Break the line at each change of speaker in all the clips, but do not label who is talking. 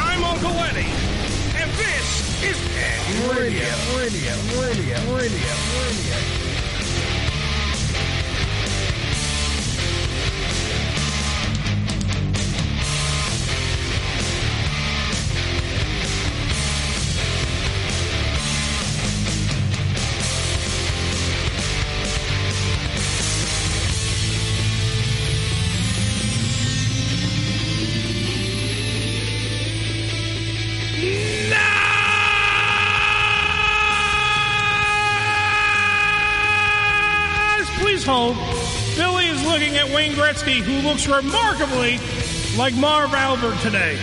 I'm Uncle Eddie, and this is Ed Radio. Radio, Radio, Radio, Radio. Guys, please hold. Billy is looking at Wayne Gretzky, who looks remarkably like Marv Albert today.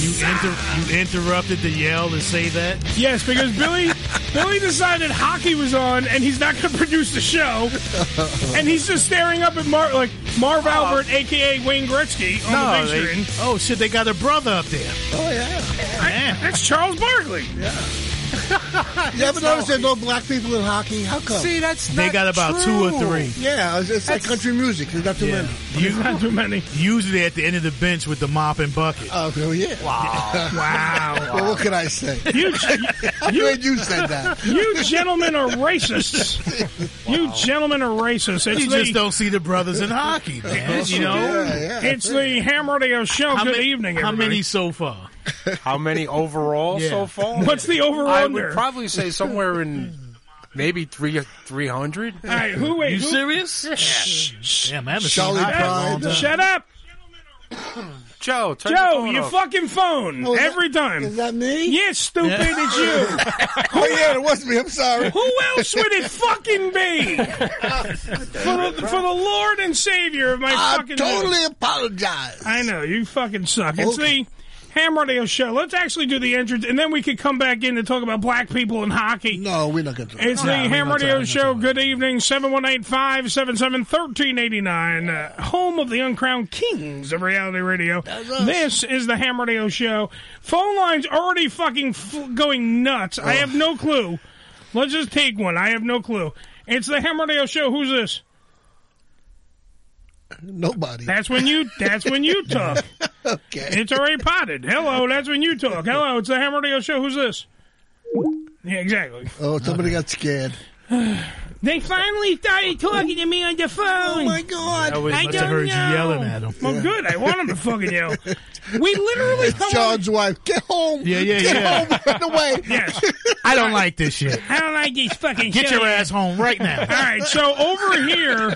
You, inter- you interrupted the yell to say that?
Yes, because Billy Billy decided hockey was on, and he's not going to produce the show, and he's just staring up at Mar- like Marv Albert, aka Wayne Gretzky, on the big
they-
screen.
oh shit, they got a brother up there.
Oh yeah.
That's Charles Barkley.
You ever notice there's no black people in hockey? How come?
See, that's
They
not
got about two or
true.
three.
yeah, it's, it's like country music. There's not too many.
There's not too many.
Usually at the end of the bench with the mop and bucket.
Oh hell yeah. Wow.
Wow.
well, what could I say?
You,
I'm
you,
glad you said that.
you gentlemen are racists. You gentlemen are racists. It's
You
the,
just don't see the brothers in hockey, man. You know?
Yeah, yeah.
it's the Ham Radio Show. Good
many-
evening,
How
everybody.
many so far?
How many overall
Yeah.
so far?
What's the overall
I would
there?
probably say somewhere in maybe three three hundred.
All right, who wait?
You
who-
serious? Damn, I haven't
Charlie
seen hockey in a
Pride.
long time.
Shut up,
Joe, turn your
Joe!
phone
You
off.
fucking phone
Oh, is that-
every
Is
time.
that me?
Yeah, stupid, it's you.
Oh yeah, it was me. I'm sorry.
Who else would it fucking be? for, the, for the Lord and Savior of my
I
fucking.
totally apologize.
I know you fucking suck. It's
Okay.
the Ham Radio Show. Let's actually do the entrance, and then we could come back in and talk about black people and hockey.
No, we're not going to.
It's the
Yeah, I mean,
Ham
that's all
Radio
right, that's
Show.
all right.
Good evening, 718 577 1389, uh, home of the uncrowned kings of reality radio. This is the Ham Radio Show. Phone lines already fucking f- going nuts. I have no clue. Let's just take one. I have no clue. It's the Ham Radio Show. Who's this?
Nobody.
That's when you. That's when you talk.
Okay.
It's already potted. Hello, that's when you talk. Hello, it's the Ham Radio Show. Who's this? Yeah, exactly.
Oh, somebody got scared.
They finally started talking to me on the phone.
Oh my God.
I would
I
must
don't
have heard
know.
you yelling at him.
Well, good. I want him to fucking yell. We literally come on.
John's wife. Get home.
Yeah, yeah,
Get
yeah.
home right away.
Yes.
I don't like this shit.
I don't like these fucking.
Get your
shows.
ass home right now.
All right. So over here,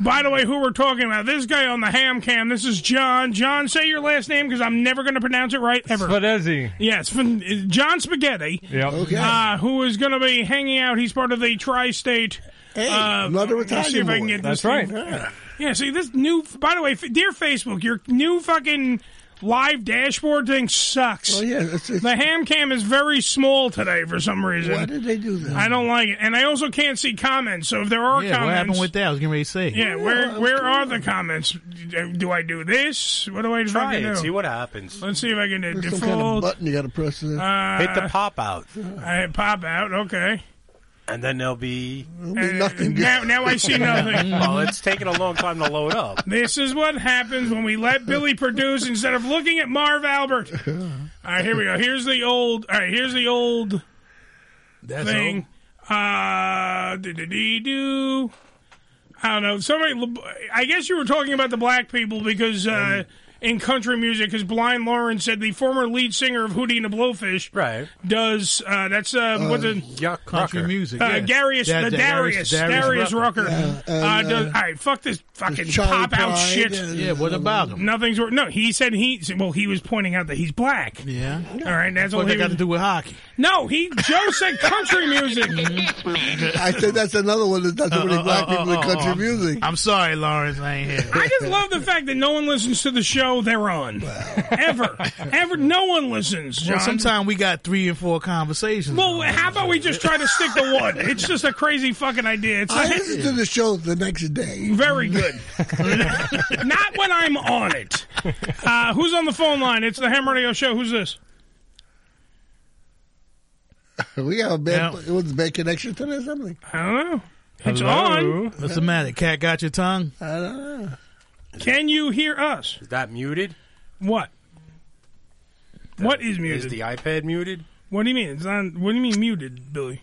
by the way, who we're talking about? This guy on the ham cam. This is John. John, say your last name because I'm never going to pronounce it right ever.
Spaghetti.
yes, from- uh, John Spaghetti,
Yep.
Okay.
uh, who is going to be hanging out. He's part of the tri-state.
hey,
Uh,
another
let's
Italian
see if I
boy.
can get
That's
this
right.
thing- Yeah, see this new. By the way, f- dear Facebook, your new fucking live dashboard thing sucks.
Oh yeah. It's, it's,
The ham cam is very small today for some reason.
why did they do that?
I don't like it, and I also can't see comments. So if there are
Yeah, what
comments,
happened with that? I was getting ready to say.
yeah, where where are the comments? Do I do this? What do I
try
fucking
it.
do?
See what happens.
Let's see if I can do
Some kind of
default. Uh,
button you got to press. in.
Hit the pop out,
I hit pop out. Okay, Uh,
and then there'll be.
There'll be nothing.
now now I see nothing.
Well, it's taking a long time to load up.
This is what happens when we let Billy produce instead of looking at Marv Albert. All right, here we go. Here's the old. All right, here's the old
That's
thing. Uh, do. I don't know. Somebody. I guess you were talking about the black people because
Um,
uh, in country music, because Blind Lauren said the former lead singer of Hootie and the Blowfish
Right.
does. Uh, that's uh, what's it?
Yuck.
country
Rucker.
music.
Uh,
yeah.
Garius,
That-
the
that-
Darius, Darius, Rucker.
and,
uh,
uh,
does, all right, fuck this fucking
Charlie
pop out
Pride
shit.
and-
Yeah, what about him?
Nothing's wor- no. He said he well. He was pointing out that he's black.
Yeah.
All right, that's all
What
he
they got
was.
to do with hockey?
No, he Joe said country music.
I said that's another one. There's not too many
Uh, uh,
black
uh,
people in
uh,
country
uh,
music.
I'm sorry, Lawrence, I ain't here.
I just love the fact that no one listens to the show show they're on. Ever. Ever. No one listens, John.
Well, sometimes we got three and four conversations.
Well, how about we just try to stick to one? It's just a crazy fucking idea. It's
I
like-
listened to the show the next day.
Very good. Not when I'm on it. Uh, who's on the phone line? It's the Ham Radio Show. Who's this?
we got a bad. It was a bad connection today or something.
I don't know. It's
Hello?
on.
What's the matter? Cat got your tongue?
I don't know.
Can you hear us?
Is that muted?
What? what is muted?
Is the iPad muted?
What do you mean? It's on. What do you mean muted, Billy?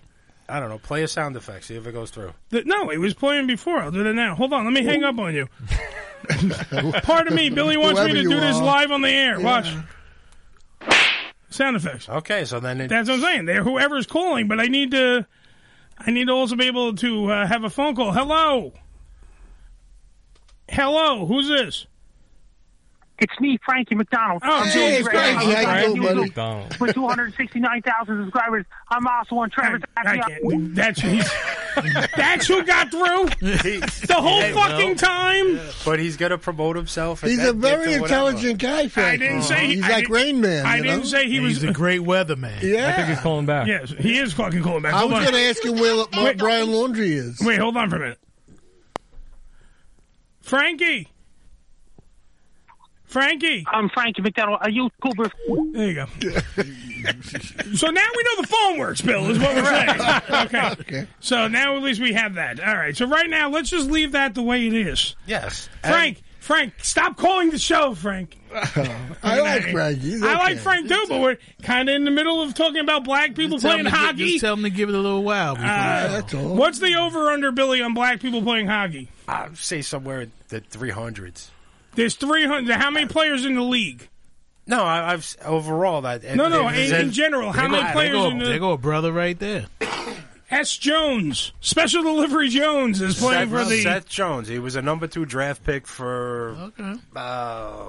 I don't know. Play a sound effect. See if it goes through.
The- no, it was playing before. I'll do that now. Hold on. Let me hang up on you. Pardon me. Billy wants me
Whoever
to
you
do this
are.
live on the air. Watch. Sound effects.
Okay, so then it,
That's what I'm saying. They're whoever's calling, but I need to, I need to also be able to uh, have a phone call. Hello, hello, who's this?
It's me, Frankie McDonald.
Oh,
I'm
hey,
doing great.
Frankie,
I'm
how you
on
doing, buddy?
YouTube With 269,000 subscribers, I'm also on Trevor's
I
Happy
can't.
Hour.
do- That's he's, that's who got through
he-
the whole
Hey, well,
fucking time.
but he's gonna promote himself. and
He's
that
a very
dick or whatever. Uh-huh.
intelligent guy. Frank. Uh-huh.
I didn't say he-
he's
I
like
didn't-
Rain Man.
I
you know?
didn't say he was.
He's a great weatherman.
Yeah,
I think he's calling back.
Yes, he is fucking calling back.
I
Hold
was
on.
going to ask him where Mark
Wait.
Brian Laundry is.
Wait, hold on for a minute. Frankie, Frankie.
I'm Frankie McDonald, a YouTuber.
There you go. so now we know the phone works, Bill, is what we're saying. Okay. So now at least we have that. All right. So right now, let's just leave that the way it is.
Yes,
Frank, Frank, stop calling the show, Frank.
I like Frankie. He's
I like
okay.
Frank too, but we're kind of in the middle of talking about black people
Tell
playing
him to gi-
hockey. Uh,
Just tell him to give it a little while. before-
Yeah, That's all.
What's the over under, Billy, on black people playing hockey?
I'd say somewhere in the three hundreds.
There's 300. How many players in the league?
No, I, I've s- overall that.
No, no,
it- it-
in, in general. How many
there,
players
go,
in
there
the.
go a brother right there.
S. Jones, Special Delivery Jones, is playing
Seth,
for the.
Seth Jones. He was a number two draft pick for.
Okay.
Uh,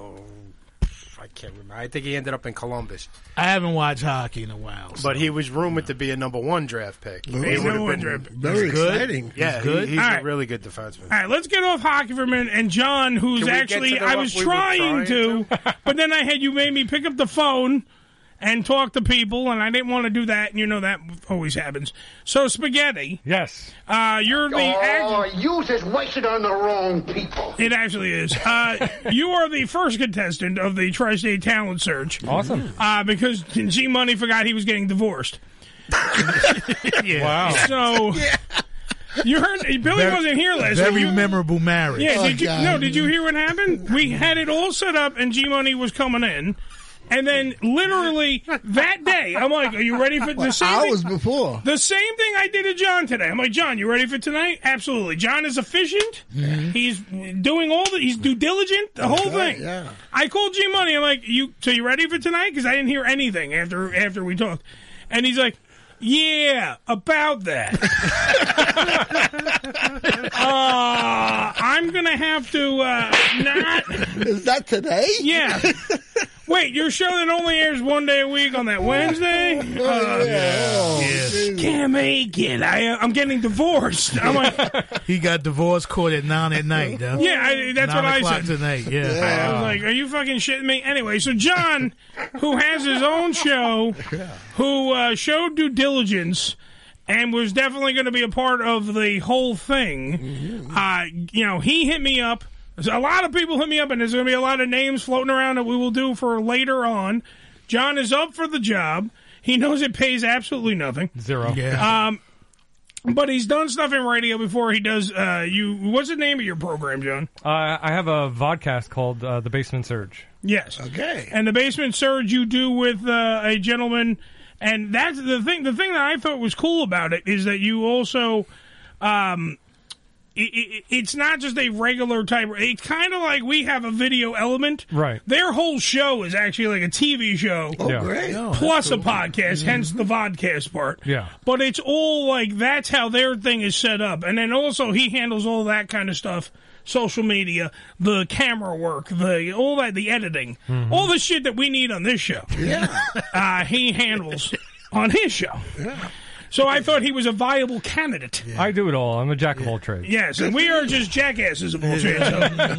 I can't remember. I think he ended up in Columbus,
I haven't watched hockey in a while. so-
but he was rumored to be a number one draft pick.
Ooh.
He
He's
would
number
have
one
been.
draft pick.
Very
good.
exciting.
Yeah,
He's
he's,
good?
he's
All
a
right.
really good defenseman.
All right, let's get off hockey for a minute. And John, who's
Can we get
actually
to the
I
one
was
we were
trying,
trying
to, but then I had you made me pick up the phone and talk to people, and I didn't want to do that. And you know that always happens. So spaghetti,
Yes.
uh, you're the
Oh,
act-
you just wasted on the wrong people.
it actually is. Uh, you are the first contestant of the tri-state talent search
Awesome.
uh, because G Money forgot he was getting divorced.
Wow.
So you heard Billy wasn't here last
very
week. You-
memorable marriage.
Yeah,
Oh,
did you,
God.
no, did you hear what happened? We had it all set up and G Money was coming in. And then literally that day, I'm like, Are you ready for the same thing-
Hours before.
the same thing I did to John today. I'm like, John, you ready for tonight? Absolutely. John is efficient. He's doing all the. He's due diligent. The whole thing.
Mm-hmm. yeah.
I called G Money. I'm like, you. So you ready for tonight? Because I didn't hear anything after after we talked. And he's like, Yeah, about that. uh, I'm gonna have to uh, not.
Is that today?
Yeah. Wait, your show that only airs one day a week on that Wednesday?
Oh,
Uh, can't make it. I, I'm getting divorced. I'm like,
He got divorced court at nine at night. Huh?
yeah, I, that's what
nine
I
o'clock
said.
tonight. Yeah.
I was like, are you fucking shitting me? Anyway, so John, who has his own show, who uh, showed due diligence and was definitely going to be a part of the whole thing, uh, you know, he hit me up. There's A lot of people hit me up, and there's going to be a lot of names floating around that we will do for later on. John is up for the job. He knows it pays absolutely nothing. Um,
Zero.
yeah.
But he's done stuff in radio before. He does. Uh, you. What's the name of your program, John?
Uh, I have a vodcast called uh, The Basement Surge.
Yes.
Okay.
And the basement surge you do with uh, a gentleman, and that's the thing. The thing that I thought was cool about it is that you also, um, i i it's not just a regular type. It's kind of like we have a video element.
Right.
Their whole show is actually like a TV show.
yeah.
Oh,
Mm-hmm.
Great.
Plus a podcast, hence the vodcast part.
Yeah.
But it's all like that's how their thing is set up. And then also he handles all that kind of stuff. Social media, the camera work, the all that the editing. All the shit that we need on this show.
Yeah.
Uh, he handles on his show. So I thought he was a viable candidate.
I do it all. I'm a jack of all trades.
Yes, and we are just jackasses of all trades.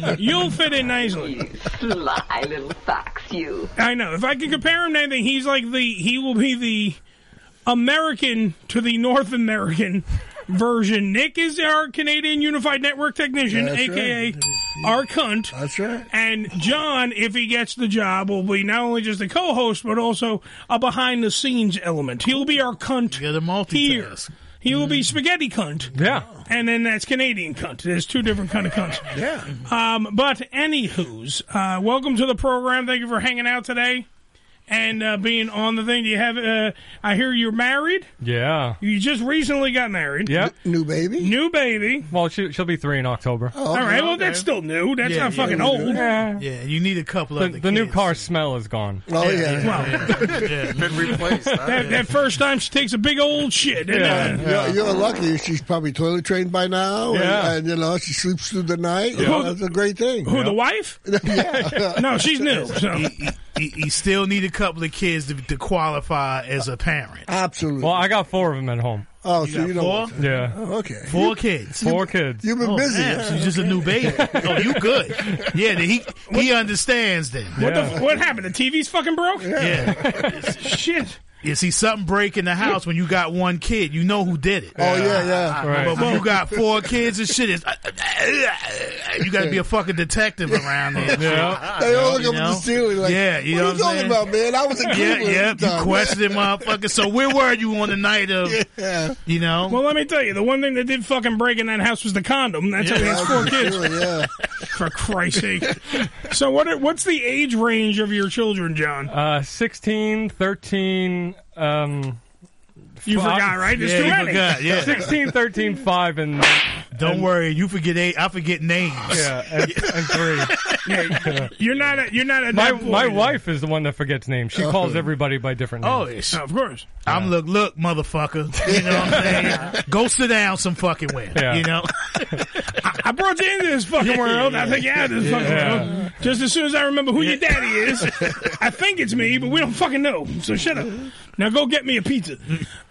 so You'll fit in nicely.
Sly little fox, you.
I know. If I can compare him to anything, he's like the he will be the American to the North American version. Nick is our Canadian Unified Network technician,
That's
aka
right.
our cunt.
That's right.
And John, if he gets the job, will be not only just a co-host but also a behind-the-scenes element. He'll be our cunt
You're the
here.
multitask.
He will be spaghetti cunt.
Yeah.
And then that's Canadian cunt. There's two different kind of cunts.
Yeah.
Um, but anywho's, uh, welcome to the program. Thank you for hanging out today and uh, being on the thing. Do you have? Uh, I hear you're married.
Yeah.
You just recently got married.
Yep.
New baby.
New baby.
Well, she, she'll be three in October.
Oh,
All right. Well,
okay.
that's still new. That's
Yeah,
not
yeah,
fucking
we
old.
do.
Yeah, you need a couple
The,
of the,
the new
kids.
car smell is gone.
Oh yeah.
Been replaced. huh?
That, that first time she takes a big old shit. and, uh,
You're, you're lucky. She's probably toilet trained by now, and-
Yeah.
and, you know she sleeps through the night. You know, that's a great thing.
Who the wife? no, she's new. So.
You, you still need a couple of kids to, to qualify as a parent.
Absolutely.
Well, I got four of them at home.
oh,
You
so
got
you don't.
four?
want that.
Yeah.
Oh, okay.
Four kids.
Four kids.
You've been
Oh,
busy.
damn, she's just a new baby. oh, you good? Yeah, then he he understands then.
What, the, f- what happened? The TV's fucking broke?
Yeah,
Shit.
you see something break in the house when you got one kid. You know who did it.
Oh yeah, yeah.
Right.
But when you got four kids and shit, it's, you got to be a fucking detective around there. Ah,
Yeah.
They all look
You
up at
know?
the ceiling like,
Yeah, you
what are you
know what I'm
talking
saying?
about, man? I was in
Yeah,
Cleveland.
yeah,
at the
you
time.
questioning motherfucker. So where were you on the night of?
Yeah.
You know,
Well, let me tell you, the one thing that did fucking break in that house was the condom. That's how they had four kids.
Sure, yeah.
For Christ's sake. So, what? Are, what's the age range of your children, John?
Uh, 16, 13, um,
You
fuck.
forgot, right? There's
Yeah,
too
you
many.
forgot, yeah.
16, 13, 5, and,
Don't worry, you forget eight. I forget names.
yeah, and, and 3.
You're not. A, you're not. A
My,
that boy.
my wife is the one that forgets names. She calls everybody by different names.
Oh, it's,
Oh, of course.
I'm look, look, motherfucker. You know what I'm saying? Go sit down some fucking way.
Yeah.
You know,
I brought you into this fucking world. I think yeah, this fucking
Yeah.
world. Just as soon as I remember who your daddy is, I think it's me, but we don't fucking know. So shut up. Now go get me a pizza.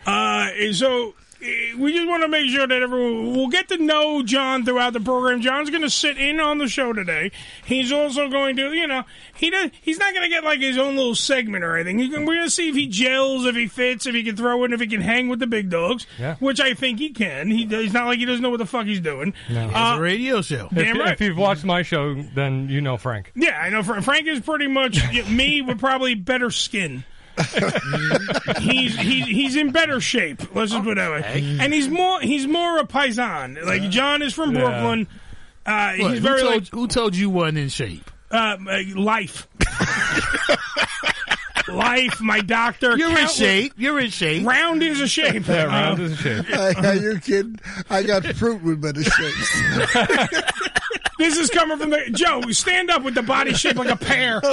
Uh, and so eh, we just want to make sure that everyone will get to know John throughout the program. John's going to sit in on the show today. He's also going to, you know, he does. He's not going to get like his own little segment or anything. He's gonna- We're going to see if he gels, if he fits, if he can throw in, if he can hang with the big dogs,
Yeah.
which I think he can. He, does- he's not like he doesn't know what the fuck he's doing.
it's a radio show.
If,
Oh, Uh, Damn right.
if you've watched my show, then you know Frank.
Yeah, I know. Fra- Frank is pretty much me with probably better skin. he's he's he's in better shape. Let's just put it that way. And he's more he's more a paisan. Like John is from Brooklyn. Uh,
Look,
he's
who,
very
told,
like
who told you wasn't in shape?
uh, uh, life. life. My doctor.
You're in
countless-
shape. You're in shape.
Round is a shape.
Yeah,
Uh,
round as a shape.
Are you kidding? I got fruit with better shakes.
this is coming from the Joe. Stand up with the body shaped like a pear.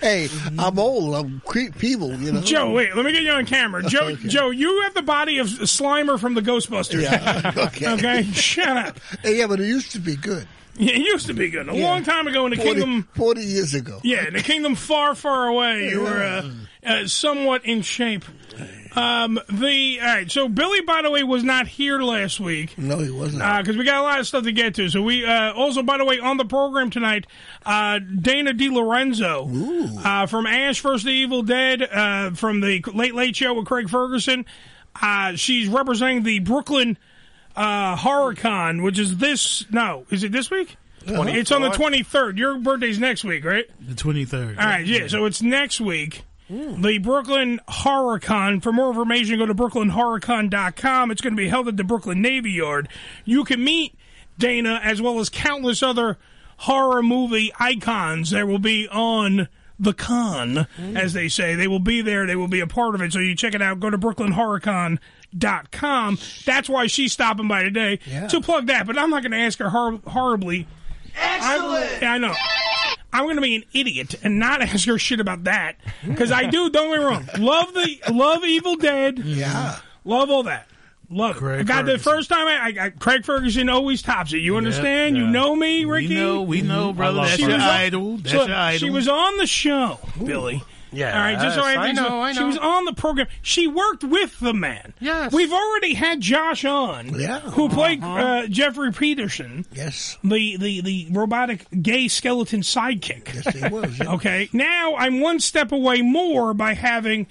hey, Oh. I'm old. I'm cre- feeble, you know.
Joe, wait. Let me get you on camera. Joe, Joe, you have the body of Slimer from the Ghostbusters.
Yeah. Okay.
Okay, shut up.
Hey, yeah, but it used to be good.
Yeah, it used to be good a long time ago in the
40,
kingdom.
40 years ago.
Yeah, in the kingdom far, far away. You were uh, uh, somewhat in shape. Um, the all right. So Billy, by the way, was not here last week.
No, he wasn't.
Because we got a lot of stuff to get to, so we uh, also, by the way, on the program tonight, uh, Dana Di Lorenzo uh, from Ash vs. the Evil Dead, uh, from the Late Late Show with Craig Ferguson. Uh, she's representing the Brooklyn uh, HorrorCon, which is this. No, is it this week? It's on the twenty third. Your birthday's next week, right?
The 23rd.
All right, yeah. So it's next week. The Brooklyn Horror Con. For more information, go to brooklynhorrorcon.com. It's going to be held at the Brooklyn Navy Yard. You can meet Dana as well as countless other horror movie icons that will be on the con, as they say. They will be there. They will be a part of it. So you check it out. Go to brooklynhorrorcon.com. That's why she's stopping by today to plug that. But I'm not going to ask her hor- horribly. Excellent. I know. I'm going to be an idiot and not ask her shit about that because I do. Don't get me wrong. Love the love Evil Dead.
yeah.
Love all that. Love. it.
Craig
God, the
Ferguson.
first time I, I, I Craig Ferguson always tops it. You understand? You
yeah.
know me,
We
Ricky.
know, we know, brother.
love
That's
She
your
was on-
idol. That's
So,
your idol.
She was on the show, Billy,
Yeah,
All right, just so
yes,
everybody's-
I know, I
She was
know.
on the program. She worked with the man.
Yes.
We've already had Josh on,
Yeah.
who played uh, Jeffrey Peterson,
Yes.
the, the, the robotic gay skeleton sidekick.
Yes, he was. yeah.
Okay, now I'm one step away more by having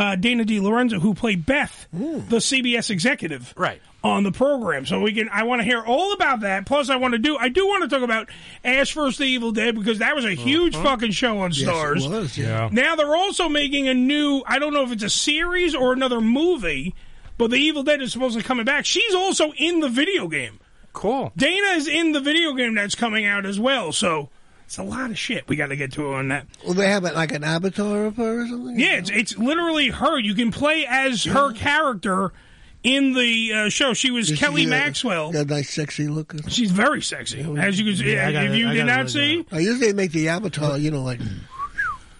uh, Dana Di Lorenzo, who played Beth, the CBS executive,
Right.
on the program. So we can. I want to hear all about that. Plus, I want to do. I do want to talk about Ash vs. the Evil Dead because that was a huge fucking show on
Yes,
Stars.
It was, yeah.
Yeah.
Now they're also making a new. I don't know if it's a series or another movie, but the Evil Dead is supposedly coming back. She's also in the video game.
Cool.
Dana is in the video game that's coming out as well. So. It's a lot of shit we got to get to on that.
Well, they have it like an avatar of her or something.
Yeah, it's, it's literally her. You can play as her character in the uh, show. She was
Is
Kelly
she, uh,
Maxwell.
Got a nice, sexy look.
She's very sexy, as you can see.
I gotta-
if you
I
did
gotta
not
look
see,
I usually make the avatar, you know, like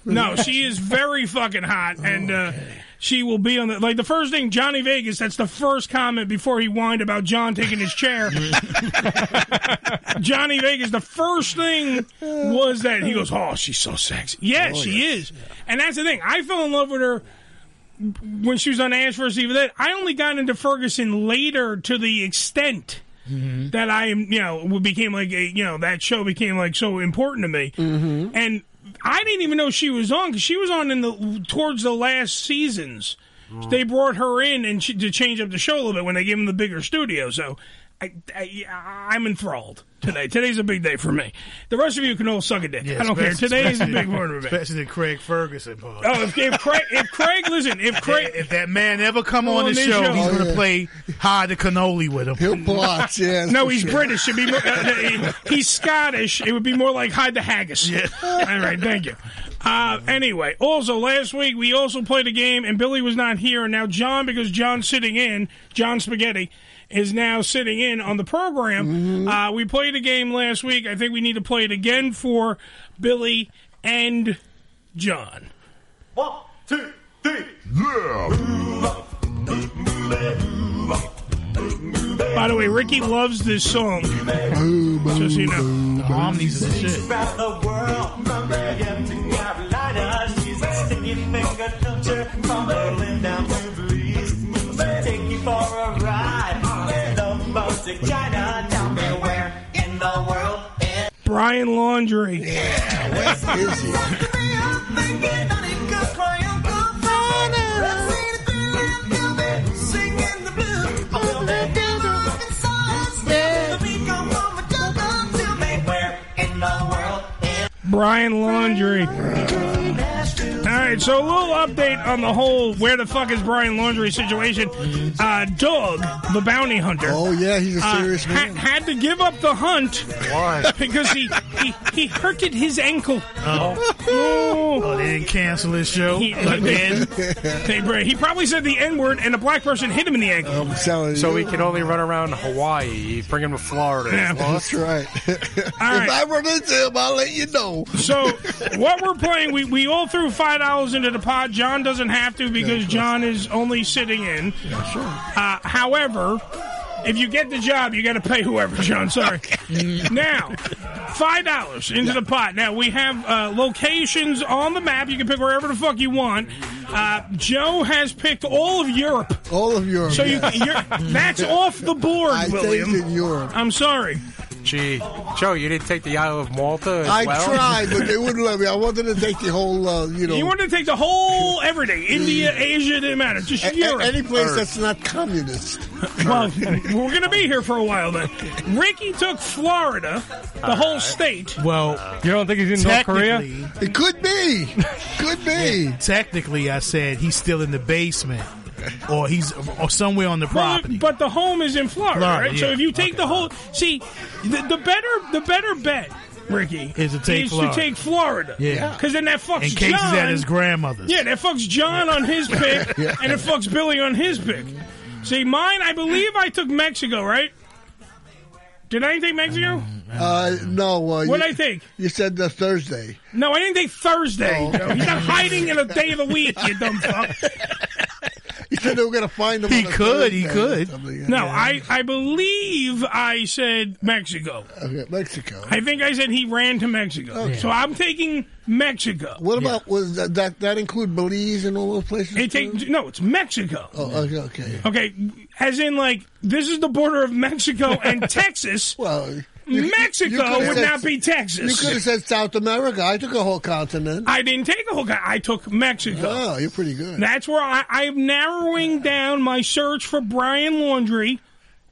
no, she is very fucking hot, and uh, she will be on the like the first thing Johnny Vegas. That's the first comment before he whined about John taking his chair. Johnny Vegas. The first thing was that he goes, "Oh, she's so sexy."
Oh,
Yes, she is, and that's the thing. I fell in love with her when she was on Ash vs. Evil Dead, I only got into Ferguson later to the extent that I am, you know, became like a, you know, that show became like so important to me. Mm-hmm. And I didn't even know she was on because she was on in the towards the last seasons. They brought her in and she, to change up the show a little bit when they gave them the bigger studio. So I, I, I'm enthralled today. Today's a big day for me. The rest of you can all suck a dick. I don't care.
especially-
Today is a
especially-
big one for me.
Especially the Craig Ferguson part.
Oh, if, if Craig, if Craig, listen, if Craig,
If that man ever come
On
on, the
this
show,
show.
he's
Oh,
gonna
yeah.
play hide the cannoli with him.
he'll blot. Yeah. that's
No,
for
he's
sure.
British. Should be more, uh, he- he's Scottish. It would be more like hide the haggis. All right, thank you. Uh, anyway, also last week we also played a game, and Billy was not here, and now John, because John's sitting in, John Spaghetti is now sitting in on the program.
Mm-hmm.
Uh, we played a game last week. I think we need to play it again for Billy and John. By the way, Ricky loves this song. Just so you know.
Omnis is the shit.
Brian Laundry.
Where is he?
Brian Laundry. All right, so a little update on the whole where the fuck is Brian Laundry situation. Uh, Doug, the bounty hunter,
Oh yeah, he's a
uh,
serious
ha-
man.
had to give up the hunt because he, he, he hurted his ankle.
Oh,
Oh.
they didn't cancel his show
He,
again.
they, he probably said the N word and a black person hit him in the ankle.
I'm telling you.
So we can only run around Hawaii. Bring him to Florida.
Yeah.
That's right. if
right.
I run into him, I'll let you know.
So what we're playing, we, we all threw five dollars into the pot. John doesn't have to because John is only sitting in. Uh, however, if you get the job, you got to pay whoever. John, sorry. Mm. now, five dollars into the pot. Now we have uh, locations on the map. You can pick wherever the fuck you want. Uh, Joe has picked all of Europe,
All of Europe.
so you
yeah.
you're, that's off the board,
I
William.
think in Europe.
I'm sorry.
Gee, Joe, you didn't take the Isle of Malta as
I
well.
tried, but they wouldn't let me. I wanted to take the whole, uh, you know,
You wanted to take the whole everyday India, Asia, didn't matter. Just
a- a-
Europe.
any place that's not communist.
Well, we're going to be here for a while then. Ricky took Florida, the whole state.
Well,
You don't think he's in North Korea?
technically,
It could be, could be.
technically, I said he's still in the basement, or he's or somewhere on the property.
But, but the home is in Florida,
Florida,
right? So
yeah.
if you take the whole, see, the, the better the better bet, Ricky,
Is to take Florida.
take Florida.
Yeah.
because then that fucks
in case
John.
he's at his grandmother's.
yeah, that fucks John on his pick, and it fucks Billy on his pick. See, mine, I believe I took Mexico, right? Did I take Mexico?
Uh, no, uh,
What
you,
did I take?
you said the Thursday.
No, I didn't think Thursday. Joe. He's not hiding in a day of the week, you dumb fuck.
You said they were going to find him.
He
on a
could, he
Thursday or
could.
something.
No,
Yeah.
I, I believe I said Mexico.
Okay, Mexico.
I think I said he ran to Mexico. So I'm taking Mexico.
What about was that, that? That include Belize and all those places?
It take, no, it's Mexico.
Oh, okay, okay.
Okay, as in like this is the border of Mexico and Texas.
Well, you- you- you
Mexico
could've
would
said-
not be
You
Texas.
could have said South America. I took a whole continent.
I didn't take a whole guy. I took Mexico.
Oh, you're pretty good.
That's where I, I'm narrowing down my search for Brian Laundry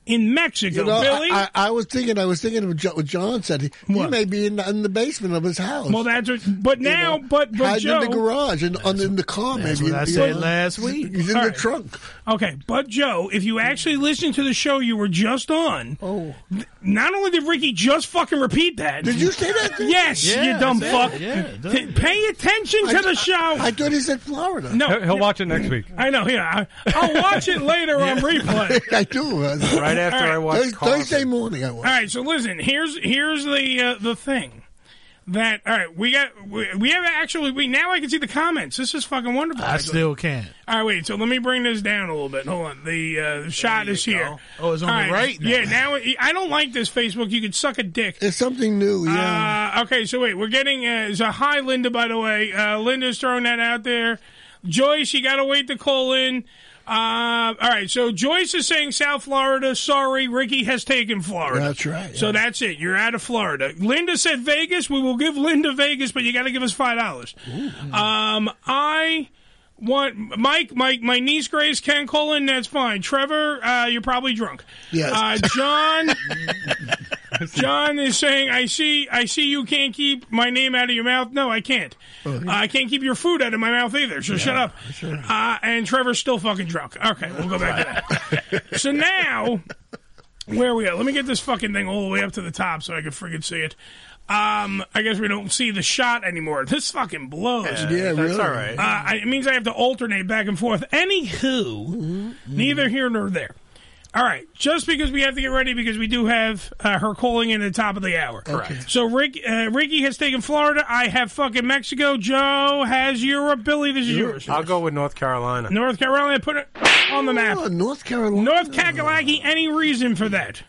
in Mexico.
You know,
Billy?
I, I, I was thinking. I was thinking of jo- what John said. He, he
What?
may be in, in the basement of his house.
well, that's what, but
you
now,
know,
but but
hiding
Joe,
in the garage and on, in the car.
That's
maybe
what I
you
said
know?
last week.
He's in
All
the
right.
trunk.
Okay, but Joe, if you actually listen to the show you were just on,
Oh,
not only did Ricky just fucking repeat that.
did you say that? Dick?
Yes, you dumb
I said
fuck.
it. Yeah, it does.
T- pay attention to
I-
the show.
I thought he said Florida.
no,
He'll, he'll watch it next week.
I know. Yeah, I, I'll watch it later on replay.
I do. Right
Right after I watched
Thursday, Thursday
Carlson.
morning, I
All
was.
right, so listen. Here's here's the uh, the thing that all right. We got we, we have actually we now I can see the comments. This is fucking wonderful.
I still can't.
All right, wait. So let me bring this down a little bit. Hold on. The uh, shot
you
is here.
go.
Oh, it's on
All
the right now.
Yeah. Now it- I don't like this Facebook. You could suck a dick.
It's something new. Yeah.
Uh, okay, so wait, we're getting uh, so hi Linda. By the way, uh, Linda's throwing that out there. Joyce, you got to wait to call in. Uh, all right, so Joyce is saying South Florida. Sorry, Ricky has taken Florida.
That's right,
So
yeah.
that's it. You're out of Florida. Linda said Vegas. We will give Linda Vegas, but you got to give us five dollars. Um, I want Mike. Mike, my niece Grace can call in. That's fine. Trevor, uh, you're probably drunk.
Yes.
Uh, John. John is saying, "I see, I see. You can't keep my name out of your mouth. No, I can't. Uh, I can't keep your food out of my mouth either. So shut up." Uh, and Trevor's still fucking drunk. Okay, we'll go back to that. so now, where we at? Let me get this fucking thing all the way up to the top so I can freaking see it. Um, I guess we don't see the shot anymore. This fucking blows.
yeah,
That's
really.
all right.
Uh, I- it means I have to alternate back and forth. Anywho, neither here nor there. All right, just because we have to get ready because we do have uh, her calling in at the top of the hour. Correct. So Rick, uh, Ricky has taken Florida. I have fucking Mexico. Joe has Europe. Billy, this is yours.
I'll go with North Carolina.
North Carolina. Put it on the map.
Oh, North Carolina. Hmm.
North Kakalaki. Any reason for that?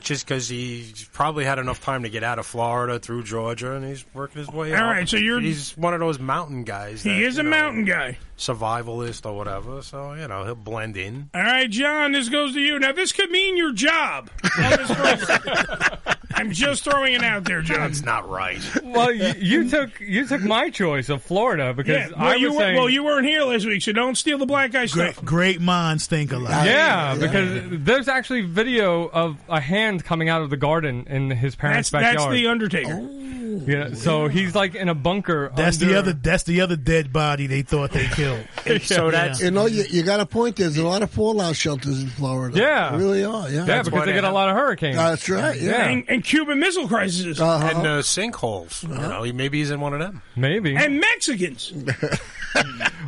Just because he probably had enough time to get out of Florida through Georgia, and he's working his way
All
out.
right, so you're-
he's one of those mountain guys.
He
that,
is
you
a
know,
mountain guy.
survivalist or whatever. So you know he'll blend in.
All right, John, this goes to you. Now, this could mean your job. on this program. I'm just throwing it out there, John.
That's not right.
Well, you, you took you took my choice of Florida because
Yeah,
I
well,
was
you were,
saying,
well, you weren't here last week, so don't steal the black guy
Great,
stuff.
great minds think alike.
yeah, because there's actually video of a hand coming out of the garden in his
That's
parents'
that's
backyard.
the Undertaker.
Oh.
yeah, so he's like in a bunker.
That's the
under-
other. That's the other dead body they thought they killed.
So that's
You know, you, you got a point. There's a lot of fallout shelters in Florida.
Yeah.
There really are. Yeah.
Yeah,
why
because they
they
get a
have-
lot of hurricanes.
That's right. Yeah.
And, and Cuban Missile Crisis.
Uh-huh.
and uh, sinkholes.
Uh-huh.
You know, he- maybe he's in one of them.
Maybe,
and Mexicans.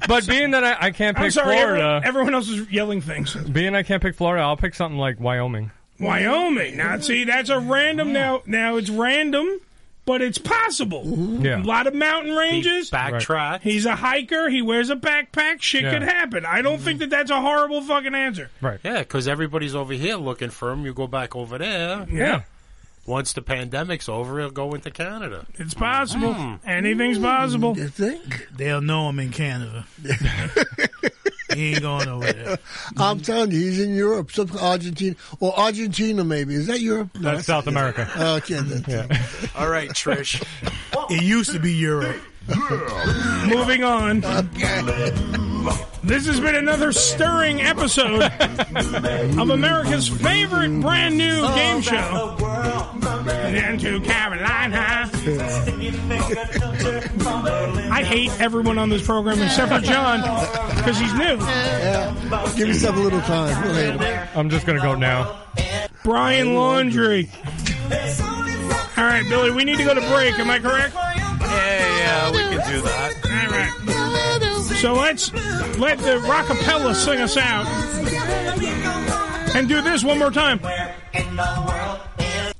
but being that I, I can't
I'm
pick
sorry,
Florida,
everyone, everyone else is yelling things.
being I can't pick Florida, I'll pick something like Wyoming.
Wyoming. Now, see, that's a random. Now, now it's random, but it's possible.
Yeah,
A lot of mountain ranges.
Backtrack.
He's a hiker. He wears a backpack. Shit
Yeah.
could happen. I don't think that that's a horrible fucking answer.
right.
Yeah, because everybody's over here looking for him. You go back over there.
Yeah.
Once the pandemic's over, he'll go into Canada. Hmm.
It's possible. Anything's possible.
You think?
They'll know him in Canada. he ain't going over there.
I'm telling you, he's in Europe, some Argentina or Argentina maybe. Is that Europe? No, Oh,
That's South America.
Okay. That's,
All right, Trish.
It used to be Europe.
Moving on. This has been another stirring episode of America's favorite brand new
Oh,
Oh.
game show. And to Carolina. I hate everyone on this program except for John because he's new.
Give yourself a little time. We'll handle it.
I'm just gonna go now.
Brian Laundry. All right, Billy, we need to go to break. Am I correct?
Yeah, yeah, we can do that.
All right. So let's let the rockapella sing us out and do this one more time.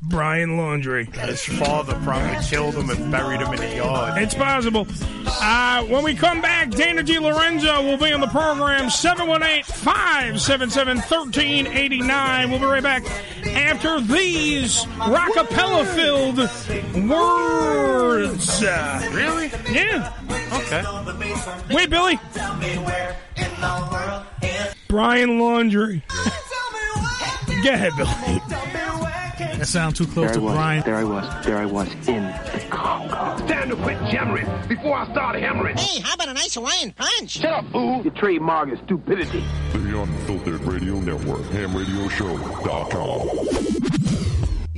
Brian Laundry.
His father probably killed him and buried him in the yard.
It's possible. Uh, when we come back, Dana G. Lorenzo will be on the program 718 577 1389. We'll be right back after these rockapella filled words.
Really?
Yeah.
Okay.
Wait, Billy. Brian Laundry. Go ahead, Billy.
That sounds too close to Brian.
There I was. There I was. In the Congo.
Time to quit jammering before I start hammering.
Hey, how about a nice Hawaiian punch?
Shut up, boo. You trademark is stupidity.
The Unfiltered Radio Network, hamradioshow.com.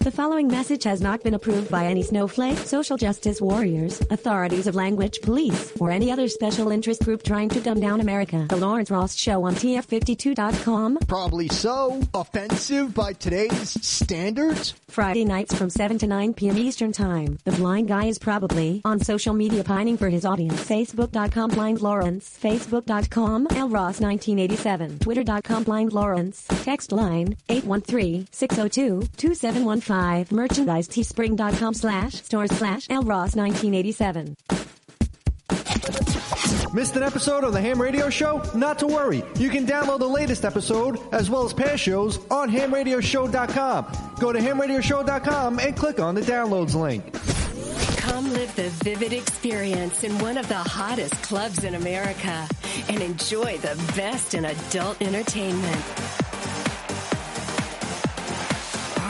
The following message has not been approved by any snowflake, social justice warriors, authorities of language police, or any other special interest group trying to dumb down America. The Lawrence Ross Show on TF52.com.
Probably so. Offensive by today's standards?
Friday nights from 7 to 9 p.m. Eastern Time. The blind guy is probably on social media pining for his audience. Facebook.com blind Lawrence. Facebook.com L Ross 1987. Twitter.com blind Lawrence. Text line 813 602 2715. Merchandise teespring.com slash store slash L Ross 1987.
Missed an episode of the Ham Radio Show? Not to worry. You can download the latest episode as well as past shows on hamradioshow.com. Go to hamradioshow.com and click on the downloads link.
Come live the vivid experience in one of the hottest clubs in America and enjoy the best in adult entertainment.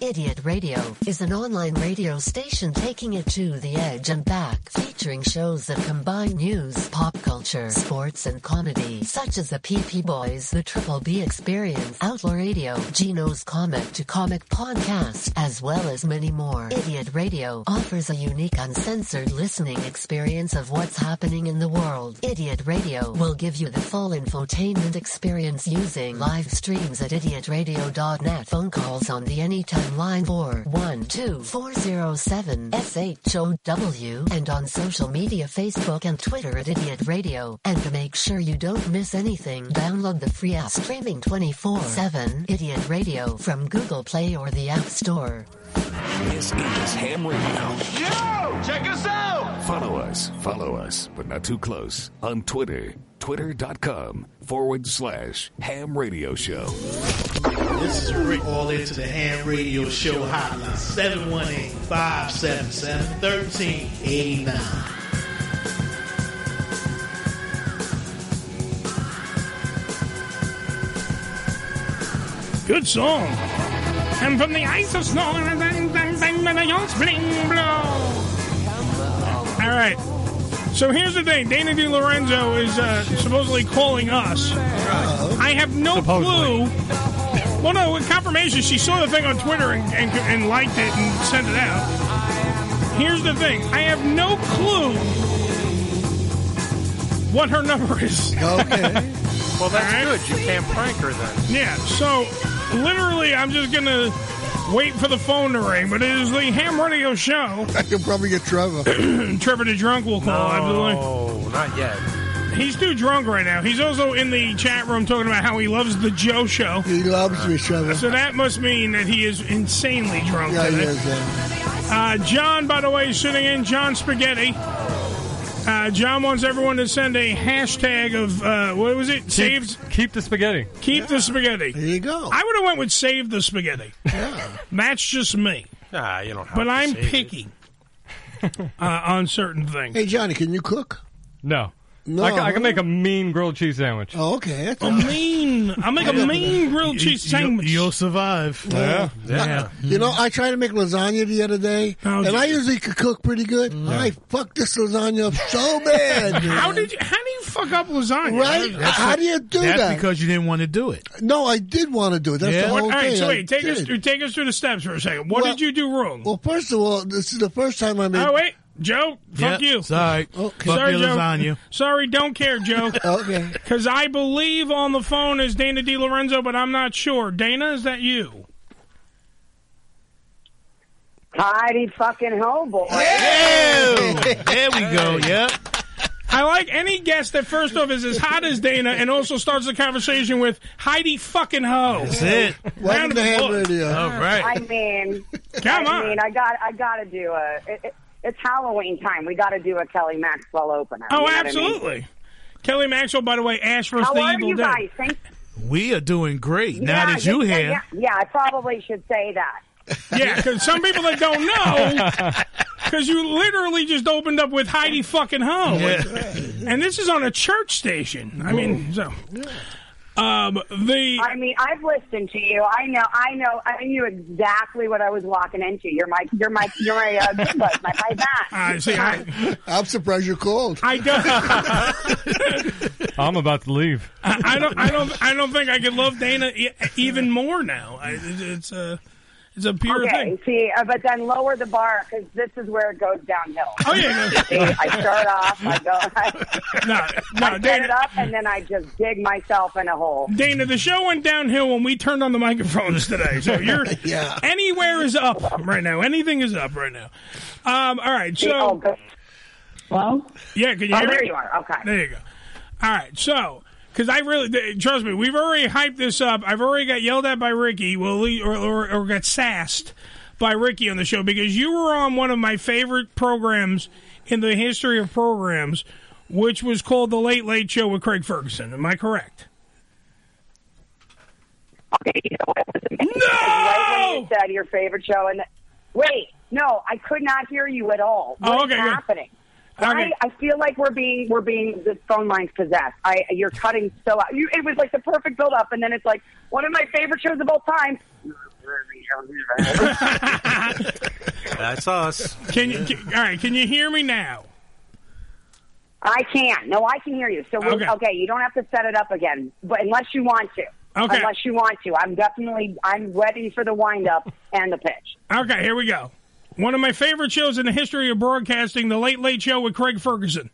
Idiot Radio is an online radio station taking it to the edge and back, featuring shows that combine news, pop culture, sports, and comedy, such as the PP Boys, the Triple B Experience, Outlaw Radio, Gino's Comic to Comic Podcast, as well as many more. Idiot Radio offers a unique, uncensored listening experience of what's happening in the world. Idiot Radio will give you the full infotainment experience using live streams at idiotradio.net, phone calls on the anytime line 407 SHOW and on social media Facebook and Twitter at Idiot Radio. And to make sure you don't miss anything, download the free app streaming 24-7 Idiot Radio from Google Play or the App Store.
This is Ham Radio.
Yo, check us out.
Follow us, follow us, but not too close on Twitter. Twitter.com forward slash ham radio show.
This is Rick All Into the Ham Radio Show Hotline 718 577 1389.
Good song. And from the ice of snow, and then- then- then the yards bling blow. All right. So here's the thing. Dana Di Lorenzo is uh, supposedly calling us. I have no clue. Well, no, with confirmation, she saw the thing on Twitter and, and, and liked it and sent it out. Here's the thing. I have no clue what her number is. Okay.
Well, that's good. You can't prank her then.
Yeah, so literally, I'm just going to wait for the phone to ring, but it is the ham radio show. I could probably get Trevor. Trevor the Drunk will call,
No, Oh, not yet.
absolutely. He's too drunk right now. He's also in the chat room talking about how he loves the Joe show. He loves me, Trevor. So that must mean that he is insanely drunk
Yeah, he
today.
is,
uh, John, by the way, is sitting in, John Spaghetti. Uh, John wants everyone to send a hashtag of uh, what was it? Saved.
Keep the spaghetti.
Keep the spaghetti. There you go. I would have went with save the spaghetti. That's just me.
Nah, you don't have
but
to
I'm
save it.
picky uh, on certain things.
Hey, Johnny, can you cook?
No.
No, I, ca- I can make a mean grilled cheese sandwich.
Oh, okay.
A mean. I'll make a mean grilled cheese sandwich.
You'll survive.
Yeah.
You know, I tried to make lasagna the other day, and I usually could cook pretty good. I fucked this lasagna up so bad.
Mm-hmm. How did you? How do you fuck up lasagna?
Right?
That's
how
what-
do you do
That's
that?
because you didn't want to do it.
no, I did want to do it. That's the
What-
whole
all right,
thing.
so
I
wait, take us
did.
through, take us through the steps for a second. What
Well-
did you do wrong?
Well, first of all, this is the first time I made.
Oh wait, Joe,
Yep,
fuck you.
sorry. Okay. Fuck
sorry,
your
Joe.
lasagna.
Sorry, don't care, Joe.
okay,
because I believe on the phone is Dana Di Lorenzo, but I'm not sure. Dana, is that you?
Heidi fucking ho, boy.
There we go. Yep.
I like any guest that first off is as hot as Dana and also starts the conversation with Heidi fucking ho. That's
it.
Welcome to Ham Radio.
I mean,
Come
I
on.
mean, I got, I got to do a. It, it, it's Halloween time. We got to do a Kelly Maxwell opener.
Oh,
You know what I mean?
absolutely. Kelly Maxwell, by the way, Ash vs.
How
the
are
Evil
you
Dead.
guys? Thank-
We are doing great
Yeah,
now that you
yeah,
here.
Yeah, yeah, I probably should say that.
Yeah, because some people that don't know, because you literally just opened up with Heidi fucking ho, and this is on a church station. I mean, so um, the
I mean, I've listened to you. I know, I know, I knew exactly what I was walking into. You're my, you're my, you're my, uh, good bud, my, my back.
I see. I,
I'm surprised you called.
I don't.
I'm about to leave.
I, I don't. I don't. I don't think I could love Dana e- even more now. I, it's, it's a. It's a pure
okay,
thing.
see, uh, but then lower the bar because this is where it goes downhill.
Oh yeah.
See, I start off, I go, I,
No,
I
no,
set it
Dana.
up, and then I just dig myself in a hole.
Dana, the show went downhill when we turned on the microphones today. So you're
Yeah.
anywhere is up right now. Anything is up right now. Um, all right, so
Oh, good. Hello?
yeah, can you
Oh,
hear
there
me?
you are. Okay.
There you go. All right, so because I really th- trust me, we've already hyped this up. I've already got yelled at by Ricky, well, le- or, or, or got sassed by Ricky on the show because you were on one of my favorite programs in the history of programs, which was called the Late Late Show with Craig Ferguson. Am I correct?
Right when you said your favorite show, and wait, no, I could not hear you at all.
Oh,
What is
okay, good.
happening? Why- I feel like we're being we're being the phone lines possessed. I you're cutting so out. You, it was like the perfect build up, and then it's like one of my favorite shows of all time.
That's us.
Can you? Can, all right, can you hear me now?
I can. No, I can hear you. So we're,
Okay.
okay. you don't have to set it up again, but unless you want to.
Okay.
Unless you want to, I'm definitely I'm ready for the wind up and the pitch.
Okay, here we go. One of my favorite shows in the history of broadcasting, The Late Late Show with Craig Ferguson.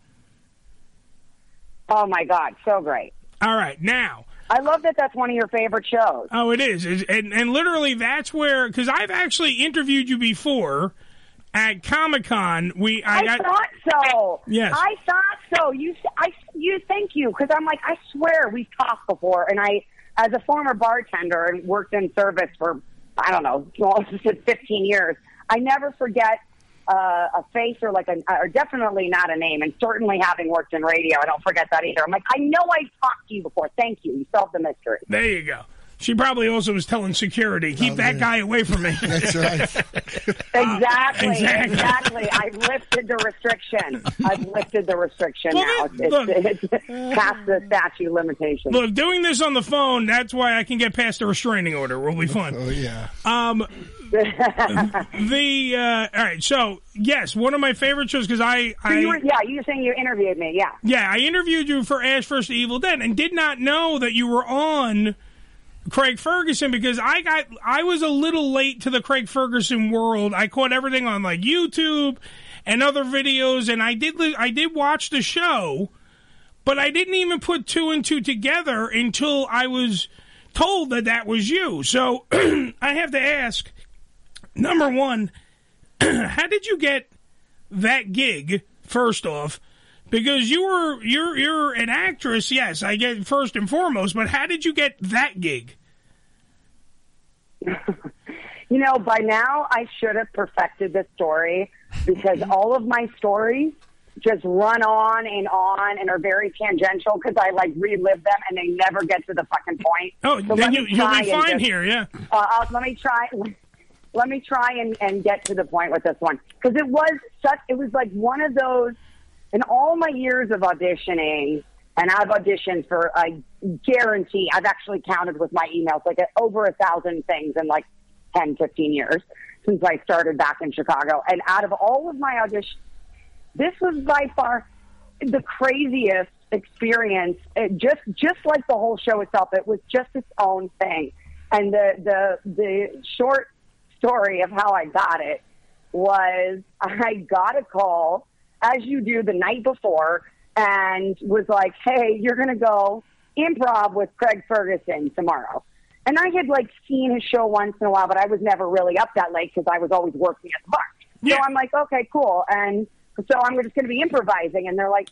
Oh my God, so great!
All right, now.
I love that. That's one of your favorite shows.
Oh, it is. It's- and, and literally, that's where, because I've actually interviewed you before at Comic Con. We I,
I,
got.
thought so.
Yes.
I thought so. You, s- I, you, thank you, because I'm like, I swear we've talked before, and I, as a former bartender and worked in service for, I don't know, almost 15 years, I never forget uh, a face or like a, or definitely not a name, and certainly having worked in radio, I don't forget that either. I'm like, I know I talked to you before. Thank you. You solved the mystery.
there you go. She probably also was telling security, keep that guy away from me. That's
right.
Exactly,
exactly.
exactly. I've lifted the restriction. I've lifted the restriction
Well,
now.
then,
It's, it's, it's past the statute limitation.
Look, doing this on the phone, that's why I can get past the restraining order. We'll be fun. Oh,
yeah.
Um, the, uh, all right, so, yes, one of my favorite shows, because I.
So
I
you were, yeah, you were saying you interviewed me. Yeah.
Yeah, I interviewed you for Ash vs. Evil Dead and did not know that you were on Craig Ferguson because I got I was a little late to the Craig Ferguson world. I caught everything on like YouTube and other videos and I did li- I did watch the show, but I didn't even put two and two together until I was told that that was you. So I have to ask number 1 how did you get that gig first off because you were you're you're an actress yes i get first and foremost but how did you get that gig
You know, by now I should have perfected this story because all of my stories just run on and on and are very tangential because I like relive them and they never get to the fucking point.
oh
So
then
let
you,
me
you'll
try
be
and
fine
just-
here yeah
Uh, I'll, let me try. Let me try and, and get to the point with this one because it was such. It was like one of those. in all my years of auditioning, and I've auditioned for I guarantee I've actually counted with my emails like over a thousand things in like 10, 15 years since I started back in Chicago. And out of all of my auditions, this was by far the craziest experience. It just just like the whole show itself, it was just its own thing. And the the the short story of how I got it was I got a call as you do the night before and was like, "Hey, you're going to go improv with Craig Ferguson tomorrow." And I had like seen his show once in a while, but I was never really up that late because I was always working at the bar. So I'm like, "Okay, cool." And so I'm just going to be improvising, and they're like,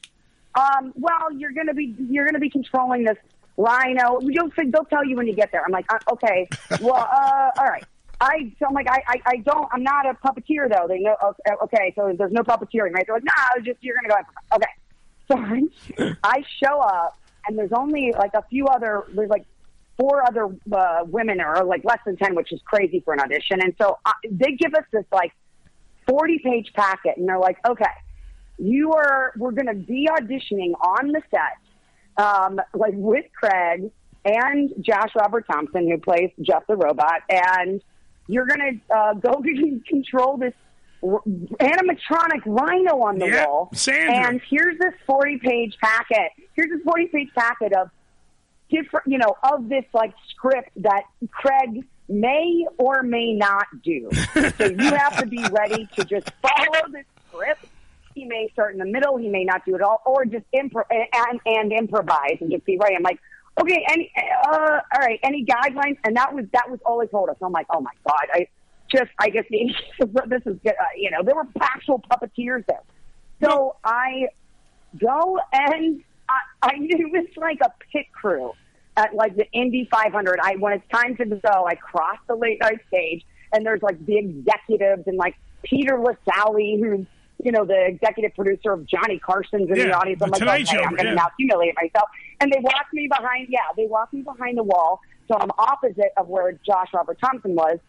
um, "Well, you're going to be you're going to be controlling this rhino. You'll fi- they'll tell you when you get there." I'm like, uh, "Okay, well, uh, all right." I so I'm like, I, I I don't I'm not a puppeteer though. They know okay, okay, so there's no puppeteering, right? They're like, "No, I was just you're going to go." improv." Okay, I show up, and there's only like a few other, there's like four other uh, women, or like less than 10, which is crazy for an audition. And so I, they give us this like 40 page packet, and they're like, okay, you are, we're going to be auditioning on the set, um, like with Craig and Josh Robert Thompson, who plays Jeff the Robot, and you're going to uh, go control this r- animatronic rhino on the
Yeah,
wall.
Sandra.
And here's this 40 page packet. Here's this 40 page packet of different, you know, of this like script that Craig may or may not do. so you have to be ready to just follow this script. He may start in the middle. He may not do it all, or just impro- and, and improvise and just be ready. I'm like, okay, any, uh, all right, any guidelines? And that was that was all they told us. I'm like, oh my god, I just I just need this is good. Uh, you know there were actual puppeteers there, so I go and I, I it was like a pit crew at like the Indy 500. I when it's time to go, I cross the late night stage, and there's like the executives and like Peter LaSalle, who's you know the executive producer of Johnny Carson's in the
Yeah,
audience.
The
I'm like,
Tonight
okay,
Show,
I'm going to
yeah.
now humiliate myself. And they walk me behind. Yeah, they walk me behind the wall, so I'm opposite of where Josh Robert Thompson was,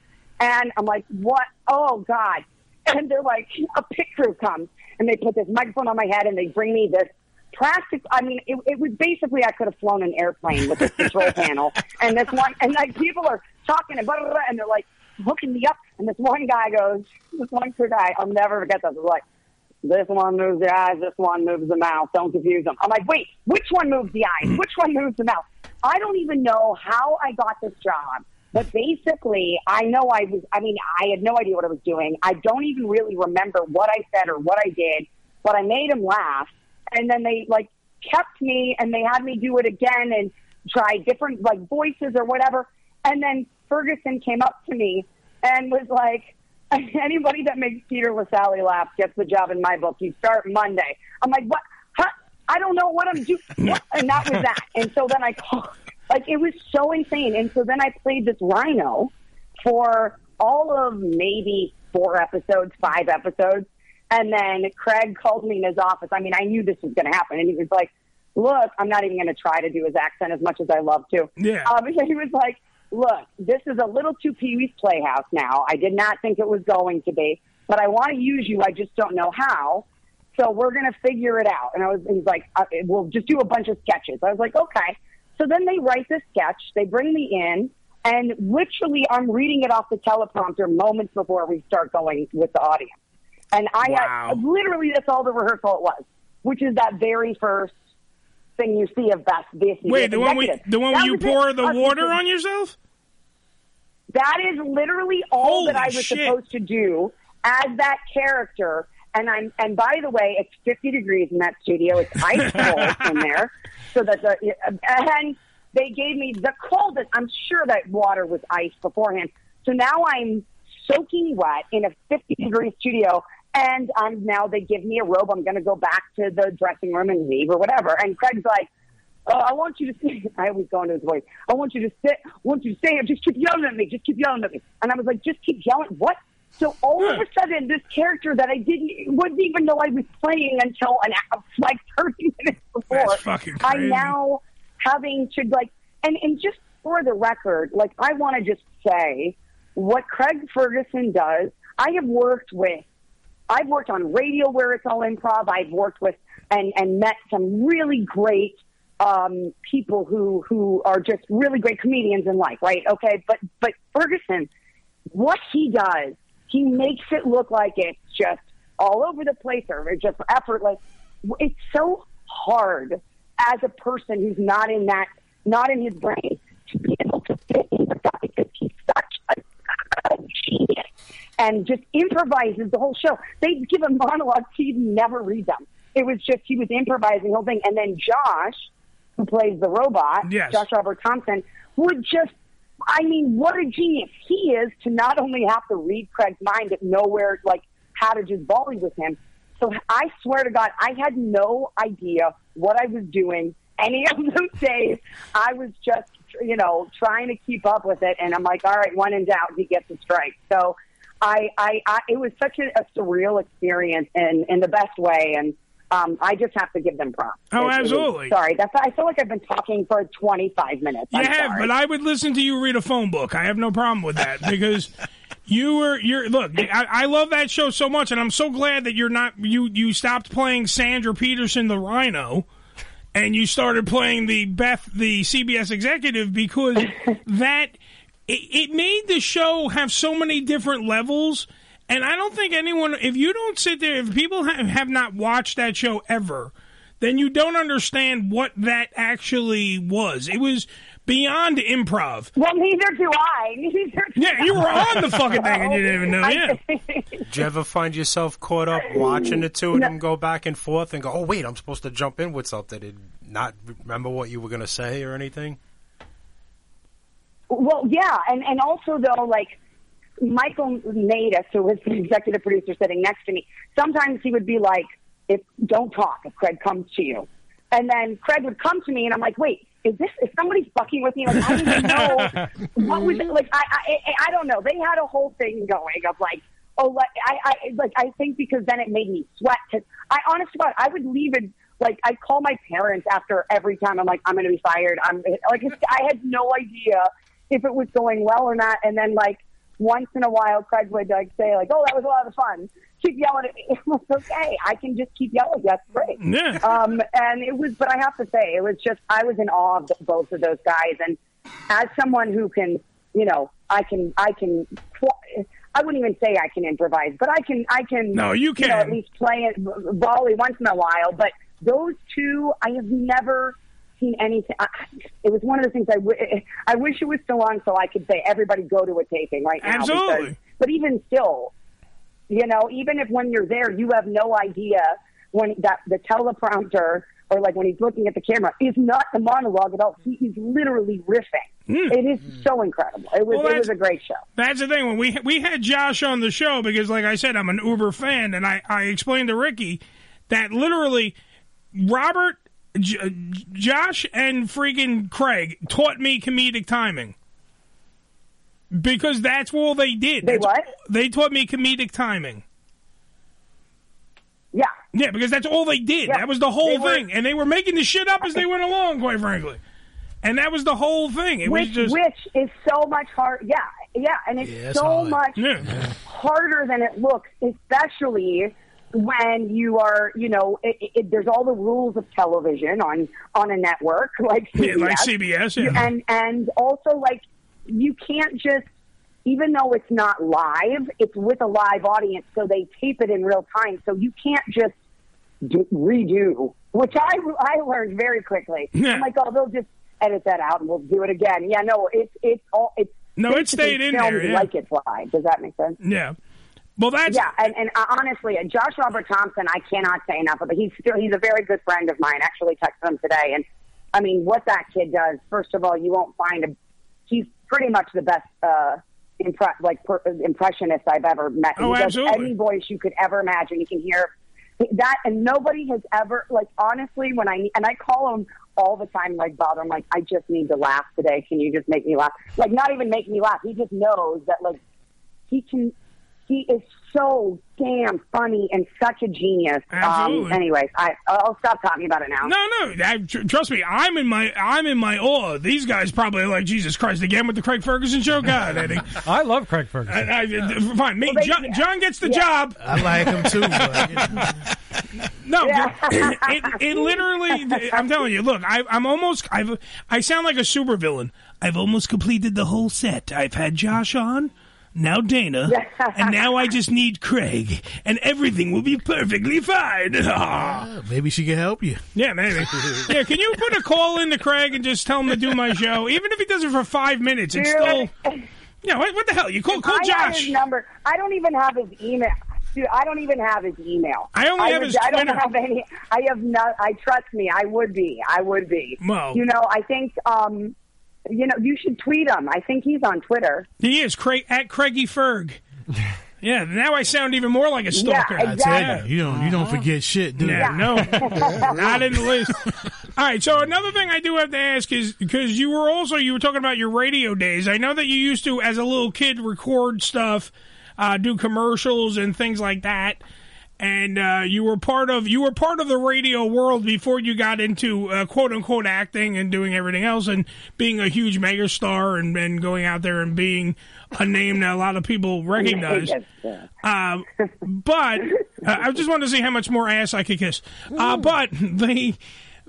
and I'm like, what? Oh God! And they're like, a pit crew comes, and they put this microphone on my head, and they bring me this practice. I mean, it, it was basically I could have flown an airplane with this control panel, and this one, and like people are talking and blah blah blah, and they're like hooking me up, and this one guy goes, this one crew guy, I'll never forget this. Is like. This one moves the eyes, this one moves the mouth. Don't confuse them. I'm like, wait, which one moves the eyes? Which one moves the mouth? I don't even know how I got this job, but basically, I know I was, I mean, I had no idea what I was doing. I don't even really remember what I said or what I did, but I made him laugh. And then they like kept me and they had me do it again and try different like voices or whatever. And then Ferguson came up to me and was like, anybody that makes Peter LaSalle laugh gets the job in my book. You start Monday. I'm like, what? Huh? I don't know what I'm doing. and that was that. And so then I called. Like, it was so insane. And so then I played this rhino for all of maybe four episodes, five episodes. And then Craig called me in his office. I mean, I knew this was going to happen. And he was like, look, I'm not even going to try to do his accent as much as I love to.
Yeah.
Um, he was like, look, this is a little too Pee Wee's Playhouse now. I did not think it was going to be, but I want to use you. I just don't know how. So we're going to figure it out. And I was, he's like, uh, we'll just do a bunch of sketches. I was like, okay. So then they write this sketch. They bring me in. And literally, I'm reading it off the teleprompter moments before we start going with the audience. And I had literally that's all the rehearsal it was, which is that very first thing you see of Beth. This
Wait, the one we,
executive.
the one where
That
you
was
pour
it.
the
Uh,
water on yourself?
That is literally all that I
Holy
was
shit.
supposed to do as that character. And I'm and by the way, it's 50 degrees in that studio. It's ice cold in there, so that the uh, and they gave me the coldest. I'm sure that water was ice beforehand. So now I'm soaking wet in a 50 degree studio. And I'm now they give me a robe. I'm going to go back to the dressing room and leave or whatever. And Craig's like, uh, I want you to sit. I always go into his voice. I want you to sit. I want you to stay here. Just keep yelling at me. Just keep yelling at me. And I was like, just keep yelling. What? So all of a sudden, this character that I didn't wouldn't even know I was playing until an hour- like thirty minutes before.
That's fucking
I'm
crazy.
now having to like and and just for the record, like I want to just say what Craig Ferguson does. I have worked with I've worked on radio where it's all improv. I've worked with and and met some really great um, people who who are just really great comedians in life, right? Okay, but but Ferguson, what he does, he makes it look like it's just all over the place or it's just effortless. It's so hard as a person who's not in that, not in his brain, to be able to fit in the guy because he's such a, a genius and just improvises the whole show. They give him monologues, he'd never read them. It was just he was improvising the whole thing, and then Josh, who plays the robot,
Yes.
Josh Robert Thompson, would just. I mean, what a genius he is to not only have to read Craig's mind, but know where, like, how to just volley with him. So I swear to God, I had no idea what I was doing any of those days. I was just, you know, trying to keep up with it. And I'm like, all right, one in doubt, he gets a strike. So I, I, I it was such a, a surreal experience and in the best way. And um, I just have to give them props.
Oh,
It- it was-
absolutely.
sorry, that's, I feel like I've been talking for 25 minutes.
You
I'm
have,
sorry.
but I would listen to you read a phone book. I have no problem with that because you were you're look. I, I love that show so much, and I'm so glad that you're not you you stopped playing Sandra Peterson the Rhino. And you started playing the Beth, the CBS executive, because that it, it made the show have so many different levels. And I don't think anyone, if you don't sit there, if people have, have not watched that show ever, then you don't understand what that actually was. It was beyond improv.
Well, neither do I. Neither do
Yeah, you were on the fucking thing and you didn't even know.
I-
Yeah.
Did you ever find yourself caught up watching the two of them go back and forth and go, oh, wait, I'm supposed to jump in with something and not remember what you were going to say or anything?
Uh,
Well, yeah, and and also though, like Michael Nadas, who was the executive producer sitting next to me, sometimes he would be like, "If don't talk, if Craig comes to you," and then Craig would come to me, and I'm like, "Wait, is this is somebody fucking with me?" Like I don't even know what was like. I, I I- I don't know. They had a whole thing going of like. Oh, like I, I like I think because then it made me sweat. 'Cause I honest to God, I would leave it like I call my parents after every time. I'm like, I'm going to be fired. I'm like, it's, I had no idea if it was going well or not. And then like once in a while, Craig would like say like, "Oh, that was a lot of fun." Keep yelling at me. It was okay. I can just keep yelling. That's great.
Yeah.
Um, and it was, but I have to say, it was just I was in awe of th- both of those guys. And as someone who can, you know, I can, I can. qu- I wouldn't even say I can improvise, but I can, I can.
No, you
know, at
can.
least play it volley once in a while. But those two, I have never seen anything. I, it was one of the things I, w- I wish it was still on so I could say everybody go to a taping right now. because-
Absolutely.
but even still, you know, even if when you're there, you have no idea when that the teleprompter or like when he's looking at the camera is not the monologue at all. He is literally riffing. It is so incredible. It was
Hmm. Well,
it was
that's-
a great show.
That's the thing. When we we had Josh on the show, because like I said, I'm an Uber fan, and I, I explained to Ricky that literally Robert, J- Josh, and freaking Craig taught me comedic timing because that's all they did. They what? They taught me comedic timing.
Yeah.
Yeah, because that's all they did. That was the whole thing, and they were making the shit up as they went along. Quite frankly, and that was the whole thing. It
which
was just
which is so much hard. Yeah, yeah, and it's
Yeah, it's
so
hard.
much harder than it looks, especially when you are, you know, it, it, it- there's all the rules of television on on a network like
Yeah,
CBS,
like CBS, yeah.
and and also like you can't just. Even though it's not live, it's with a live audience, so they tape it in real time. So you can't just do, redo, which I I learned very quickly. I'm like, oh, they'll just edit that out and we'll do it again. Yeah, no, it's it's all it's
No, it
basically
stayed in
filmed
there, yeah.
Like it's live. Does that make sense?
yeah. Well, that's
yeah, and, and uh, honestly, uh, Josh Robert Thompson, I cannot say enough. But he's still he's a very good friend of mine. Actually, texted him today, and I mean, what that kid does. First of all, you won't find a. He's pretty much the best uh, impre- like per- impressionist I've ever met.
Oh,
he does
absolutely.
Any voice you could ever imagine, you can hear that, and nobody has ever like honestly. When I and I call him all the time, like bother him, like I just need to laugh today. Can you just make me laugh? Like not even make me laugh. He just knows that like he can He is so damn funny and such a genius.
Absolutely.
Um, anyways, I, I'll stop talking about it now.
No, no. I, tr- trust me, I'm in my I'm in my awe. These guys probably are like Jesus Christ again with the Craig Ferguson show. God, Eddie.
I love Craig Ferguson.
I, I- fine, me, John, John gets the job.
I like him too, but,
no, it, it literally. I'm telling you. Look, I, I'm almost. I've. I sound like a supervillain. I've almost completed the whole set. I've had Josh on. Now Dana, and now I just need Craig, and everything will be perfectly fine. Ah.
Uh, maybe she can help you.
Yeah, maybe. yeah, can you put a call into Craig and just tell him to do my show? Even if he does it for five minutes, it's
Dude.
still. Yeah, what, what the hell? You call, call
I have
Josh.
his number. I don't even have his email. Dude, I don't even have his email.
I only have
would-
his
I don't
Twitter.
have any. I have not. I trust me. I would be. I would be.
Well-
you know, I think. um You know, you should tweet him. I think he's on Twitter.
He is Craig at Craigie Ferg. Yeah, now I sound even more like a stalker.
I tell you, you don't you don't forget shit, dude.
Yeah, no, not in the least. All right, so another thing I do have to ask is because you were also you were talking about your radio days. I know that you used to, as a little kid, record stuff, uh, do commercials and things like that, and uh, you were part of you were part of the radio world before you got into uh, quote unquote acting and doing everything else and being a huge megastar and, and going out there and being a name that a lot of people recognize. Uh, but uh, I just wanted to see how much more ass I could kiss. Uh, but the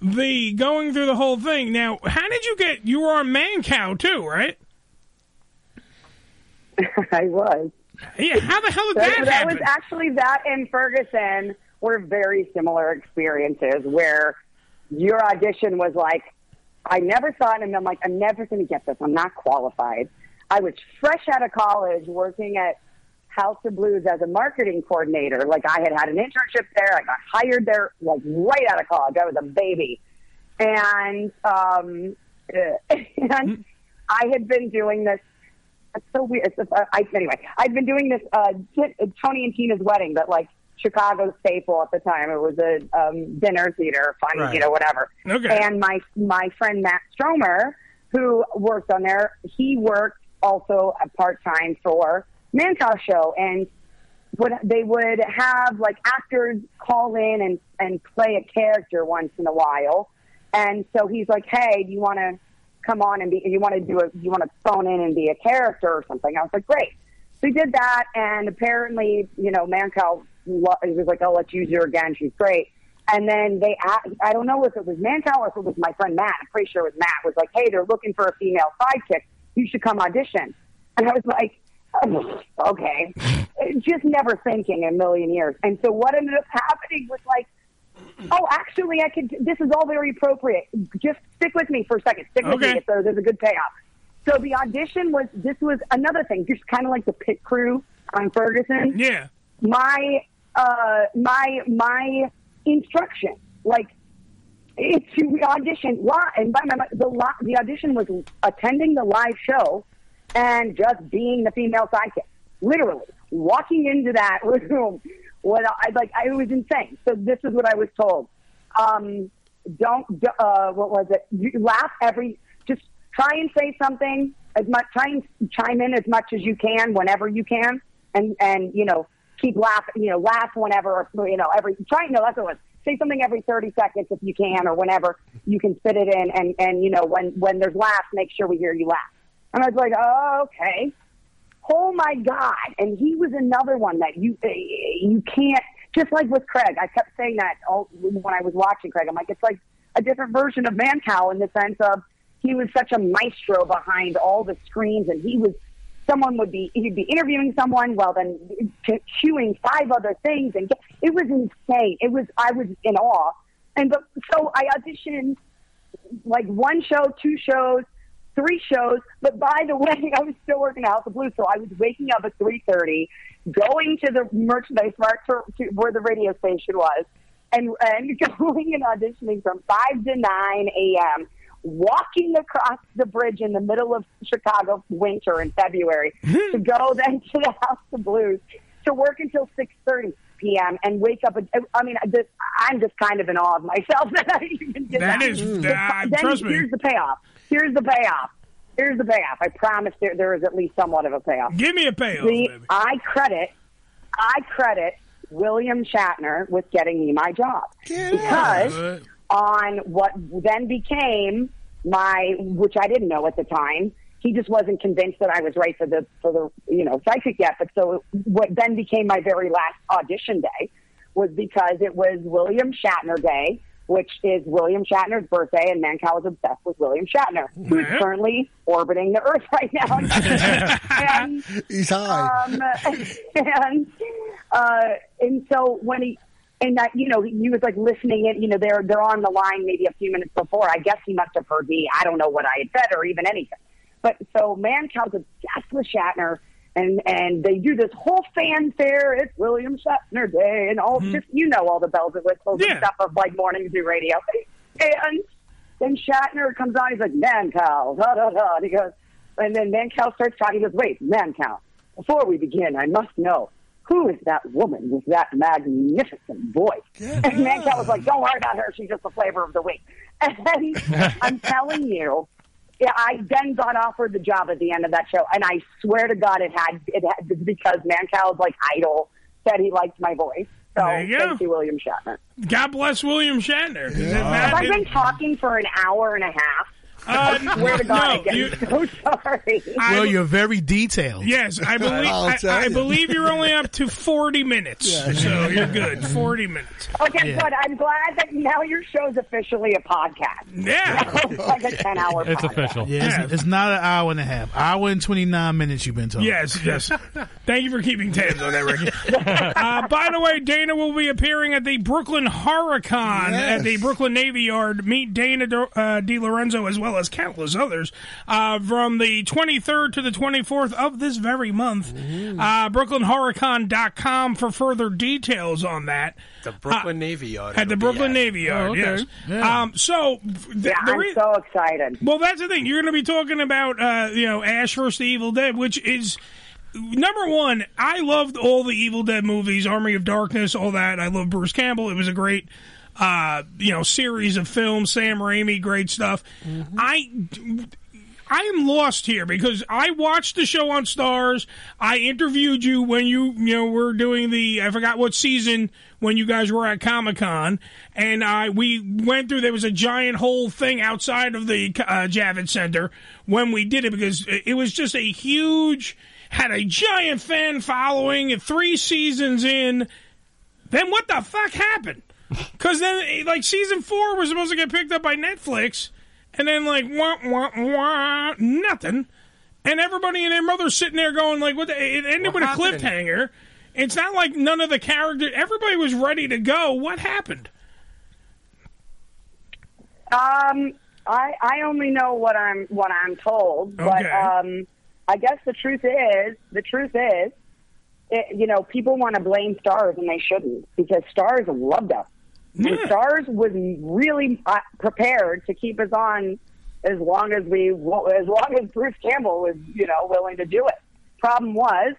the going through the whole thing now. How did you get? You were on Man Cow too, right?
I was.
Yeah. How the hell did
that,
that,
that
happen?
was actually that and Ferguson were very similar experiences where your audition was like, I never thought, and I'm like, I'm never going to get this. I'm not qualified. I was fresh out of college working at House of Blues as a marketing coordinator. Like I had had an internship there. I got hired there like right out of college. I was a baby. And, um,
Hmm.
and I had been doing this that's so weird. It's, uh, I, anyway, I'd been doing this uh, Ti- uh, Tony and Tina's wedding, but like Chicago staple at the time. It was a um, dinner theater, fun,
Right.
you know, whatever.
Okay.
And my my friend Matt Stromer, who worked on there, he worked also part time for Mancow Show, and would they would have like actors call in and and play a character once in a while, and so he's like, "Hey, do you want to come on and be? You want to do a? You want to phone in and be a character or something?" I was like, "Great." So he did that, and apparently, you know, Mancow lo- he was like, "Oh, let's use her again. She's great." And then they, a- I don't know if it was Mancow or if it was my friend Matt. I'm pretty sure it was Matt. Was like, "Hey, they're looking for a female sidekick. You should come audition." And I was like, "Oh, okay. Just never thinking in a million years. And so what ended up happening was like, oh, actually, I could. This is all very appropriate. Just stick with me for a second. Stick with
Okay.
me. So there's a good payoff. So the audition was. This was another thing. Just kind of like the pit crew on Ferguson.
Yeah.
My uh my my instruction like it, to audition live, and by my the li- the audition was attending the live show and just being the female sidekick. Literally walking into that room, what I like, I, it was insane. So this is what I was told: um, don't, uh, what was it? You laugh every, just try and say something as much, try and chime in as much as you can whenever you can, and and you know keep laughing, you know, laugh whenever, or, you know, every, try, no, that's what it was. Say something every 30 seconds if you can, or whenever you can fit it in. And, and, you know, when, when there's laughs, make sure we hear you laugh. And I was like, oh, okay. Oh my God. And he was another one that you, eh, you can't, just like with Craig, I kept saying that all, when I was watching Craig. I'm like, it's like a different version of Mancow in the sense of he was such a maestro behind all the screens and he was someone would be he'd be interviewing someone well then t- queuing five other things and get, it was insane it was i was in awe and but, so i auditioned like one show two shows three shows but by the way i was still working at house of blues so i was waking up at 3.30 going to the merchandise mart for, to where the radio station was and, and going and auditioning from 5 to 9 a.m walking across the bridge in the middle of Chicago winter in February to go then to the House of Blues to work until 6:30 p.m. and wake up. at- I mean, I just, I'm just kind of in awe of myself that I even did that.
That is-
But
that-
then
trust me.
Here's the payoff. Here's the payoff. Here's the payoff. I promise there, there is at least somewhat of a payoff.
Give me a payoff.
See, I credit I credit William Shatner with getting me my job because on what then became my, which I didn't know at the time. He just wasn't convinced that I was right for the for the you know psychic yet. But so what then became my very last audition day was because it was William Shatner Day, which is William Shatner's birthday, and Mancow is obsessed with William Shatner, who is currently orbiting the Earth right now. and,
He's high.
um, and uh, and so when he and that you know he was like listening in you know they're they're on the line maybe a few minutes before I guess he must have heard me I don't know what I had said or even anything but so Mancow's obsessed with Shatner and and they do this whole fanfare it's William Shatner Day and all just you know all the bells and whistles and stuff of like morning zoo radio and then Shatner comes on he's like Mancow da da da and he goes and then Mancow starts talking he goes wait Mancow before we begin I must know who is that woman with that magnificent voice? And Mancow was like, don't worry about her. She's just the flavor of the week. And I'm telling you, yeah, I then got offered the job at the end of that show. And I swear to God, it had, it had because Mancow's like idol said he liked my voice. So
There you go.
thank you, William Shatner.
God bless William Shatner. Is it
Have
that-
I been talking for an hour and a half?
Uh,
I swear to God,
no,
again.
you-
I'm so sorry.
well, you're very detailed.
Yes, I believe I, I believe you're only up to forty minutes, so you're good. Forty minutes.
Okay,
Yeah.
good. I'm glad that now your show's officially a podcast.
Yeah.
it's like a 10 hour podcast.
official.
Yeah, it's- It's, not an hour and a half. Hour and twenty nine minutes. You've been talking.
Yes, yes. Thank you for keeping tabs on that, Ricky. Uh, by the way, Dana will be appearing at the Brooklyn Horicon at the Brooklyn Navy Yard. Meet Dana Do- uh, DiLorenzo as well as countless others uh, from the 23rd to the 24th of this very month. Uh, BrooklynHoricon.com for further details on that. Uh,
The Brooklyn Navy Yard.
At the
it'll be
Brooklyn Navy Yard,
Oh, okay.
yes.
Yeah.
Um, so, th- the
I'm
re-
so excited.
well, that's the thing. You're going to be talking about, uh, you know, Ash versus the Evil Dead, which is number one. I loved all the Evil Dead movies, Army of Darkness, all that. I love Bruce Campbell. It was a great, uh, you know, series of films. Sam Raimi, great stuff. I. I am lost here because I watched the show on Stars. I interviewed you when you you know were doing the I forgot what season when you guys were at Comic Con, and I we went through there was a giant whole thing outside of the uh, Javits Center when we did it because it it was just a huge had a giant fan following. Three seasons in, then what the fuck happened? Because then, like, season four was supposed to get picked up by Netflix, and then, like, wah, wah, wah, nothing. And everybody and their mother sitting there going, like, what the, it ended with
happened?
a cliffhanger. It's not like none of the characters, everybody was ready to go. What happened?
Um, I I only know what I'm what I'm told, but
Okay.
um, I guess the truth is the truth is, it, you know, people want to blame Stars and they shouldn't because Stars loved us. And Stars was really uh, prepared to keep us on as long as we as long as Bruce Campbell was you know willing to do it. Problem was,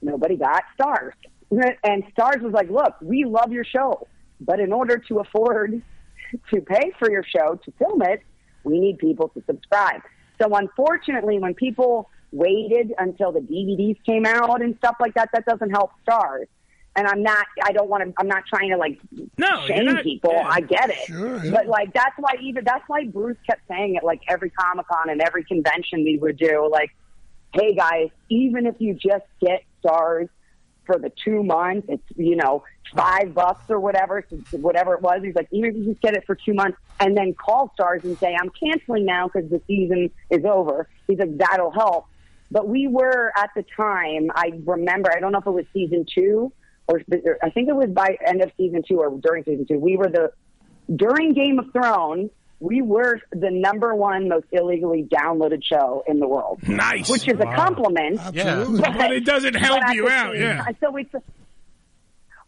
nobody got stars. And stars was like, look, we love your show, but in order to afford to pay for your show to film it, we need people to subscribe. So unfortunately, when people waited until the DVDs came out and stuff like that, that doesn't help stars. And I'm not, I don't want to, I'm not trying to like
No,
shame
you're not-
people.
yeah.
I get it.
Sure, yeah.
But like, that's why even, that's why Bruce kept saying it like every Comic Con and every convention we would do, like, hey guys, even if you just get stars for the two months, it's you know five bucks or whatever, whatever it was. He's like, even if you just get it for two months and then call stars and say I'm canceling now because the season is over. He's like, that'll help. But we were at the time. I remember. I don't know if it was season two or or I think it was by end of season two or during season two. We were the during Game of Thrones, we were the number one most illegally downloaded show in the world.
Nice.
Which is
Wow.
a compliment.
Absolutely. But it doesn't
but
help
at
you
the
out,
same
yeah.
time- So it's.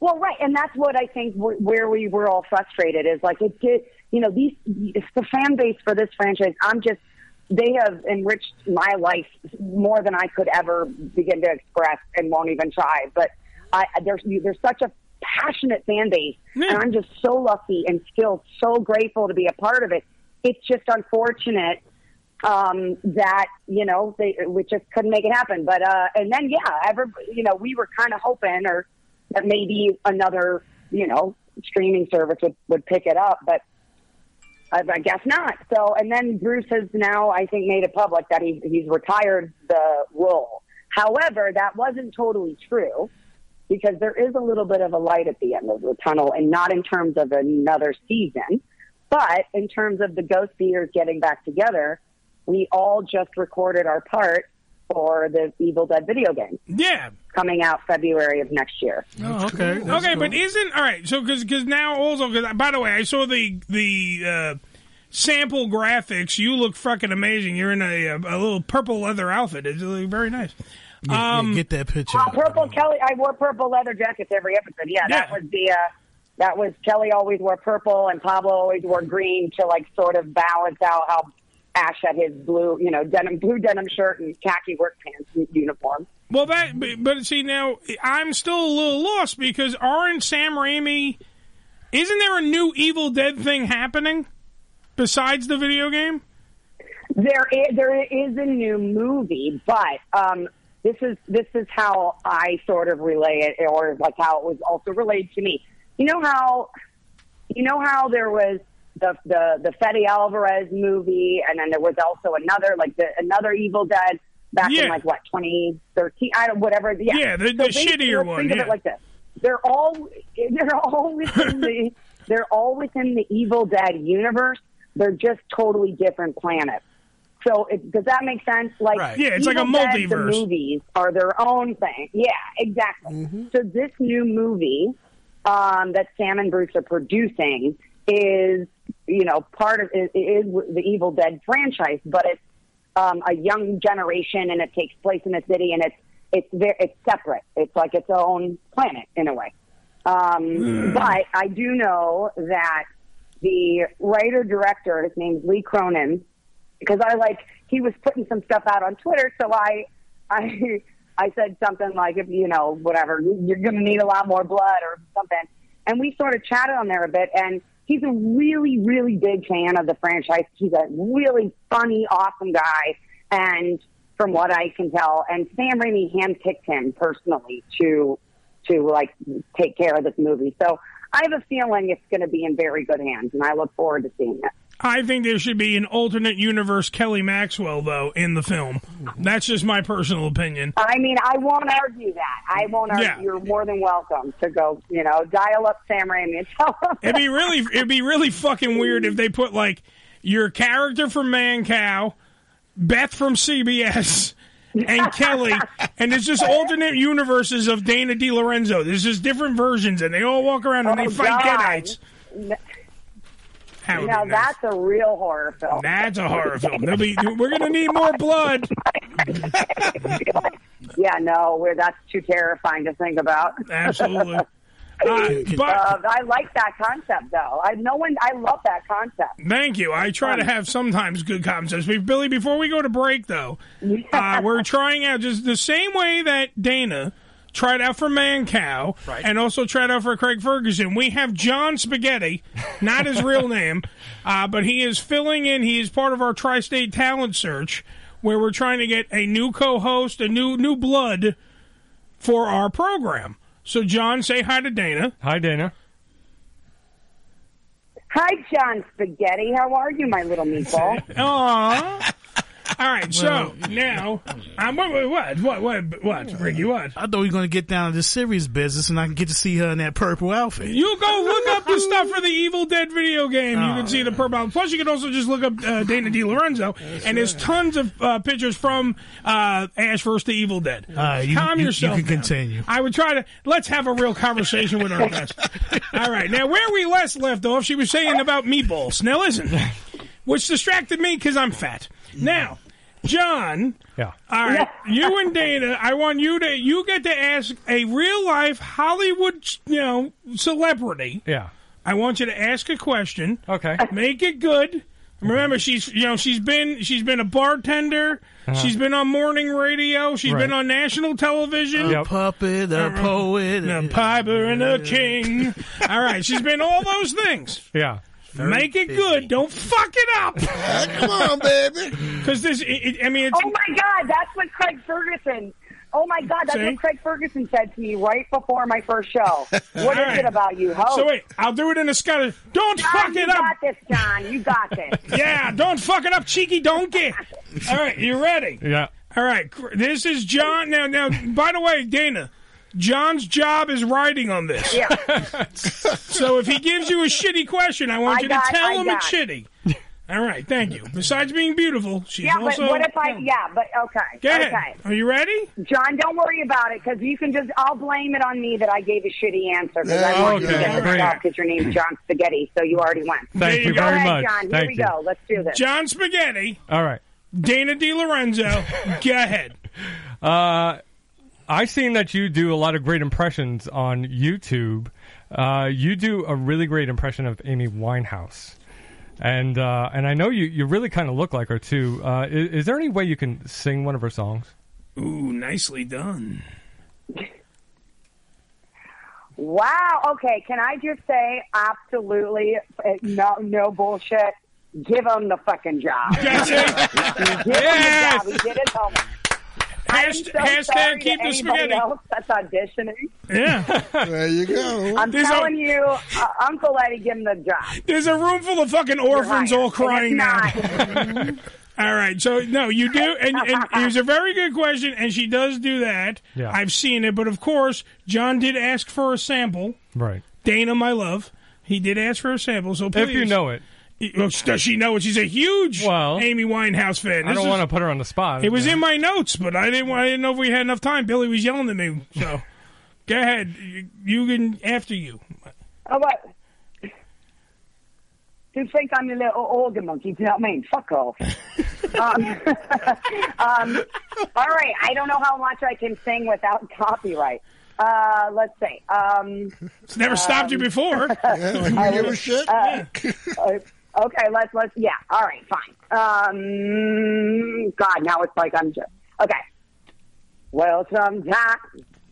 Well, right, and that's what I think wh- where we were all frustrated is like it did, you know, these it's the fan base for this franchise. I'm just they have enriched my life more than I could ever begin to express and won't even try. But I there's you- there's such a passionate fan base, and I'm just so lucky and still so grateful to be a part of it. It's just unfortunate um, that you know they we just couldn't make it happen. But uh, and then yeah, ever you know we were kind of hoping or that maybe another you know streaming service would would pick it up, but I, I guess not. So and then Bruce has now I think made it public that he he's retired the role. However, that wasn't totally true because there is a little bit of a light at the end of the tunnel, and not in terms of another season. But in terms of the Ghost Beaters getting back together, we all just recorded our part for the Evil Dead video game.
Yeah.
Coming out February of next year.
Oh, okay. okay, but isn't all right? So because now also because by the way, I saw the the uh, sample graphics. You look fucking amazing. You're in a, a, little purple leather outfit. It's really very nice.
Yeah,
um,
get that picture.
Uh, purple Kelly, I wore purple leather jackets every episode. Yeah, that was the. Uh, that was Kelly always wore purple and Pablo always wore green to like sort of balance out how Ash had his blue, you know, denim blue denim shirt and khaki work pants and uniform.
Well, that but- but see now I'm still a little lost because aren't Sam Raimi? Isn't there a new Evil Dead thing happening besides the video game?
There is, there is a new movie, but um, this is this is how I sort of relay it, or like how it was also relayed to me. You know how you know how there was the the the Fetty Alvarez movie, and then there was also another like the another Evil Dead back in
Yeah.
like what 2013, I don't whatever. Yeah,
Yeah, the- the
basically,
shittier
let's
one,
Think of
yeah.
it like this: they're all they're all within the they're all within the Evil Dead universe. They're just totally different planets. So it, does that make sense? Like,
Right. Yeah, it's like a
Evil Dead, the
multiverse.
movies are their own thing. Yeah, exactly.
Mm-hmm.
So this new movie um, that Sam and Bruce are producing is, you know, part of it is the Evil Dead franchise, but it's um, a young generation, and it takes place in a city, and it's it's very, it's separate. It's like its own planet in a way.
Hmm.
Um, But I do know that the writer director, his name's Lee Cronin, because I like he was putting some stuff out on Twitter, so I I I said something like if you know whatever you're going to need a lot more blood or something, and we sort of chatted on there a bit, and he's a really really big fan of the franchise. He's a really funny, awesome guy, and from what I can tell, and Sam Raimi handpicked him personally to to like take care of this movie. So I have a feeling it's going to be in very good hands, and I look forward to seeing it.
I think there should be an alternate universe Kelly Maxwell though in the film. That's just my personal opinion.
I mean, I won't argue that. I won't argue.
Yeah.
You're more than welcome to go, you know, dial up Sam Raimi and tell him.
It'd be really it'd be really fucking weird if they put like your character from Man Cow, Beth from CBS, and Kelly, and it's just alternate universes of Dana Di Lorenzo. There's just different versions, and they all walk around and
Oh,
they fight
God.
deadites. That would
now
be nice.
that's a real horror film.
That's a horror film. They'll be, we're gonna need more blood.
yeah, no, we're, that's too terrifying to think about.
Absolutely.
uh, I like that concept, though. I no one. I love that concept.
Thank you. I try to have sometimes good concepts. We, Billy, before we go to break, though, uh, we're trying out just the same way that Dana tried out for Man Cow and also tried out for Craig Ferguson. We have John Spaghetti, not his real name, uh, but he is filling in. He is part of our tri state talent search where we're trying to get a new co host, a new new blood for our program. So, John, say hi to Dana. Hi, Dana.
Hi, John Spaghetti. How are you, my little meatball?
Aww. All right, so Oh, now I'm what what what what what Ricky what?
I thought we were going to get down to the serious business, and I can get to see her in that purple outfit.
You go look up the stuff for the Evil Dead video game.
Oh,
You can see the purple. Plus, you can also just look up uh, Dana DiLorenzo, and there's tons of uh, pictures from uh, Ash vs. the Evil Dead.
right, Uh, you-
Calm
you- you
yourself.
can
down.
continue.
I would try to let's have a real conversation with our guest. All right, now where we last left off, she was saying about meatballs. Now listen, which distracted me because I'm fat. Now, John.
Yeah.
All right, you and Dana, I want you to you get to ask a real life Hollywood, you know, celebrity.
Yeah.
I want you to ask a question.
Okay.
Make it good. Remember, she's you know she's been she's been a bartender.
Uh-huh.
She's been on morning radio. She's been on national television.
A puppet, a
Uh-huh. Uh,
poet,
a piper, and a king. all right, she's been all those things.
Yeah.
Very
Make it good. Don't fuck it up. Come on, baby. Because this, it, it- I mean, it's
Oh my God, that's what Craig Ferguson. Oh my God, that's
See?
what Craig Ferguson said to me right before my first show. What is
All right.
it about you, ho?
So wait, I'll do it in a Scottish. Don't
John,
fuck
you
it up.
got this, John. You got this.
Yeah, don't fuck it up, cheeky donkey. All right, you ready?
Yeah.
All right, cr- this is John. Now, now, by the way, Dana, John's job is writing on this.
Yeah.
so if he gives you a shitty question, I want
I
you
got-
to tell
I
him
got.
it's shitty. All right, thank you. Besides being beautiful, she's
yeah,
also.
but what if I? Yeah, but okay.
Go ahead.
Okay.
Are you ready?
John, don't worry about it because you can just, I'll blame it on me that I gave a shitty answer because
Yeah,
I wanted
okay.
to get
All
the
right.
job because your name's John Spaghetti, so you already went.
Thank There you you
go
very
ahead,
much.
John. Here
Thank
we
you.
go. Let's do this.
John Spaghetti,
All right.
Dana Di Lorenzo. go ahead.
Uh, I've seen that you do a lot of great impressions on YouTube. Uh, you do a really great impression of Amy Winehouse, and uh, and I know you, you really kind of look like her too. Uh, i- is, there any way you can sing one of her songs?
Ooh, nicely done.
Wow. Okay. Can I just say, absolutely, uh, no, no bullshit. Give him the fucking job. Give
Yes.
him the job. He did Oh his homework. I'm so
Hashtag, hashtag
sorry
keep the
to anybody
spaghetti.
Else that's auditioning.
Yeah.
there you go.
I'm
There's a-
telling you, uh, Uncle Eddie, give him the job.
There's a room full of fucking orphans all crying now. all right, so no, you do, and, and it was a very good question, and she does do that.
Yeah.
I've seen it, but of course, John did ask for a sample.
Right.
Dana, my love, he did ask for a sample, so please.
If you know it.
Well, she- Does she know it? She's a huge Amy Winehouse fan.
I
This
don't
is-
want to put her on the spot.
It was
Yeah.
in my notes, but I didn't. I didn't know if we had enough time. Billy was yelling at me, so go ahead. You, you can after you.
Oh, what? Who thinks I'm the little organ monkey? Do you know what I mean? Fuck off. um, um, all right. I don't know how much I can sing without copyright. Uh, let's see. Um,
It's never stopped you before.
I Uh, uh, okay, let's let's yeah. All right, fine. Um, God, now it's like I'm just okay. Well, sometimes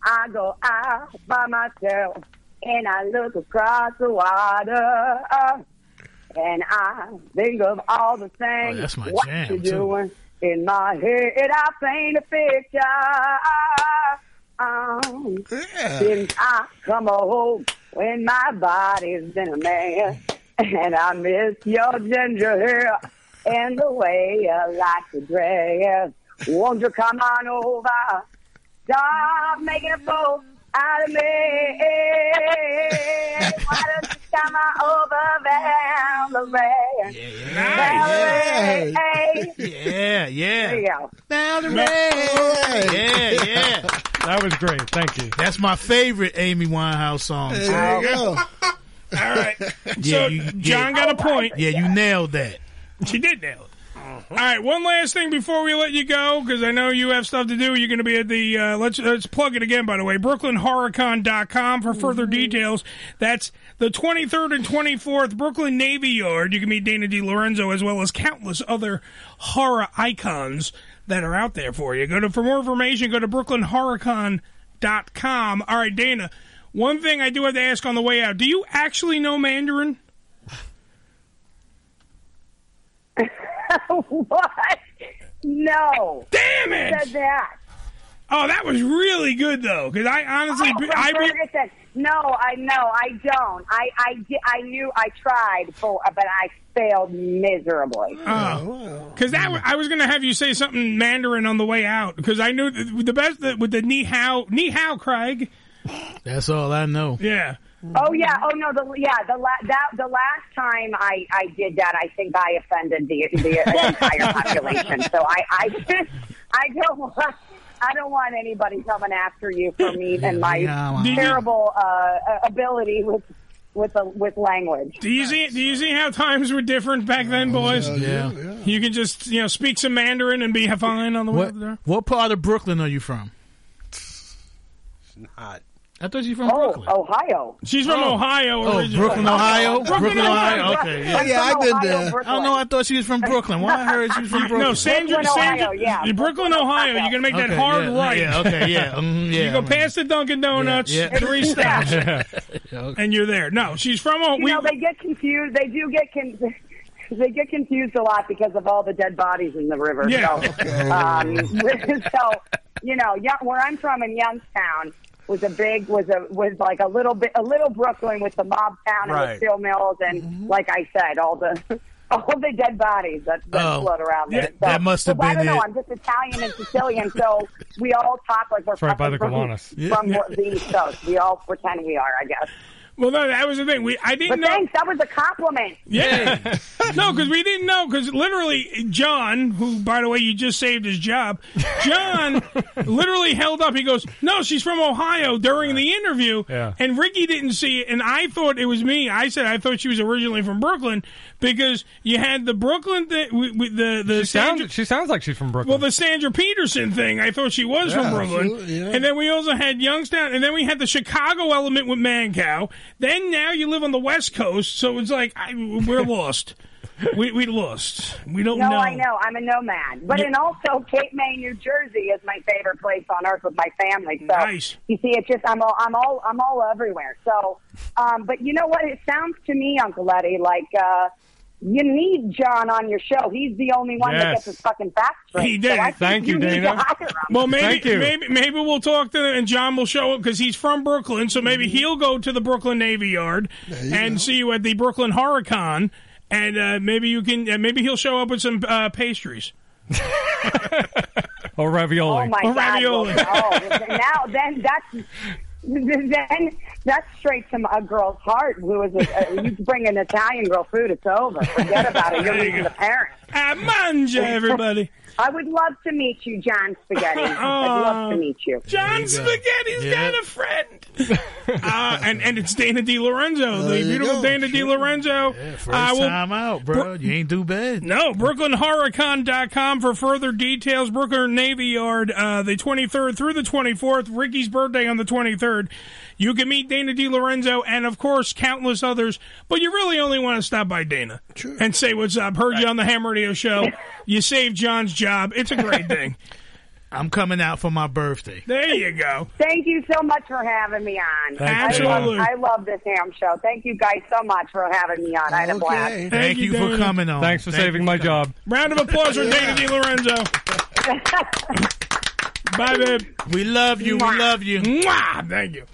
I go out by myself and I look across the water and I think of all the things
Oh, that's my
what
jam,
you're
too.
doing in my head. I paint a picture. Um, Since I come home when my body's been a man, and I miss your ginger hair and the way you like to dress. Won't you come on over? Stop making a fool out of me. Why don't you come on over, Valerie? Valerie.
Yeah, yeah.
There you go.
Yeah, yeah.
That was great. Thank you.
That's my favorite Amy Winehouse song.
There you go.
All right.
Yeah,
so
you- yeah.
John got a point.
Yeah, you nailed that.
She did nail it. All right, one last thing before we let you go, because I know you have stuff to do. You're going to be at the, uh, let's, let's plug it again, by the way, brooklynhorrorcon.com for further details. That's the 23rd and 24th, Brooklyn Navy Yard. You can meet Dana Lorenzo as well as countless other horror icons that are out there for you. Go to, for more information, go to brooklynhorrorcon.com. All right, Dana, one thing I do have to ask on the way out. Do you actually know Mandarin?
what? No.
Damn
Who
it!
Said that.
Oh, that was really good though, because I honestly,
Oh,
I
Fred Ferguson. No, I no, I don't. I I di- I knew I tried for, but I failed miserably.
Ah. because that wa- I was going to have you say something Mandarin on the way out because I knew th- the best that with the ni hao ni hao Craig.
That's all I know.
Yeah,
Oh yeah. Oh no. The yeah. The la- that the last time I I did that, I think I offended the the entire population. So I I I don't want. I don't want anybody coming after you for me and my
Yeah, yeah.
terrible uh, ability with with the, with language.
do you see? Do you see how times were different back then, boys?
Oh, yeah,
You can just you know speak some Mandarin and be fine on the way
What
over there.
what part of Brooklyn are you from?
Hot.
I thought you
from oh, Brooklyn. Ohio.
She's from
Oh.
Ohio.
Oh,
originally.
Brooklyn, Ohio.
Brooklyn,
Brooklyn,
Ohio.
Ohio. Okay.
Oh, yeah, I've been
Ohio,
there.
Brooklyn. I don't know. I thought she was from Brooklyn. When I heard she was from Brooklyn.
Ah, No, Sandra, Sandra, Brooklyn, Ohio. You're gonna make that
Okay,
hard
yeah,
right.
yeah, okay, yeah, mhm, yeah,
you go
mhm.
past the Dunkin' Donuts,
Yeah, yeah.
three stops, and you're there. No, she's from. Oh,
you
we,
know, they get confused. They do get con- they get confused a lot because of all the dead bodies in the river.
Yeah.
So, um, so you know, yeah, where I'm from in Youngstown was a big was a was like a little bit a little Brooklyn with the mob town and the
Right.
steel mills and like I said, all the. All the dead bodies that, that
Oh.
float around there.
That- that must have
but I
been
don't know.
it.
I'm just Italian and Sicilian, so we all talk like we're
It's right by the
from,
Kiwanis.
from the East Coast. We all pretend we are, I guess.
well, no, uh, that was the thing. We I
But
didn't know.
thanks, that was a compliment.
Yeah. no, because we didn't know. Because literally, John, who, by the way, you just saved his job, John literally held up. He goes, No, she's from Ohio during the interview.
Yeah.
And Ricky didn't see it. And I thought it was me. I said, I thought she was originally from Brooklyn because you had the Brooklyn thing, with, with the, the
She sounds, she sounds like she's from Brooklyn.
well, the Sandra Peterson thing, I thought she was
Yeah,
from Brooklyn.
absolutely, yeah.
And then we also had Youngstown, and then we had the Chicago element with Mancow. Then now you live on the West Coast, so it's like I, we're lost. We, we lost. We don't
no,
know.
I know. I'm a nomad. But
You-
and also Cape May, New Jersey is my favorite place on earth with my family. So
Nice.
you see it's just I'm all I'm all I'm all everywhere. So um but you know what it sounds to me, Uncle Eddie, like uh you need John on your show. He's the only one that
Yes.
gets his fucking facts straight.
He
So
did.
I think need to hire him.
Well, maybe
Thank you.
maybe maybe we'll talk to him, and John will show up because he's from Brooklyn. So maybe
Mm-hmm.
he'll go to the Brooklyn Navy Yard and see you at the Brooklyn Horicon, and uh, maybe you can. Uh, maybe he'll show up with some uh, pastries.
or ravioli.
Oh my
Or
God!
ravioli.
Wilson. Oh, now then that's then that's straight from a girl's heart. Who is it? Uh, you bring an Italian girl food, it's over. Forget about it.
There
You're
you
losing
go.
the parents.
Amanja, everybody.
I would love to meet you, John Spaghetti. I'd love
Oh.
to meet you.
John Spaghetti's got a friend. uh, and, and it's Dana Di Lorenzo, the beautiful Dana Di Lorenzo.
First
I will-
time out, bro. you ain't do bad.
No, BrooklynHoricon.com for further details. Brooklyn Navy Yard, uh, the 23rd through the 24th. Ricky's birthday on the 23rd. You can meet Dana Di Lorenzo and, of course, countless others. But you really only want to stop by Dana and say what's up. Heard you on the Ham Radio Show. you saved John's job. It's a great thing.
I'm coming out for my birthday.
There you go.
Thank you so much for having me on.
Thank
I
you.
love, I love this ham show. Thank you guys so much for having me on. I had a blast.
Thank, you, for coming on.
Thanks for saving my job.
Round of applause for Dana Di Lorenzo. Bye, babe.
We love you. We love you.
Mwah! Thank you.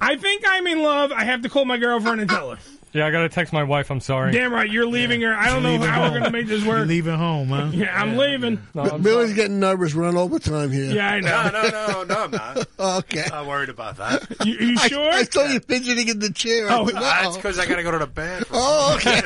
I think I'm in love. I have to call my girlfriend and tell her.
Yeah, I gotta text my wife. I'm sorry.
Damn right, you're leaving her. I don't know
Leaving
how we're
home.
going to make this
You're
work.
leaving home, huh?
Yeah, I'm leaving.
Billy's getting nervous. We're on overtime here.
Yeah, I know.
No, no, no, I'm not.
Okay.
Not worried about that.
You, you sure?
I saw you fidgeting in the chair.
Oh,
I said,
Ah, it's
"Uh-oh."
because I gotta go to the bathroom.
Oh, okay.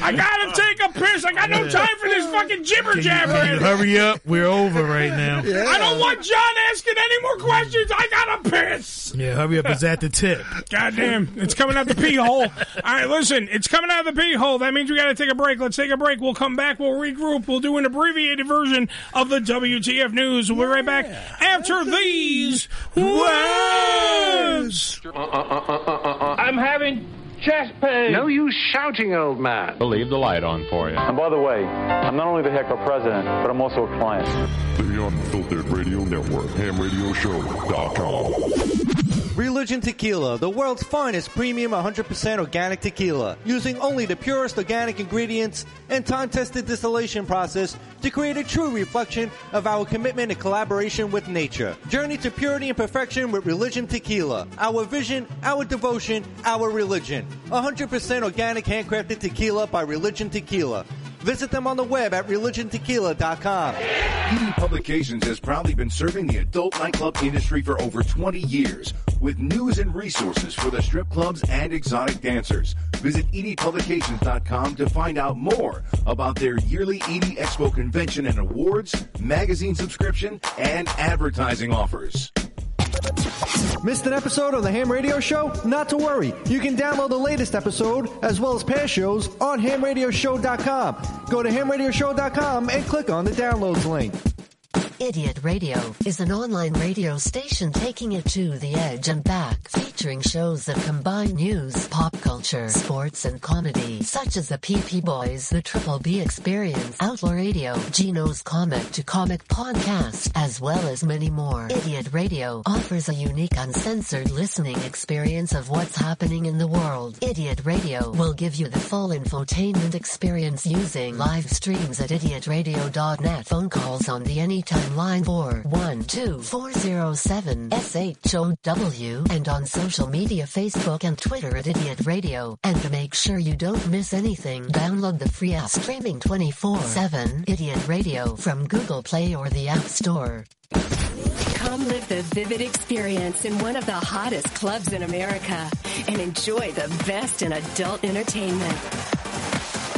I got to take a piss. I got no time for this fucking jibber
Can you- can
jabber.
you hurry up. We're over right now.
I don't want John asking any more questions. I got to piss.
Yeah, hurry up. It's at the tip.
Goddamn, it's coming out the pee hole. All right, listen, it's coming out of the pee hole. That means we got to take a break. Let's take a break. We'll come back. We'll regroup. We'll do an abbreviated version of the WTF news. We'll be right back after these words.
Uh,
I'm having chest pain. No use shouting,
oh.
old man.
We'll leave the light on for you.
And by the way, I'm not only the heckler president, but I'm also a client.
The Unfiltered Radio Network, hamradioshow.com.
Religion Tequila, the world's finest premium 100% organic tequila, using only the purest organic ingredients and time tested distillation process to create a true reflection of our commitment and collaboration with nature. Journey to purity and perfection with Religion Tequila. Our vision, our devotion, our religion. 100% organic handcrafted tequila by Religion Tequila. Visit them on the web at religiontequila.com.
ED Publications has proudly been serving the adult nightclub industry for over 20 years with news and resources for the strip clubs and exotic dancers. Visit E edpublications.com to find out more about their yearly ED Expo convention and awards, magazine subscription, and advertising offers.
Missed an episode of the Ham Radio Show? Not to worry. You can download the latest episode as well as past shows on hamradioshow.com. Go to hamradioshow.com and click on the downloads link.
Idiot Radio is an online radio station taking it to the edge and back, featuring shows that combine news, pop culture, sports, and comedy, such as the PP Boys, the Triple B Experience, Outlaw Radio, Gino's Comic to Comic Podcast, as well as many more. Idiot Radio offers a unique, uncensored listening experience of what's happening in the world. Idiot Radio will give you the full infotainment experience using live streams at idiotradio.net. Phone calls on the anytime line 412-407-SHOW and on social media Facebook and Twitter at Idiot Radio. And to make sure you don't miss anything, download the free app streaming 24-7 Idiot Radio from Google Play or the App Store.
Come live the vivid experience in one of the hottest clubs in America and enjoy the best in adult entertainment.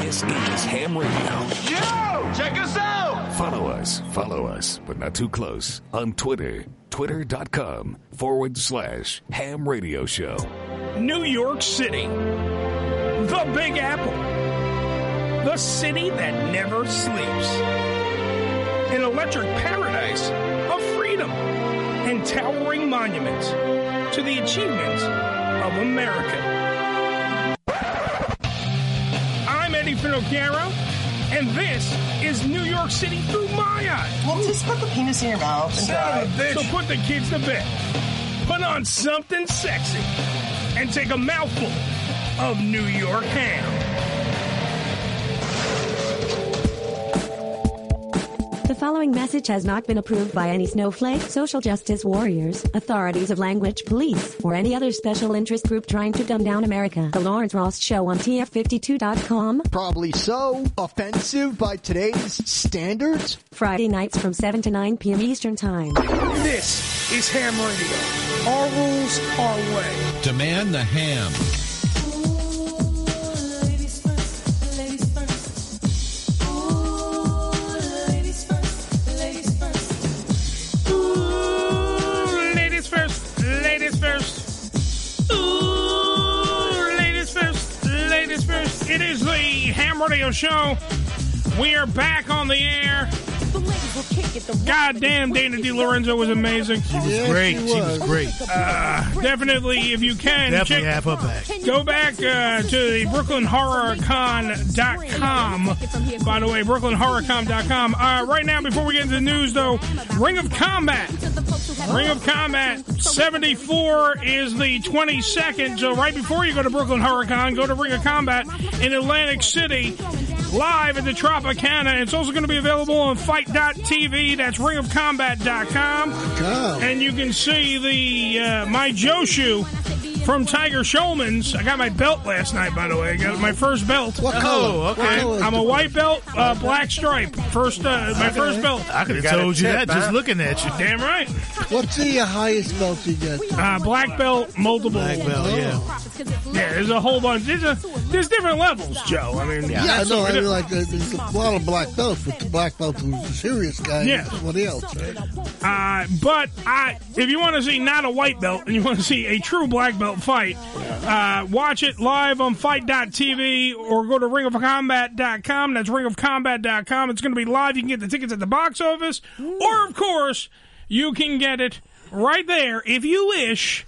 This is Ham Radio.
Yo! Check us out!
Follow us, follow us, but not too close on Twitter. Twitter.com forward slash Ham Radio Show.
New York City. The Big Apple. The city that never sleeps. An electric paradise of freedom and towering monuments to the achievements of America. I'm Eddie Finocchiaro, and this is New York City through my eyes.
Well, just put the penis in your mouth. and
Son of a
drive.
bitch. So put the kids to bed. Put on something sexy and take a mouthful of New York ham.
The following message has not been approved by any snowflake, social justice warriors, authorities of language police, or any other special interest group trying to dumb down America. The Lawrence Ross Show on TF52.com.
Probably so. Offensive by today's standards.
Friday nights from 7 to 9 p.m. Eastern Time.
This is Ham Radio. Our rules, our way.
Demand the ham.
Ooh, ladies first, ladies first. Ooh, ladies first, ladies first. It is the Ham Radio Show. We are back on the air. Goddamn, Dana Di Lorenzo was amazing. She was
great. she was great.
Ah.
Uh, definitely, if you can,
Definitely
check-
have her back.
Go back uh, to the BrooklynHorrorCon.com. By the way, BrooklynHorrorCon.com. Uh, right now, before we get into the news, though, Ring of Combat. Ring of Combat 74 is the 22nd. So right before you go to Brooklyn Hurricane, go to Ring of Combat in Atlantic City. Live at the Tropicana. It's also going to be available on Fight.tv. That's ringofcombat.com. And you can see the uh, My Joshu from Tiger Showman's. I got my belt last night, by the way. I got my first belt.
What color?
Oh,
What
okay.
color is
I'm a
the-
white belt, uh, black stripe. First, uh, my first belt.
I could have told you that just looking at you. uh,
Damn right.
What's the highest belt you get?
Uh, black belt, multiple. Black
belt,
yeah. Yeah, there's a whole bunch. There's, a, there's different levels, Joe. I mean,
Yeah, I
that's
know.
what
I
it
mean,
is.
like, uh, there's a lot of black belts, but the black belt who's the serious guy
Yeah.
yeah. somebody else. Right?
Uh, but I, if you want to see not a white belt and you want to see a true black belt fight, uh, watch it live on fight.tv or go to ringofcombat.com. That's ringofcombat.com. It's going to be live. You can get the tickets at the box office, or of course, you can get it right there if you wish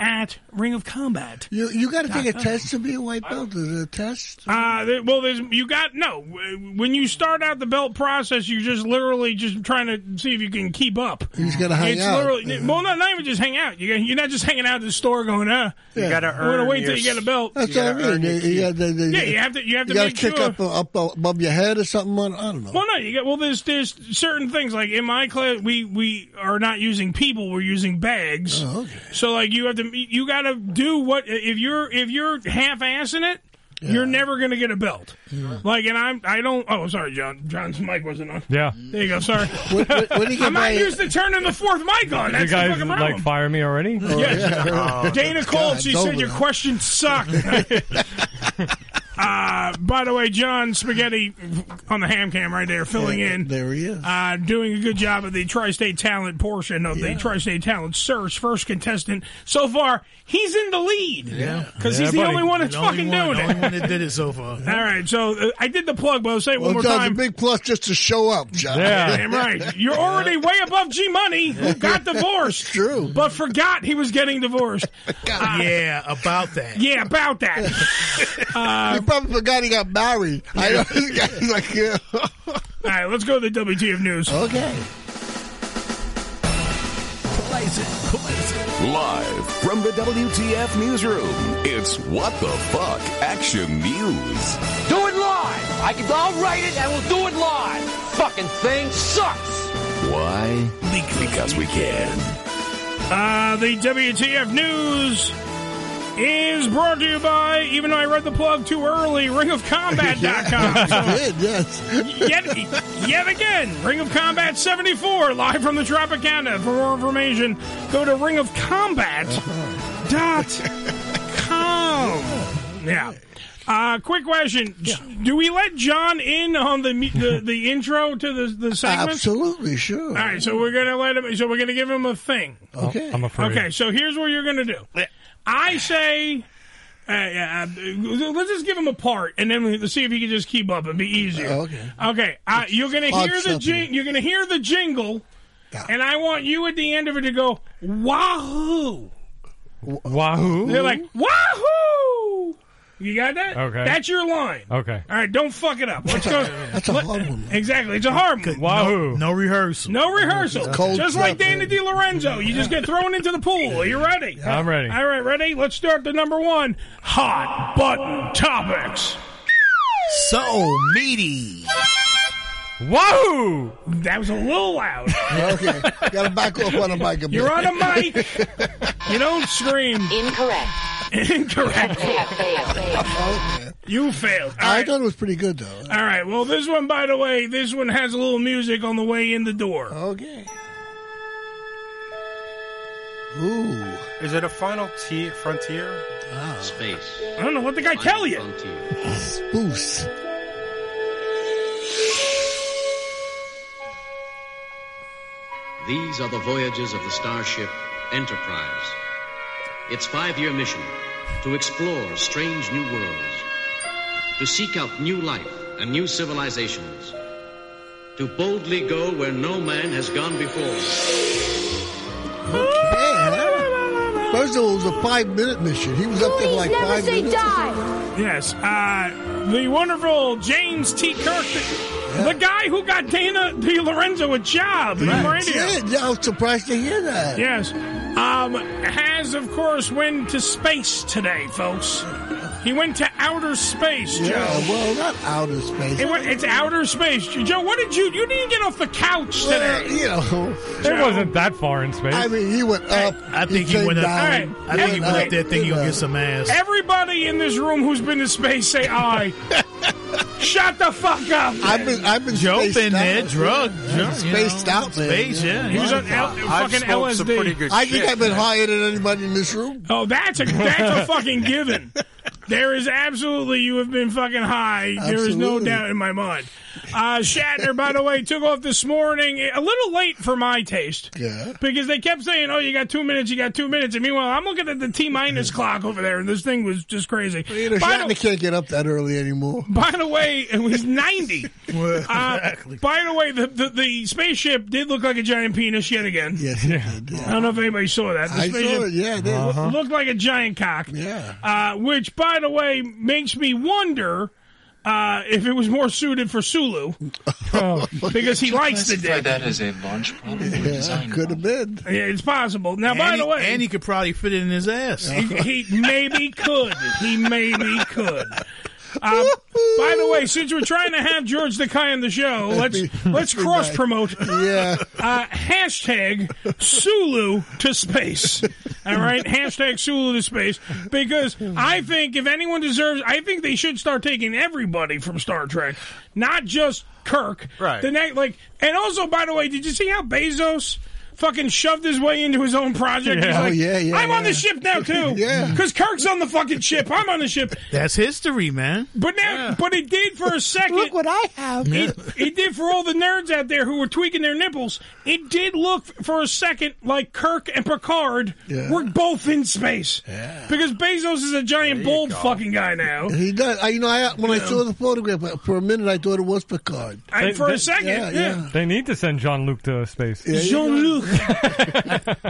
at Ring of Combat.
You you got to take a test to be a white belt. Is it a test?
Uh, there, well, there's you got no. When you start out the belt process, you're just literally just trying to see if you can keep up. You
just gotta hang
it's
out.
Literally, Well, not, not even just hang out. You, you're not just hanging out at the store going, uh.
You gotta
I'm gonna
earn
wait till
your
you get a belt.
That's what I mean. You, you gotta- they- they-
Yeah, you have to- you have to
gotta
make
kick
sure-
up, up above your head or something. On, I don't know.
Well, no, you get well. There's there's certain things like in my class we we are not using people, we're using bags. So like you have to you got to do what if you're if you're half assing it, You're never going to get a belt. Like, and I'm, I don't. Oh, sorry, John. John's mic wasn't on.
Yeah.
There you go. Sorry.
What- what- what do you get
I'm not
by-
used to turning the fourth mic on. Oh, That's
you guys
the fucking problem.
like fire me already?
Yes.
Oh.
Dana Cole, Oh, she said your
question.
question sucked. uh, by the way, John Spaghetti on the ham cam right there, filling in. There he is. Uh, doing a good job of the tri state talent portion of the tri state talent search. First contestant so far, he's in the lead.
Yeah.
Because
Yeah,
he's the
buddy.
only one that's
The only
fucking
one-
doing
the
it.
only one that did it so far.
All right, so uh, I did the plug, but I'll say it
Well,
one more
John's
time.
a big plus just to show up, John.
Damn right. You're already way above G Money, who got divorced. True. But forgot he was getting divorced. Uh,
yeah, about that.
Yeah, about that. Uh,
he probably forgot he got married. I know this guy's like, yeah.
All right, let's go to the WTF news.
Okay.
Live from the WTF newsroom, it's What the Fuck Action News.
Do it live! I can, I'll write it and we'll do it live! Fucking thing sucks!
Why? Because we can.
Uh, the WTF news is brought to you by, even though I read the plug too early, ringofcombat.com.
you
So,
did, yes.
yet, yet again, Ring of Combat 74, live from the Tropicana. For more information, go to ringofcombat.com. Yeah. Uh, quick question. Do we let John in on the mu- the, the intro to the, the segment?
Absolutely, sure.
All right, so we're gonna let him. So we're gonna give him a thing.
Okay.
I'm afraid.
Okay, so here's what you're gonna do. I say, uh, uh, let's just give him a part, and then let's see if he can just keep up and be easier. Okay. Okay. Uh, you're gonna
Odd
hear the
something.
jing- You're gonna hear the jingle, and I want you at the end of it to go wahoo.
Wahoo!
They're like wahoo. You got that?
Okay.
That's your line.
Okay.
All right, don't fuck it up. Let's go. That's a hard one. Exactly, it's a hard one.
Wahoo. No, rehearsal.
No rehearsal.
Cold
just like
stuff,
Dana DiLorenzo. You just get thrown into the pool. Are you ready?
Yeah. I'm ready.
All right, ready? Let's start the number one hot button topics.
So meaty.
Whoa! That was a little loud.
okay. Gotta back off on the mic a bit.
You're on a mic. you don't scream. Incorrect. Incorrect. you failed. All
I
right.
thought it was pretty good, though.
All right. Well, this one, by the way, this one has a little music on the way in the door.
Okay. Ooh.
Is it a final t- frontier? Space.
I don't know what the guy tell you.
Spoofs.
These are the voyages of the starship Enterprise. Its five year mission to explore strange new worlds, to seek out new life and new civilizations, to boldly go where no man has gone before.
First of all, it was a five minute mission. He was up there for like five minutes.
Yes, uh, the wonderful James T. Kirk, the, the guy who got Dana Di Lorenzo a job in
Right.
radio.
Yeah, I was surprised to hear that.
Yes, um, has of course went to space today, folks. He went to outer space, Joe.
Yeah, well, not outer space.
It went- it's outer space, Joe. What did you? You didn't get off the couch
Well,
today.
you know,
It wasn't that far in space.
I mean, he went up.
I think he
came
went up.
down,
I think he went up
everybody-
there thinking he'll get some ass.
Everybody in this room who's been to space, say I. Shut the fuck up.
I've been, I've been
Joe
spaced
been
out.
there, drug,
Yeah.
drunk,
spaced
you know,
out, man.
space, yeah.
He was on L- fucking LSD.
I think I've been higher than anybody in this room.
Oh, that's a that's a fucking given. There is absolutely you have been fucking high. There is no
Absolutely.
doubt in my mind. Uh, Shatner, by the way, took off this morning a little late for my taste.
Yeah.
Because they kept saying, "Oh, you got two minutes, you got two minutes," and meanwhile, I'm looking at the T minus clock over there, and this thing was just crazy.
You know,
By the-
Shatner can't get up that early anymore.
by the way, it was 90. Uh, By the way, the, the, the spaceship did look like a giant penis yet again.
Yes,
I don't know if anybody saw that. The
I saw
spaceship
it, yeah, it did.
lo-
Uh-huh.
Looked like a giant cock. Yeah. Uh, which, by the way, makes me wonder uh, if it was more suited for Sulu. Oh, because he likes the dick.
that as a launch problem.
Yeah, could have been.
Yeah, it's possible. Now,
And
by
he-
the way,
and he could probably fit it in his ass.
he, he maybe could. He maybe could. Uh, by the way, since we're trying to have George the Kai on the show, let's let's cross promote.
Yeah.
Uh, hashtag Sulu to space. All right, hashtag Sulu to space because I think if anyone deserves, I think they should start taking everybody from Star Trek, not just Kirk.
Right.
The next, like, and also, by the way, did you see how Bezos? Fucking shoved his way into his own project.
Yeah.
He's
Oh,
like,
yeah, yeah,
I'm on the
yeah.
ship now too.
Yeah.
Because Kirk's on the fucking ship. I'm on the ship.
That's history, man.
But now, but it did for a second. look what I have. It, it did for all the nerds out there who were tweaking their nipples. It did look for a second like Kirk and Picard were both in space. Because Bezos is a giant bald fucking guy now.
He does. I, you know, I, when I saw the photograph, I- for a minute I thought it was Picard.
I, for a second, yeah.
They need to send Jean Luc to space.
Jean Luc. All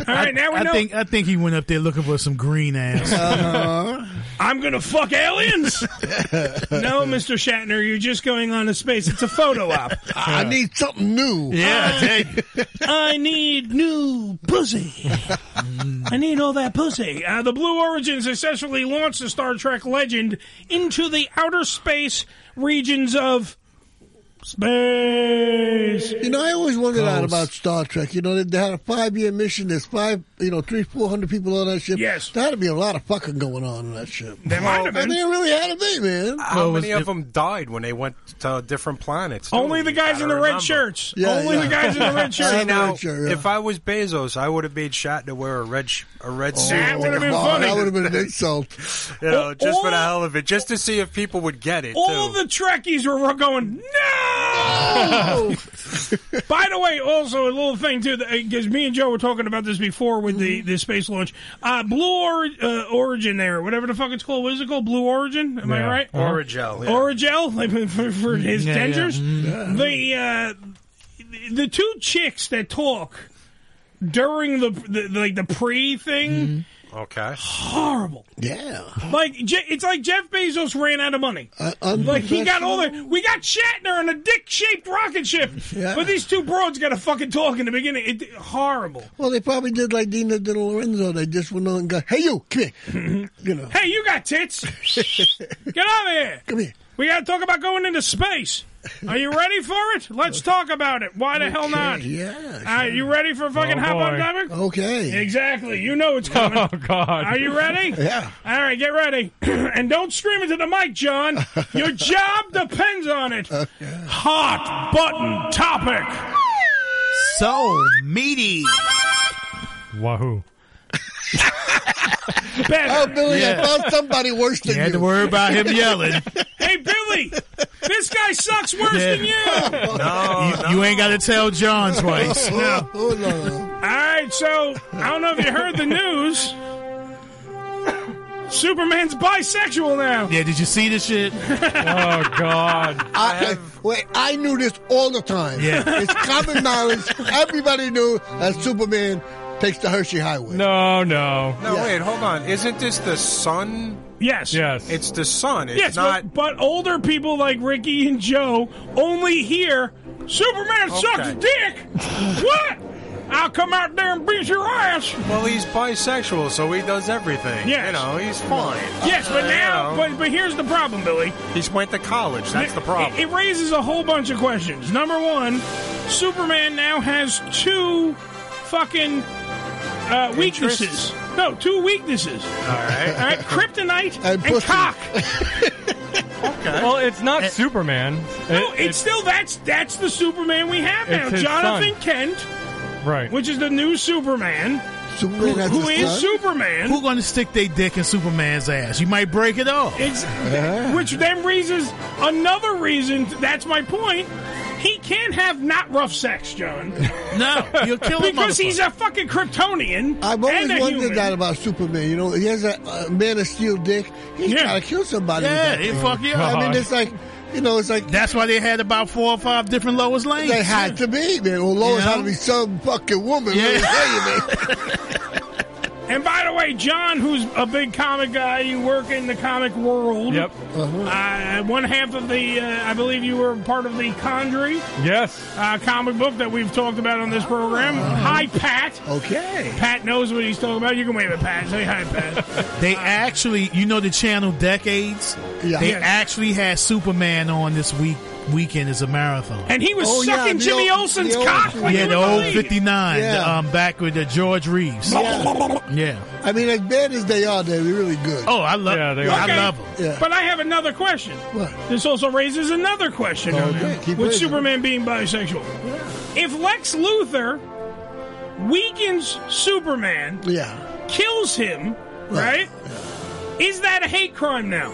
right, now we
I
know.
think I think he went up there looking for some green ass.
Uh-huh.
Uh-huh. I'm gonna fuck aliens. no, Mr. Shatner, you're just going on to space. It's a photo op.
I need something new.
I- I need new pussy. I need all that pussy. Uh, the Blue Origin successfully launched the Star Trek legend into the outer space regions of space.
You know, I always wondered out
Gross.
about Star Trek. You know, they, they had a five-year mission. There's five, you know, three, four hundred people on that ship. Yes, there had to be a lot of fucking going on on that ship.
There might have been.
They really had to be, man.
How many of them died when they went to different planets? too?
Only the
You
guys
gotta
in the red
remember.
shirts. Only the guys in the red shirts.
See, now, if I was Bezos, I would have made Shatner wear a red sh- a red suit.
Oh, that would have been funny.
insult.
you know, just for the
All-
hell of it, just to see if people would get it.
All
too.
the Trekkies were were going, no! By the way, also a little thing, too, because me and Joe were talking about this before with the, the space launch. Uh, Blue or- uh, Origin there, whatever the fuck it's called. What is it called? Blue Origin? Am I
Yeah.
right?
Uh-huh. Origel, yeah. Mm-hmm.
Origel, like, for, for his
Yeah, yeah.
dentures.
Mm.
The, uh, the two chicks that talk during the, the like the pre thing Mm-hmm.
okay.
horrible.
Yeah. Uh,
Like Je- it's like Jeff Bezos ran out of money. like he got all the we got Shatner in a dick shaped rocket ship,
Yeah.
but these two broads got to fucking talk in the beginning. It, horrible.
Well, they probably did like Dina De Lorenzo. They just went on and got, "Hey, you, come here." you know,
Hey, you got tits? Get out of here!
Come here.
We got to talk about going into space. Are you ready for it? Let's talk about it. Why the hell not?
Yeah.
Are you ready for fucking
Oh,
hop on
boy.
topic?
Okay.
Exactly. You know it's coming.
Oh God!
Are you ready?
Yeah.
All right, get ready. and don't scream into the mic, John. Your job depends on it. Hot button topic.
So meaty.
Wahoo!
Better.
Oh, Billy, I found somebody worse than you.
had to worry about him yelling.
Hey, Billy, this guy sucks worse than you.
you, you ain't got to tell John twice.
No. All right, so I don't know if you heard the news. Superman's bisexual now.
Yeah, did you see this shit?
oh God!
I, wait, I knew this all the time.
Yeah.
it's common knowledge. Everybody knew that Superman takes the Hershey Highway.
No, no.
No, wait, hold on. Isn't this the sun?
Yes.
Yes.
It's the sun. It's
yes,
not.
but, but older people like Ricky and Joe only hear Superman sucks
Okay.
dick. what? I'll come out there and beat your ass.
Well, he's bisexual, so he does everything.
Yes.
You know, he's fine.
Yes, but
Uh,
now,
you know.
but but here's the problem, Billy.
He's went to college. That's the problem.
It, it raises a whole bunch of questions. Number one, Superman now has two fucking uh, weaknesses. No, two weaknesses. All
right,
all right. Kryptonite and,
pussy.
cock.
Well, it's not Superman.
No, it's still that's that's the Superman we have now.
It's his
Jonathan
son.
Kent,
right?
which is the new Superman,
Superman
who- who is Superman.
Who gonna stick their dick in Superman's ass? You might break it off.
It's
Uh-huh.
which then raises another reason. That's my point. He can't have not rough sex, John.
No, you'll kill a
because he's
motherfucker.
a fucking Kryptonian.
I've always
and a
wondered
human.
that about Superman. You know, he has a, a Man of Steel dick. He's has trying to kill somebody. with
Yeah,
that
he
thing.
fuck you
I
up.
mean, it's like, you know, it's like
That's why they had about four or five different Lois Lanes.
they had to be, man. Well, Lois had to be some fucking woman. Let me
Yeah.
tell you, man.
And by the way, John, who's a big comic guy, you work in the comic world.
Yep.
Uh, one half of the, uh, I believe you were part of the Condry
Yes.
uh, comic book that we've talked about on this program. Hi, Pat.
Oh. Okay.
Pat knows what he's talking about. You can wave at Pat. Say hi, Pat.
They actually, you know, the channel decades.
Yeah.
They
Yes.
actually had Superman on this week weekend is a marathon.
And he was sucking Jimmy Olsen's cock. Like
yeah,
you
the
wouldn't
old
believe.
59, the,
Yeah.
um, back with the George Reeves.
Yeah.
Yeah.
I mean, as bad as they are, they're really good.
Oh, I love.
Yeah, they
I
are. Okay.
love them.
But I have another question. This also raises another question.
Oh,
on
good.
it,
Keep
with
raising
Superman being bisexual, if Lex Luthor weakens Superman,
yeah,
kills him, right? Is that a hate crime now?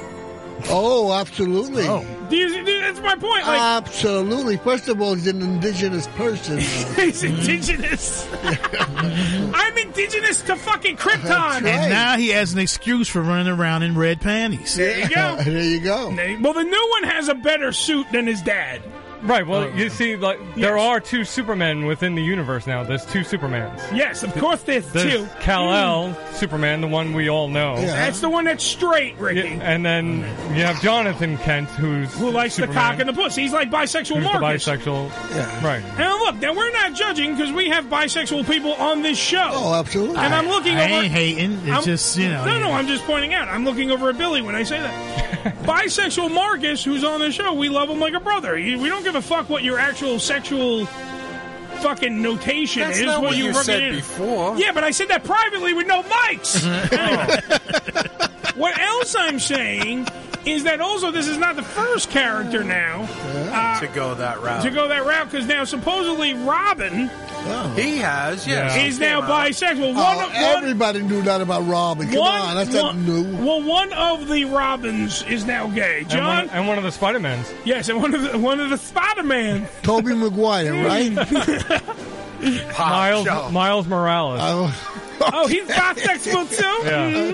Oh, absolutely.
Do you, do- that's my point. Like,
Uh, Absolutely. First of all, he's an indigenous person.
he's indigenous. I'm indigenous to fucking Krypton.
And now he has an excuse for running around in red panties.
There you go.
there you go.
Well, the new one has a better suit than his dad. Uh,
Right. Well, you see, like there are two Supermen within the universe now. There's two Supermans.
Yes, of course there's
There's
two. Mm.
Kal El, Superman, the one we all know.
That's the one that's straight, Ricky.
And then you have Jonathan Kent, who's
Who likes the cock and the pussy? He's like bisexual
who's the
Marcus.
bisexual. Right.
And look, now we're not judging because we have bisexual people on this show.
Oh, absolutely.
And I'm looking
I
over.
ain't hating. It's
I'm-
just, you know,
No, no,
yeah.
I'm just pointing out. I'm looking over at Billy when I say that. bisexual Marcus, who's on the show, we love him like a brother. You- We don't give a fuck what your actual sexual fucking notation
That's
is.
not what
you
you
rub it
said
in.
before.
Yeah, but I said that privately with no mics. Anyway. what else I'm saying is that also this is not the first character now. Uh,
to go that route.
to go that route because now supposedly Robin
He has, yes.
is now bisexual. One
Oh,
of, one,
everybody knew that about Robin. Come
one-
on, that's not
one-
new.
Well, one of the Robins is now gay.
And
John,
one, and one of the Spider-Mans.
yes, and one of the, one of the Spider Man.
Toby Maguire, right?
Miles, Miles Morales.
oh, he's bisexual too.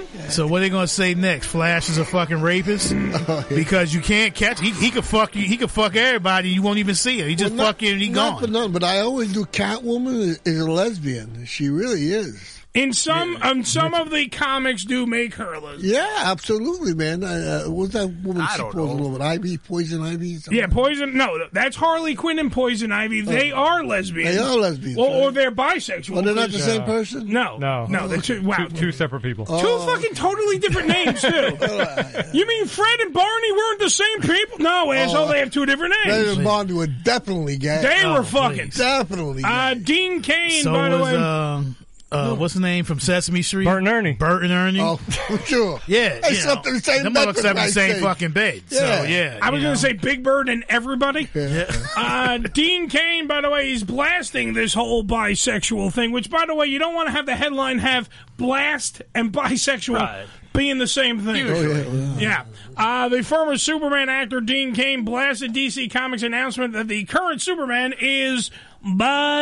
Mhm.
So what are they gonna say next? Flash is a fucking rapist
Oh,
because you can't catch. He, he could fuck you. He could fuck everybody. You won't even see her. He just
Well, not-
fuck you and he
not
gone.
for nothing, but I always do. Catwoman is- is a lesbian. She really is.
In some, um, some of the comics do make her a lesbian.
Yeah, absolutely, man. I, uh, what was that woman?
I
she
don't
was a
know.
woman. Ivy, poison ivy. something?
Yeah, poison. No, that's Harley Quinn and Poison Ivy. They
Oh.
are lesbians.
They are lesbians,
Or, or they're bisexual.
Well, they're not the
because-
same person?
No,
No.
no. They're two, wow,
Two, two separate people.
Oh,
Two
Oh.
fucking totally different names too. you mean Fred and Barney weren't the same people? No, asshole. They have two different
Oh. Fred
names.
and Barney were definitely gay. Oh,
They were fucking
definitely.
Uh, Dean Kane,
so
by the
was
way.
um, uh, what's the name from Sesame Street?
Bert and Ernie.
Bert and Ernie.
Oh, for sure.
Yeah,
They
you
slept
know,
in the same
them
bed
motherfuckers
for
slept in the
Christ's
same
sake.
fucking bed. So yeah,
I was
you
going
know.
to say Big Bird and everybody. uh, Dean Kane, by the way, he's blasting this whole bisexual thing. Which, by the way, you don't want to have the headline have blast and bisexual being the same thing. Yeah. Uh, the former Superman actor Dean Kane blasted DC Comics announcement that the current Superman is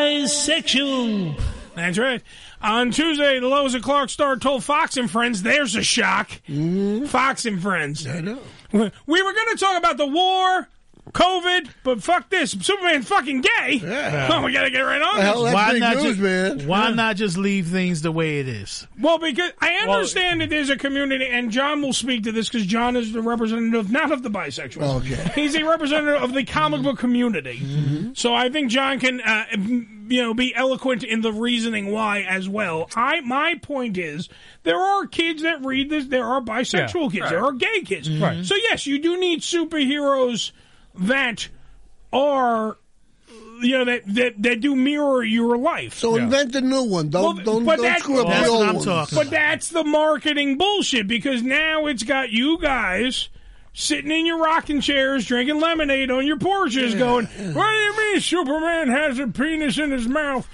bisexual. That's right. On Tuesday, the Lois and Clark star told Fox and Friends, there's a shock. Fox and Friends. Mm-hmm. I know. We we were going to talk about the war, COVID, but fuck this. Superman fucking gay. Oh, we got to get right on this.
just, Why not just leave things the way it is?
Well, because I understand that there's a community, and John will speak to this because John is the representative not of the bisexual.
Oh, Okay. Mm-hmm.
He's a representative of the comic book community. So I think John can, uh, m- you know, be eloquent in the reasoning why as well. I my point is there are kids that read this. There are bisexual kids. There are gay kids.
Right.
So yes, you do need superheroes that are. You know that, that that do mirror your life.
So invent a new one. Don't don't,
but
don't
that-
screw up
That's
the
what
old
I'm
ones.
talking But that's the marketing bullshit because now it's got you guys sitting in your rocking chairs drinking lemonade on your porches going, What do you mean Superman has a penis in his mouth?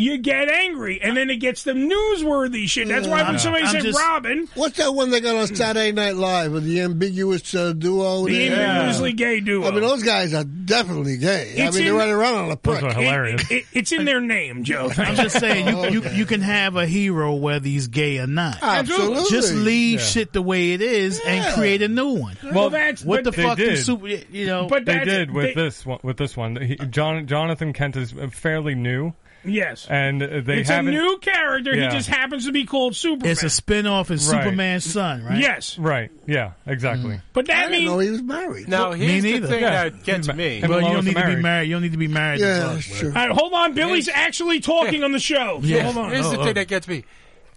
You get angry, and then it gets them newsworthy shit. That's why when somebody said Robin,
What's that one they got on Saturday Night Live with the ambiguous uh, duo?
The
there?
ambiguously gay duo.
I mean, those guys are definitely gay. I
It's
mean,
in-
they're running around on a prick.
It- it- it- it's in their name, Joe.
I'm just saying you, you you can have a hero whether he's gay or not.
Absolutely.
Just leave
Yeah.
shit the way it is and create a new one.
Well, that's-
what
but
the
they
fuck
did.
do super you know
they did with this one. With this one, he, John, Jonathan Kent is fairly new,
Yes.
and uh, they
it's a
haven't.
new character.
Yeah.
He just happens to be called Superman.
It's a spin-off of
Right.
Superman's son, right?
Yes.
Right. Yeah. Exactly.
But that
I
means
didn't know he was married.
Now,
Well,
here's the thing Yeah. that
gets me.
Well, you don't need to be married. You don't need to be married. to
Yeah,
fuck,
sure.
whatever.
All right, hold on. Billy's Oh, actually talking on the show. So
Yeah.
hold on.
Here's the thing that gets me.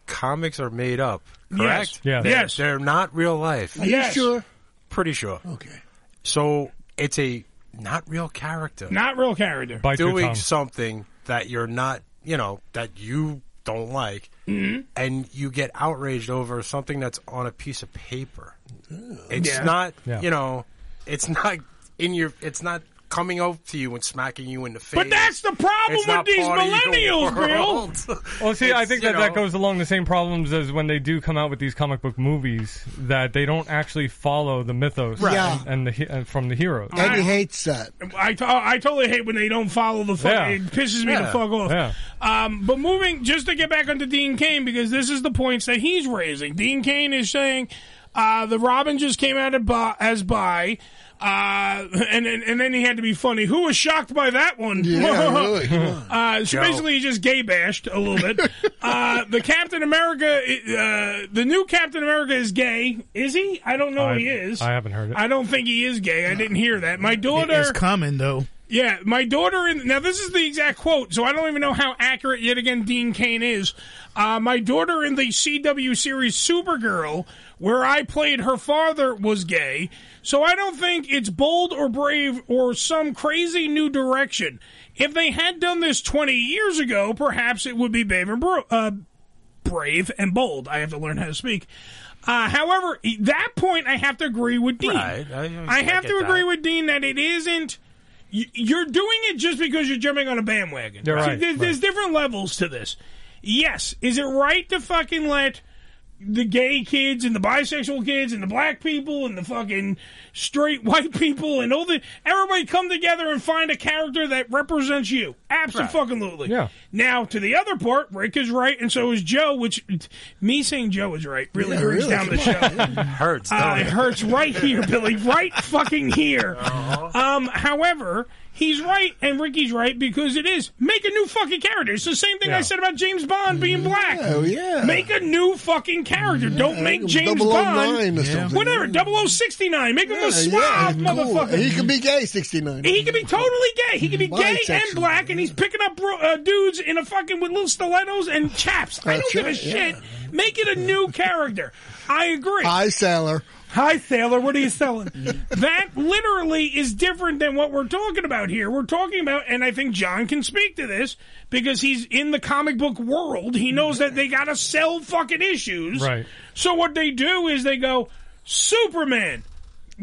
Comics are made up, correct?
Yes. Yeah.
They're,
Yes.
They're not real life.
Are you Yes. sure?
Pretty sure. Okay. So it's a not real character.
Not real character. Bite your
doing
tongue.
something that you're not, you know, that you don't like,
Mhm.
and you get outraged over something that's on a piece of paper. It's
Yeah.
not,
Yeah.
you know, it's not in your. It's not coming up to you and smacking you in the face.
But that's the problem
It's
with
not
these
part of your
millennials, Bill.
world.
Mm.
Well, see, I
It's,
think
you
that that
know-
goes along the same problems as when they do come out with these comic book movies that they don't actually follow the mythos
Right.
and, and the he- and from the heroes.
Eddie
hates that.
I, to- I totally hate when they don't follow the fuck.
Yeah.
It pisses me the
Yeah.
fuck off.
Yeah.
Um, but moving just to get back onto Dean Kane because this is the points that he's raising. Dean Kane is saying uh, the Robin just came out of bi- as by. Uh, and, and and then he had to be funny. Who was shocked by that one?
Yeah, really. Come
Uh, so
Joe.
basically, he just gay bashed a little bit. uh, the Captain America, uh, the new Captain America is gay. Is he? I don't know.
I-
he is.
I haven't heard it.
I don't think he is gay. I didn't hear that. My daughter
It's coming though.
yeah, my daughter in now this is the exact quote, so I don't even know how accurate yet again Dean Kane is. Uh, my daughter in the CW series Supergirl, where I played her father, was gay, so I don't think it's bold or brave or some crazy new direction. If they had done this twenty years ago, perhaps it would be brave and bro- uh, brave and bold. I have to learn how to speak. Uh, however, e- that point I have to agree with Dean.
Right, I- I-
I have
I get
to
that.
agree with Dean that it isn't. y- You're doing it just because you're jumping on a bandwagon.
You're
See,
right,
there's, there's different levels to this. Yes, is it right to fucking let the gay kids and the bisexual kids and the black people and the fucking straight white people and all the everybody come together and find a character that represents you? Absolutely.
Yeah.
Now to the other part, Rick is right, and so is Joe. Which me saying Joe is right really
Yeah,
brings
really,
down the show.
hurts.
Uh,
doesn't
it hurts right here, Billy. Right fucking here.
Uh-huh.
Um, however, he's right and Ricky's right because it is make a new fucking character. It's the same thing I said about James Bond being black. Oh yeah. Make a new fucking character. Don't make James
009
Bond.
or something.
Whatever. 0069. Make him a suave motherfucker.
He could be gay, 69.
He could be totally gay. He could be gay
Bisexual,
and black, and he's picking up bro- uh, dudes in a fucking with little stilettos and chaps. I don't
That's
give a
right,
shit. Make it a new character. I agree.
Hi, Sailor.
Hi, Sailor. What are you selling? that literally is different than what we're talking about here. We're talking about, and I think John can speak to this because he's in the comic book world. He knows that they got to sell fucking issues.
Right.
So what they do is they go, Superman,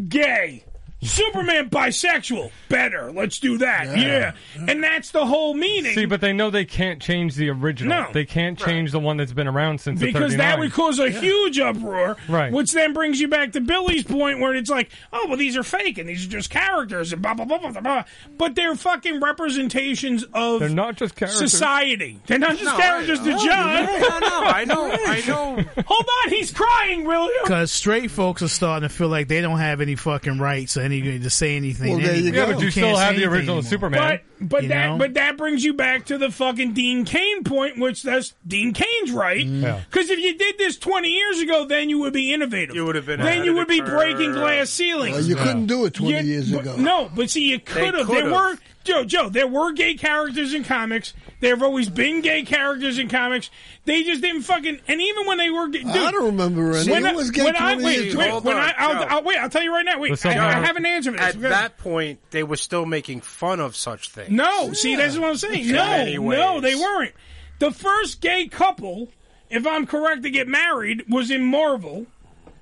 gay. Superman bisexual, better. Let's do that. Yeah. And that's the whole meaning.
See, but they know they can't change the original.
No.
They can't change the one that's been around since the
because that
39.
would cause a huge uproar.
Right.
Which then brings you back to Billy's point where it's like, oh, well, these are fake and these are just characters and blah, blah, blah, blah, blah, blah. But they're fucking representations of
They're not just characters.
society. They're not just
No, I-
characters to
oh,
John.
yeah, I know, I know, I know.
Hold on, he's crying, William.
Because straight folks are starting to feel like they don't have any fucking rights or any to say anything.
Well, there
They-
you Yeah, go. but you still
can't say
have the
anything
original
anymore.
Superman.
But but
You
that
know?
but that brings you back to the fucking Dean Kane point, which that's Dean Kane's right.
Mm.
Yeah.
Because if you did this twenty years ago, then you would be innovative. You would have
been ahead
Then you
of
would
the
be
curve.
breaking glass ceilings.
Well, you couldn't do it 20 years
but-
ago.
No, but see, you could have. There
could've.
were Joe Joe. There were gay characters in comics. There have always been gay characters in comics. They just didn't fucking. And even when they were, dude,
I don't remember any.
When
Who
I-
was gay
when I
20
wait,
years
wait,
ago?
when I
Joe.
I'll, I'll, wait, I'll tell you right now. Wait, I, I have an answer for this.
At
We're gonna-
that point, they were still making fun of such things.
no, see, that's what I'm saying.
In
No,
many ways.
no, they weren't. The first gay couple, if I'm correct, to get married was in Marvel,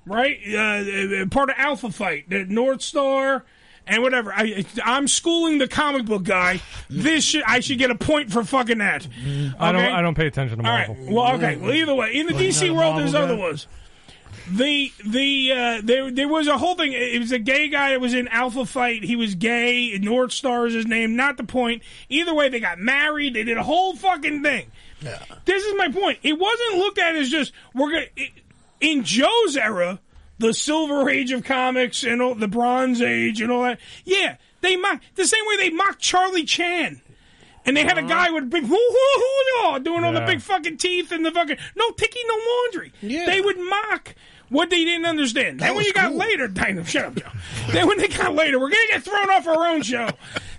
right? Uh, Uh, part of Alpha Fight, the North Star, and whatever. I, I'm schooling the comic book guy. This should, I should get a point for fucking that.
I don't.
Okay?
I don't pay attention to
All
Marvel.
right. Well, okay. Well, either way, in the
Well, you're
DC
not a
world,
Marvel
there's
guy.
other ones. The the uh, there there was a whole thing. It was a gay guy that was in Alpha Fight. He was gay. North Star is his name. Not the point. Either way, they got married. They did a whole fucking thing. This is my point. It wasn't looked at as just we're gonna. It, in Joe's era, the Silver Age of comics and all, the Bronze Age and all that. Yeah, they mock the same way they mocked Charlie Chan. And they had a guy with big whoo whoo hoo yaw doing all the
Yeah.
big fucking teeth and the fucking no ticky no laundry. They would mock what they didn't understand. then when you got later, Dino, shut up, Joe. then when they got later, we're gonna get thrown off our own show.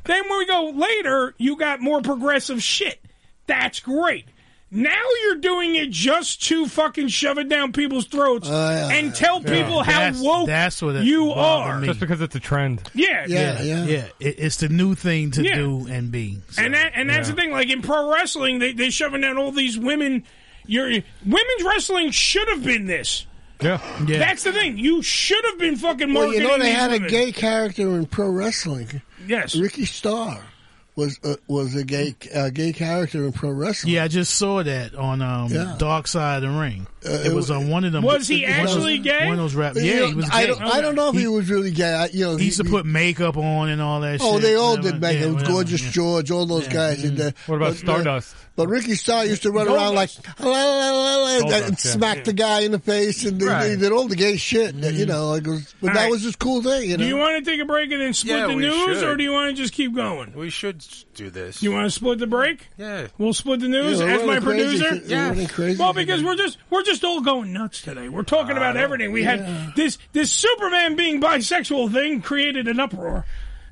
then when we go later, you got more progressive shit. That's great. Now you're doing it just to fucking shove it down people's throats and tell people how woke
that's what it
you
bothered
are.
me.
Just because it's a trend.
Yeah,
yeah, yeah. It, it's the new thing to
Yeah.
do and be.
and that and that's
yeah.
the thing. Like in pro wrestling, they they shoving down all these women. Your women's wrestling should have been this.
Yeah,
That's the thing. You should have been fucking
Well,
marketing.
you know they
these
had a
women.
gay character in pro wrestling.
Yes,
Ricky Starr was uh, was a gay uh, gay character in pro wrestling.
Yeah, I just saw that on um,
Yeah. Uh,
Dark Side of the Ring. it
it
was on one of them.
Was he
one of those-
actually gay?
One of those rap.
You
Yeah,
know,
he was. Gay.
I don't- I don't know if he was really gay. I, you know,
he used to
he-
put makeup on and all that.
Oh,
shit.
they all
Whatever.
did make
Yeah,
it. was
whatever.
Gorgeous George, all those guys. And, uh,
What about
but-
Stardust?
But Ricky Starr used to run around like "La, la, la, la," and
Goldust, yeah.
smack the guy in the face, and they-
Right.
they did all the gay shit. and, You know, like, it was- but
All
that
right.
was his cool thing. You know,
Do you want to take a break and then split
Yeah,
the
we
news,
should.
or do you want to just keep going?
We should do this.
You want to split the break?
Yeah.
We'll split the news
Yeah,
as
we're
my
really crazy
producer.
shit- we're Yeah. really crazy
well, because we're just we're just all going nuts today. We're talking about everything. We had this this Superman being bisexual thing created an uproar.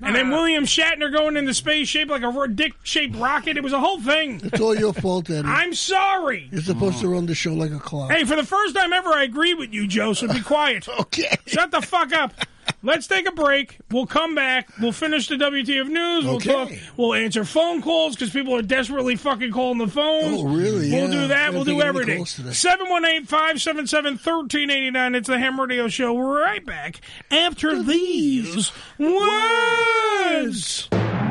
And then William Shatner going into space shaped like a ro- dick shaped rocket. It was a whole thing.
It's all your fault, Eddie.
I'm sorry.
You're supposed to run the show like a clock.
Hey, for the first time ever, I agree with you, Joseph. Be quiet. okay. Shut the fuck up. Let's take a break. We'll come back. We'll finish the WTF news. We'll
Okay.
talk. We'll answer phone calls because people are desperately fucking calling the phones.
Oh, really?
We'll
Yeah.
do
I
that.
didn't
We'll do
think of any
everything.
calls today.
718 577 1389. It's the Ham Radio Show. We're right back after these words.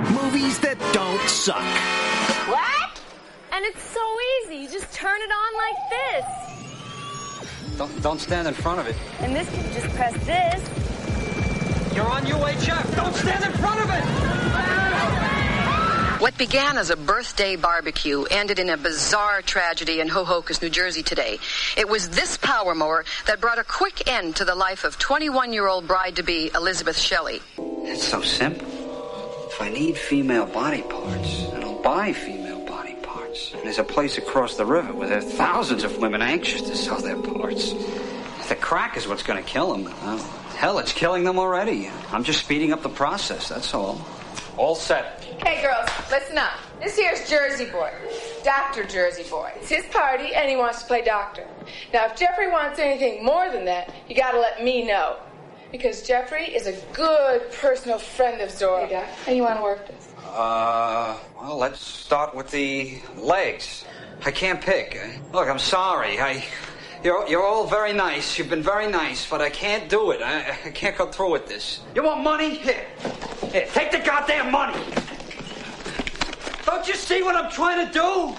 Movies that don't suck.
What? And it's so easy. You just turn it on like this.
Don't, don't stand in front of it.
And this can just press this.
You're on your way, Jeff. Don't stand in front of
What began as a birthday barbecue ended in a bizarre tragedy in Hohokus, New Jersey today. It was this power mower that brought a quick end to the life of 21 year old bride to be Elizabeth Shelley.
it. It's so simple. If I need female body parts, then I'll buy female body parts. And there's a place across the river where there are thousands of women anxious to sell their parts. The crack is what's going to kill them. Uh, hell, it's killing them already. I'm just speeding up the process, that's all. All set.
Hey girls, listen up. This here's Jersey Boy, Dr. Jersey Boy. It's his party and he wants to play doctor. Now, if Jeffrey wants anything more than that, you gotta let me know. Because Jeffrey is a good personal friend of Zora. Hey, Doc, how you wanna work this?
Uh, well, let's start with the legs. I can't pick. Look, I'm sorry. I, you're, you're all very nice. You've been very nice, but I can't do it. I, I can't go through with this. You want money? Here. Here, take the goddamn money. Don't you see what I'm trying to do?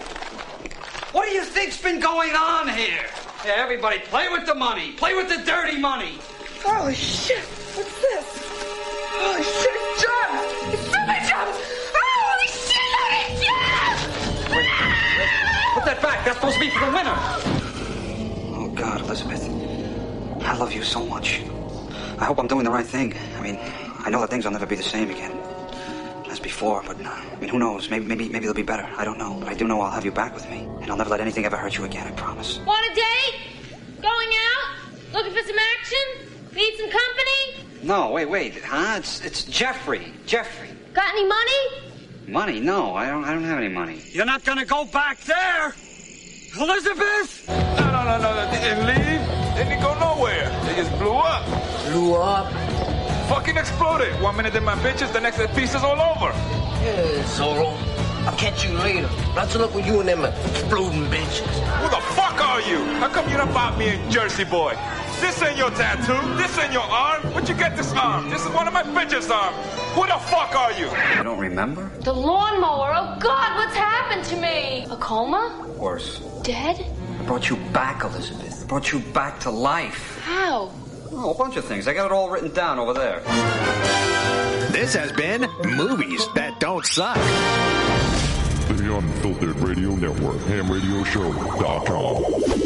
What do you think's been going on here? Yeah, everybody, play with the money. Play with the dirty money.
Holy shit, what's this? Holy shit, it's John! It's Superman John! Oh, Holy shit, Holy shit!
Put that back. That's supposed to be for the winner. Oh, God, Elizabeth. I love you so much. I hope I'm doing the right thing. I mean, I know that things will never be the same again as before, but uh, I mean, who knows? Maybe, maybe, maybe they'll be better. I don't know. But I do know I'll have you back with me, and I'll never let anything ever hurt you again. I promise.
Want a date? Going out? Looking for some action? Need some company?
No, wait, wait, huh? It's it's Jeffrey. Jeffrey.
Got any money?
Money? No, I don't. I don't have any money. You're not gonna go back there, Elizabeth.
No, no, no, no. They didn't leave. They didn't go nowhere. They just blew up. Blew up? Fucking exploded. One minute they're my bitches, the next the pieces all over.
Yeah, Zorro. I'll catch you later. Lots of luck with you and them exploding bitches.
Who the fuck are you? How come you don't bought me a Jersey boy? This ain't your tattoo. This ain't your arm. Where'd you get this arm? This is one of my bitches' arm. Who the fuck are you?
You don't remember?
The lawnmower. Oh God, what's happened to me? A coma?
Worse.
Dead?
I brought you back, Elizabeth. I brought you back to life.
How?
Oh, a bunch of things. I got it all written down over there.
This has been Movies That Don't Suck.
The Unfiltered Radio Network, hamradioshow.com.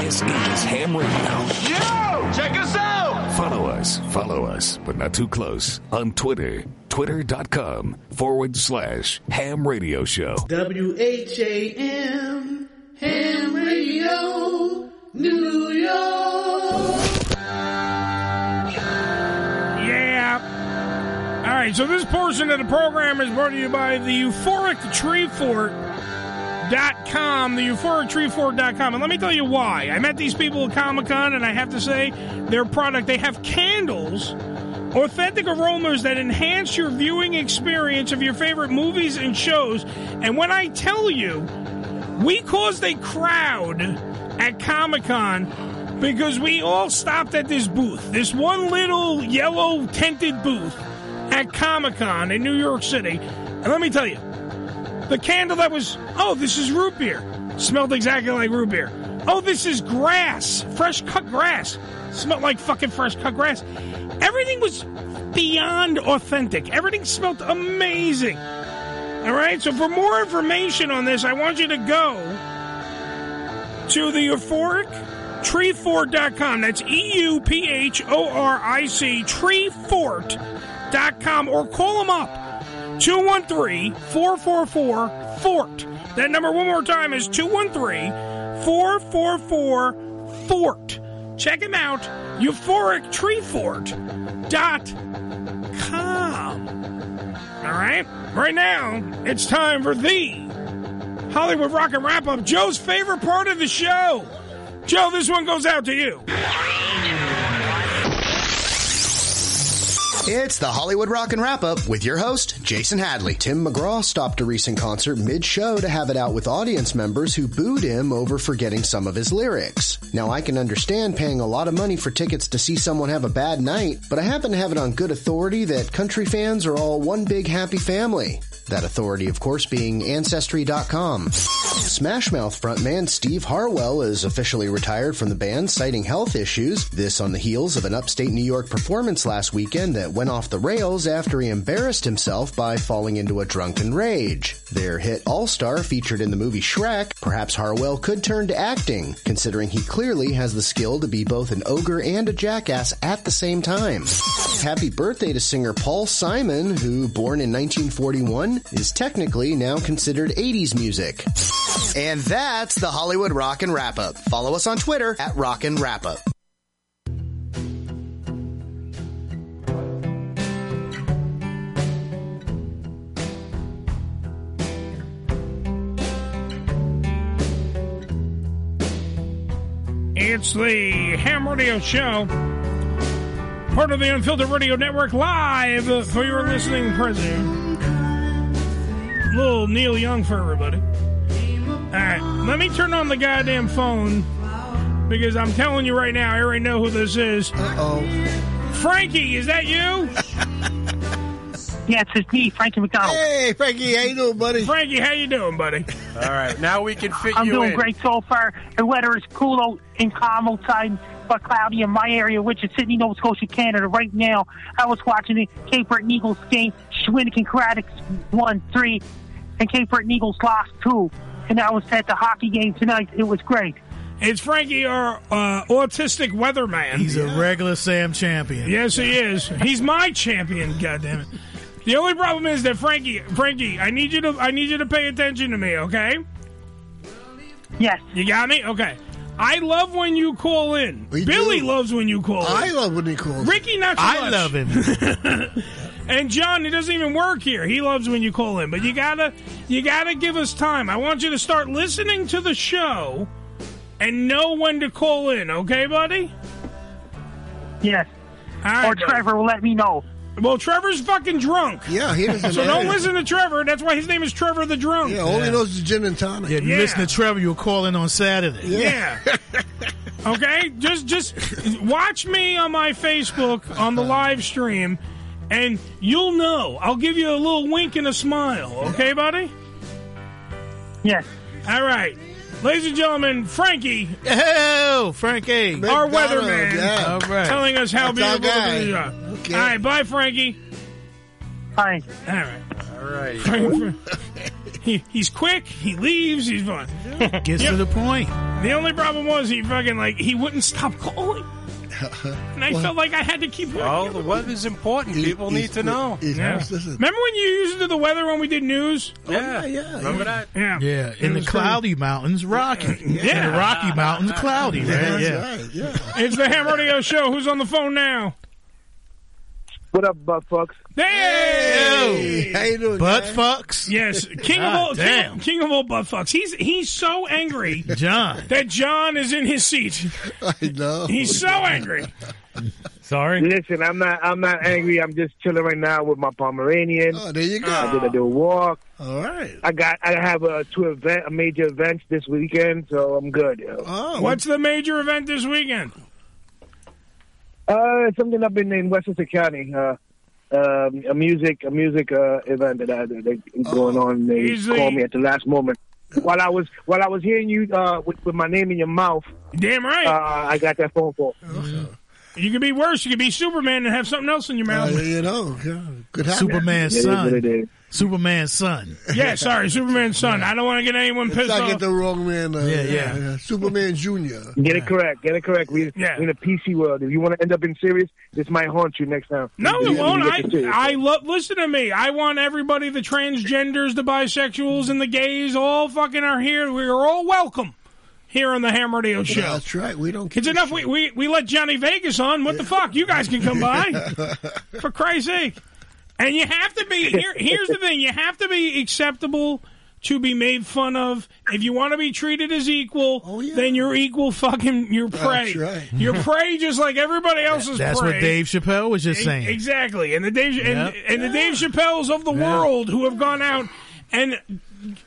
This is Ham Radio.
Yo! Check us out!
Follow us, follow us, but not too close on Twitter. Twitter.com forward slash ham radio show.
W H A M Ham Radio New York.
Yeah. All right, so this portion of the program is brought to you by the Euphoric Tree Fort. Dot com, the euphorictreefort.com. And let me tell you why. I met these people at Comic Con, and I have to say, their product, they have candles, authentic aromas that enhance your viewing experience of your favorite movies and shows. And when I tell you, we caused a crowd at Comic Con because we all stopped at this booth, this one little yellow tented booth at Comic Con in New York City. And let me tell you, the candle that was, oh, this is root beer, smelled exactly like root beer. Oh, this is grass, fresh cut grass, smelled like fucking fresh cut grass. Everything was beyond authentic. Everything smelled amazing. All right, so for more information on this, I want you to go to the euphoric treefort.com. That's E U P H O R I C treefort.com or call them up 213 444 Fort. That number, one more time, is 213 444 Fort. Check them out, euphorictreefort.com. All right, right now, it's time for the Hollywood Rock and Wrap Up, Joe's favorite part of the show. Joe, this one goes out to you.
It's the Hollywood Rock and Wrap Up with your host, Jason Hadley.
Tim McGraw stopped a recent concert mid show to have it out with audience members who booed him over forgetting some of his lyrics.
Now, I can understand paying a lot of money for tickets to see someone have a bad night, but I happen to have it on good authority that country fans are all one big happy family. That authority, of course, being Ancestry.com. Smash Mouth frontman Steve Harwell is officially retired from the band, citing health issues. This on the heels of an upstate New York performance last weekend that went off the rails after he embarrassed himself by falling into a drunken rage. Their hit All Star, featured in the movie Shrek, perhaps Harwell could turn to acting, considering he clearly has the skill to be both an ogre and a jackass at the same time. Happy birthday to singer Paul Simon, who, born in 1941, is technically now considered 80s music. And that's the Hollywood Rock and Wrap Up. Follow us on Twitter at Rock and Wrap Up.
It's the Ham Radio Show, part of the Unfiltered Radio Network, live for your listening pleasure. Little Neil Young for everybody. All right, let me turn on the goddamn phone because I'm telling you right now, I already know who this is. Uh oh. Frankie, is that you?
Yes, it's me, Frankie McDonald.
Hey, Frankie, how you doing, buddy? Frankie, how you doing, buddy?
All right, now we can fit
I'm
you
doing
in.
great so far. The weather is cool out and calm outside, but cloudy in my area, which is Sydney, Nova Scotia, Canada. Right now, I was watching the Cape Breton Eagles game. Schwinnick and Craddock won three, and Cape Breton Eagles lost two. And I was at the hockey game tonight. It was great.
It's Frankie, our uh, autistic weatherman.
He's a regular Sam champion.
Yes, he is. He's my champion. goddammit. The only problem is that Frankie, Frankie, I need you to, I need you to pay attention to me, okay?
Yes.
You got me, okay. I love when you call in. Billy loves when you call.
I
in.
love when he calls.
Ricky, not so
I
much.
love him.
And John, he doesn't even work here. He loves when you call in, but you gotta, you gotta give us time. I want you to start listening to the show, and know when to call in. Okay, buddy?
Yes.
or Trevor
will let me know.
Well, Trevor's fucking drunk.
Yeah, he doesn't
so
know.
don't listen to Trevor. That's why his name is Trevor the Drunk.
Yeah, all he knows is gin and tonic.
Yeah, if you listen to Trevor, you'll call in on Saturday.
Yeah. okay, just just watch me on my Facebook on the live stream, and you'll know. I'll give you a little wink and a smile. Okay, buddy?
Yes.
All right, ladies and gentlemen, Frankie.
Oh, Frankie,
our
McDonald,
weatherman,
yeah. All right.
telling us how
That's our
beautiful
guy.
these are.
Okay.
All right, bye, Frankie.
Bye.
All right.
All right.
he, he's quick. He leaves. He's fine.
Gets to the point.
The only problem was he fucking like he wouldn't stop calling, and I felt like I had to keep.
Well, the weather's important. People need to know.
Yeah. Remember when you used to do the weather when we did news?
Yeah, yeah. Remember that?
Oh, Yeah.
Yeah, in the cloudy mountains, rocky.
Yeah.
In the Rocky Mountains, cloudy. Right?
Yeah, that's
yeah.
It's the Ham Radio Show. Who's on the phone now?
What up, butt fucks?
Hey,
how you doing,
butt fucks?
Yes, king of
God
all, king,
damn.
king of all butt fucks. He's he's so angry,
John.
that John is in his seat.
I know.
He's so angry.
Sorry.
Listen, I'm not. I'm not angry. I'm just chilling right now with my Pomeranian.
Oh, there you go.
I did a little walk.
All right.
I got. I have uh, two event, a major events this weekend, so I'm good. Yo.
Oh.
What's the major event this weekend?
Uh, something up in, in Westchester County. Uh, um, a music, a music uh, event that I that that going on. They
Easy.
called me at the last moment. While I was while I was hearing you uh, with, with my name in your mouth,
damn right,
uh, I got that phone call.
You could be worse. You could be Superman and have something else in your mouth.
Uh, you know, good
Superman's son. Superman's son.
Yeah, sorry, Superman's son. I don't want to get anyone
Let's
pissed
not
off.
get the wrong man. Uh,
Yeah, yeah.
Superman Junior.
Get it correct. Get it correct. We, We're in a PC world. If you want to end up in serious, this might haunt you next time.
no,
You
it
get
won't.
to serious.
I, I love. Listen to me. I want everybody, the transgenders, the bisexuals, and the gays, all fucking are here. We are all welcome here on the Ham Radio Show.
That's right. We don't.
It's enough. We, we we let Johnny Vegas on. What the fuck? You guys can come by for Christ's sake. And you have to be here. Here's the thing: you have to be acceptable to be made fun of. If you want to be treated as equal, then you're equal. Fucking, you're prey.
Oh, That's right.
You're prey just like everybody else is.
That's
prey.
what Dave Chappelle was just
E-
saying.
Exactly, and the Dave and,
Yep.
and the Dave Chappelles of the world who have gone out and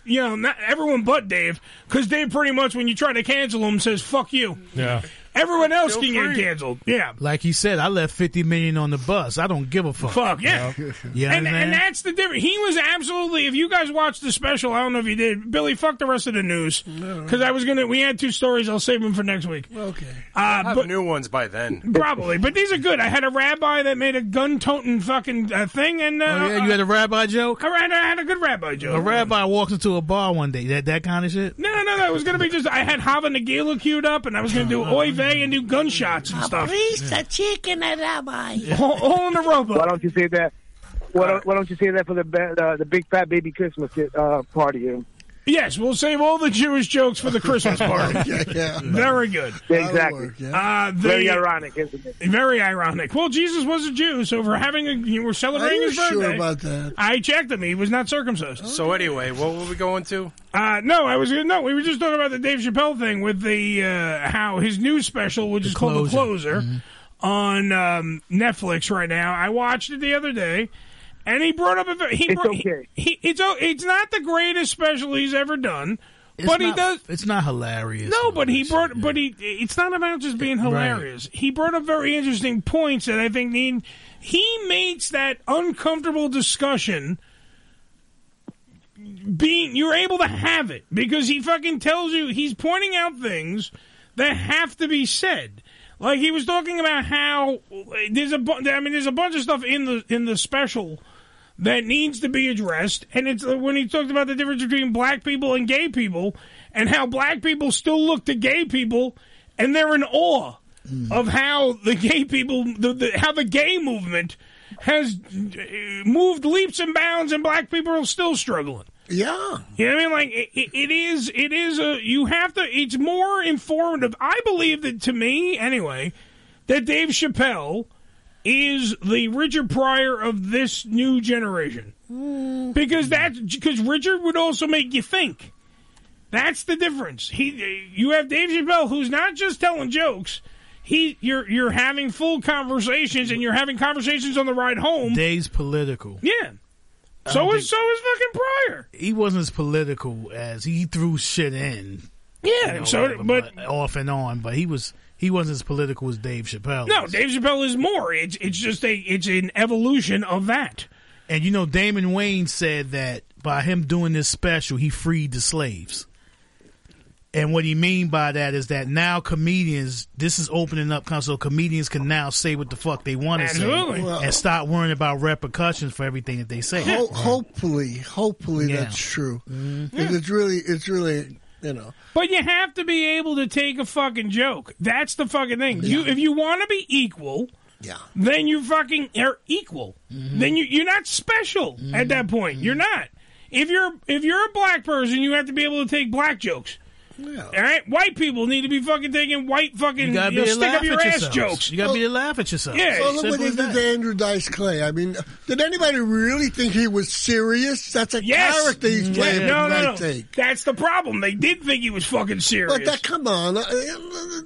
you know not everyone but Dave because Dave pretty much when you try to cancel him says fuck you.
Yeah.
Everyone else
Feel
can get
free.
canceled. Yeah.
Like he said, I left fifty million on the bus. I don't give a fuck.
Fuck yeah.
Yeah,
and, and that's the difference. He was absolutely. If you guys watched the special, I don't know if you did. Billy, fuck the rest of the news because I was gonna. We had two stories. I'll save them for next week.
Okay.
Uh,
have
but
new ones by then.
probably, but these are good. I had a rabbi that made a gun-toting fucking uh, thing, and uh,
Oh, yeah, you had a rabbi joke.
I had, I had a good rabbi joke.
A rabbi walks into a bar one day. That that kind of shit.
No, no, no, no. It was going to be just. I had Hava Nagila queued up, and I was going to do Oy vey and do gunshots and stuff.
a chicken, a rabbi.
All, all in Uh, a robot.
Why don't you say that? Why don't, why don't you say that for the ba- uh, the big fat baby Christmas uh, party? you
Yes, we'll save all the Jewish jokes for the Christmas party. Very good.
know? Exactly.
Uh, the,
Very ironic, isn't it?
Very ironic. Well, Jesus was a Jew, so we're having a, you we're celebrating
Are you
his
sure
birthday.
about
that?
I checked him; he was not circumcised.
So anyway, what were we going to?
Uh, no, I was no. We were just talking about the Dave Chappelle thing with the uh, how his new special, which is called The Closer, Mm-hmm. on um, Netflix right now. I watched it the other day, and he brought up a ve- he
It's
brought,
okay.
He, he- it's o- it's not the greatest special he's ever done,
It's
but he
not-
does.
It's not hilarious.
No, but he brought. But he. It's not about just being hilarious. He brought up very interesting points that I think need. He makes that uncomfortable discussion. Being you're able to have it because he fucking tells you he's pointing out things that have to be said. Like he was talking about how there's a bu- I mean there's a bunch of stuff in the in the special that needs to be addressed. And it's uh, when he talked about the difference between black people and gay people, and how black people still look to gay people, and they're in awe of how the gay people, the, the, how the gay movement has uh, moved leaps and bounds, and black people are still struggling.
Yeah,
you know what I mean. Like it, it, it is, it is a. You have to. It's more informative. I believe that to me, anyway, that Dave Chappelle is the Richard Pryor of this new generation because that's because Richard would also make you think. That's the difference. He, you have Dave Chappelle, who's not just telling jokes. He, you're you're having full conversations, and you're having conversations on the ride home.
Days political.
Yeah.
I
So
don't
is so is fucking Pryor.
He wasn't as political as he threw shit in.
Yeah,
you know,
so-
whatever,
but-
off and on, but he was he wasn't as political as Dave Chappelle.
No, Dave Chappelle is more. It's it's just a it's an evolution of that.
And you know, Damon Wayne said that by him doing this special, he freed the slaves. And what he mean by that is that now comedians, this is opening up, so comedians can now say what the fuck they want to say,
Absolutely.
and stop worrying about repercussions for everything that they say.
Ho- hopefully, hopefully
Yeah.
that's true. 'Cause It's really, it's really, you know.
But you have to be able to take a fucking joke. That's the fucking thing. You if you want to be equal,
yeah,
then you fucking are equal.
Mm-hmm.
Then you you're not special at that point. You're not. If you're if you're a black person, you have to be able to take black jokes. All right, white people need to be fucking taking white fucking
You gotta
you know,
be able to
stick
laugh
up your
at
ass
yourselves.
jokes.
You gotta be able to laugh at yourself.
Yeah,
Well, look what
simple
they
as
did to Andrew Dice Clay. I mean, did anybody really think he was serious? That's a
Yes.
character he's
Yeah.
playing.
No,
from
no,
my
no.
take.
That's the problem. They did think he was fucking serious.
But that, come on, uh, uh,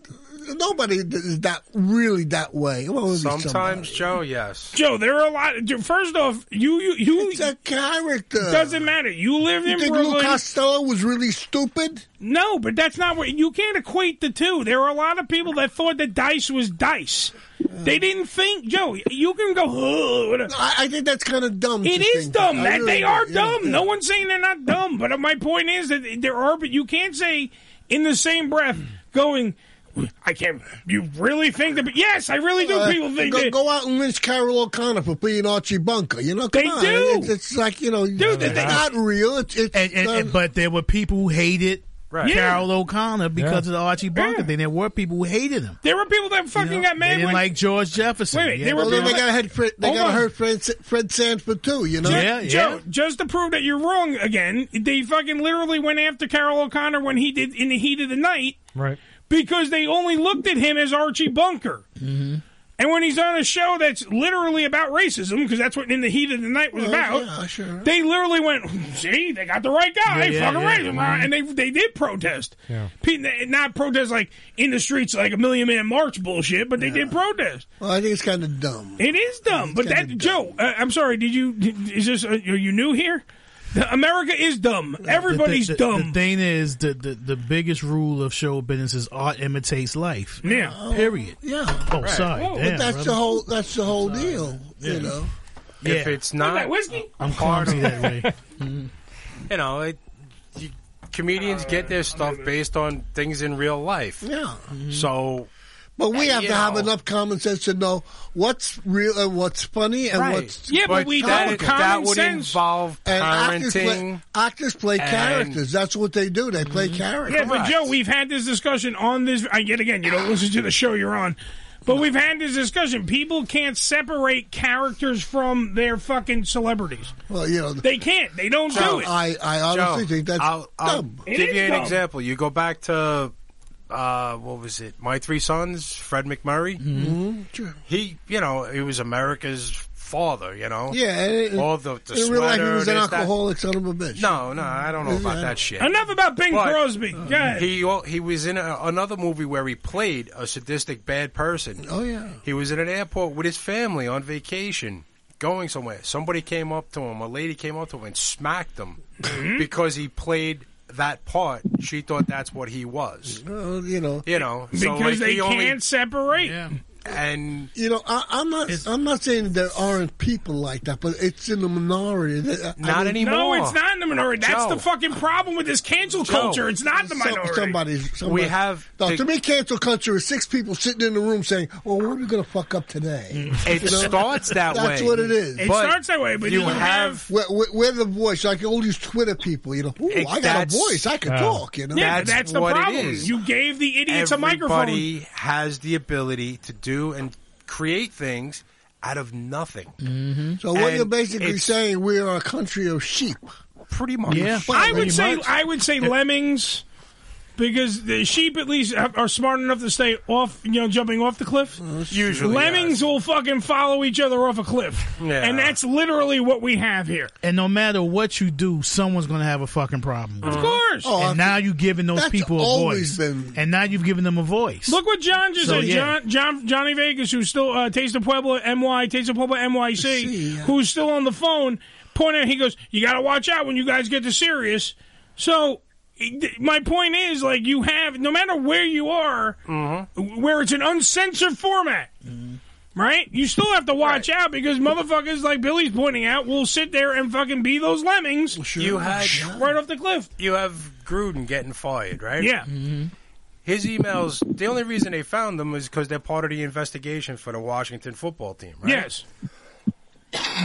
nobody is that really that way. Well, it'd be somebody.
Sometimes, Joe, yes.
Joe, there are a lot. First off, you you you. It's a
character.
Doesn't matter. You lived
You
in
think Lou
Brooklyn.
Costello was really stupid?
No, but that's not what you can't equate the two. There are a lot of people that thought that Dice was Dice. They didn't think Joe. You can go. "Ugh," whatever.
I, I think that's kind of dumb.
It
to
is
think
dumb.
that. I
That,
really
they
do.
are
Yeah,
dumb.
yeah.
No one's saying they're not dumb. But my point is that there are. But you can't say in the same breath going. I can't. You really think that? Yes, I really do.
Uh,
people think
go,
that.
go out and lynch Carol O'Connor for being Archie Bunker. You know, come
They
on.
do.
It's, it's like you know, it's not real. It's, it's
and, and, and- but there were people who hated
Right.
Carol O'Connor because
Yeah.
of the Archie Bunker thing. There were people who hated him.
There were people that fucking got
They
mad
didn't
when
like George Jefferson.
Wait a minute,
Yeah.
there were
well, then they got to hurt Fred. They
Hold
got to
on.
hurt Fred, Fred Sanford too. You know,
Ju- Joe, just to prove that you're wrong again, they fucking literally went after Carol O'Connor when he did in the heat of the night
Right.
because they only looked at him as Archie Bunker.
Mm-hmm.
And when he's on a show that's literally about racism, because that's what In the Heat of the Night was
Well,
about,
yeah, sure.
they literally went, see, they got the right guy,
Mm-hmm. Yeah, yeah,
fucking
yeah.
racism. huh? And they, they did protest.
Yeah.
Pe- Not protest like in the streets like a million man march bullshit, but they did protest.
Well, I think it's kind of dumb.
It is dumb, but that Joe. Uh, I'm sorry. Did you? Did, is this? Uh, are you new here? The- America is dumb. Everybody's
the, the,
dumb.
The thing is, the, the, the biggest rule of show business is art imitates life.
Yeah.
Period.
Oh, Yeah.
Oh, sorry.
Well,
Damn,
but that's
brother.
the whole. That's the whole deal.
Yeah.
You know.
If it's not
that whiskey?
I'm clumsy that way.
you know, it, you, comedians get their stuff based on things in real life.
Yeah.
So,
But we
you
have to
know,
have enough common sense to know what's real and what's funny and
Right.
what's
Yeah, but
what's
we that-
comical.
that Common would sense. involve
And actors play,
parenting
actors play
and- Mm-hmm.
characters. That's what they do. They play characters.
Yeah, but Joe, we've had this discussion on this. I yet again, you don't listen to the show you're on, but we've had this discussion. People can't separate characters from their fucking celebrities.
Well, you know,
they can't. They don't do it.
Joe, I'll, I'll
It
give
is
you an
dumb.
example. You go back to uh, what was it? My three sons, Fred McMurray.
Mm-hmm.
Mm-hmm.
He, you know, he was America's father. You know,
Yeah, and it-
all the, the
in real life, he
sweater,
was an
this, that.
alcoholic son of a bitch.
No, no, I don't know about that shit.
Enough about Bing
But
Crosby. Go ahead.
He al- he was in a, another movie where he played a sadistic bad person.
Oh yeah.
He was in an airport with his family on vacation, going
Mm-hmm.
somewhere. Somebody came up to him, a lady came up to him and smacked him because he played that part, she thought that's what he was.
Well, you know,
You know,
because
so, like,
they
he
can't
only-
separate.
And
you know, I, I'm not. I'm not saying there aren't people like that, but it's in the minority. That- I mean-
No, it's not in the minority. That's the
Joe.
fucking problem with this cancel culture. It's not the
Some-
minority.
Somebody, somebody-
We have
No,
the-
to me, cancel culture is six people sitting in the room saying, "Well, what are we going to fuck up today?"
Mm. It
You know?
starts that
That's
way.
what it is.
It But starts that way, but you you have-
we're, we're- we're the voice, like all these Twitter people. You know, Ooh,
It-
I got a
that's-
voice. I can
uh,
talk. You know,
Yeah, but that's that's the what it problem. is. You
gave the idiots a
Everybody
microphone.
has the ability to do and create things out of nothing.
嗯
Mm-hmm. So what
And
you're basically
it's-
saying, we are a country of sheep.
Pretty much.
I would say I would say lemmings because the sheep at least have- are smart enough to stay off, you know, jumping off the cliff.
Usually,
lemmings will fucking follow each other off a cliff,
Yeah.
and that's literally what we have here.
And no matter what you do, someone's going to have a fucking problem. With
Of
it.
course. Oh, I-
and now you're giving those
that's
people a
always
voice. And now you've given them a voice.
Look what John just
So,
said.
yeah.
John, John, Johnny Vegas, who's still uh, Taste of Pueblo, MY, Taste of Pueblo, MYC, who's still on the phone, pointing. out, He goes, "You got to watch out when you guys get to serious." So, it- my point is, like, you have no matter where you are, where it's an uncensored format. Right? You still have to watch out because motherfuckers like Billy's pointing out will sit there and fucking be those lemmings
You had-
right off the cliff.
You have Gruden getting fired, right? Mm-hmm.
Yeah.
His emails, the only reason they found them is because they're part of the investigation for the Washington football team, right?
Yes.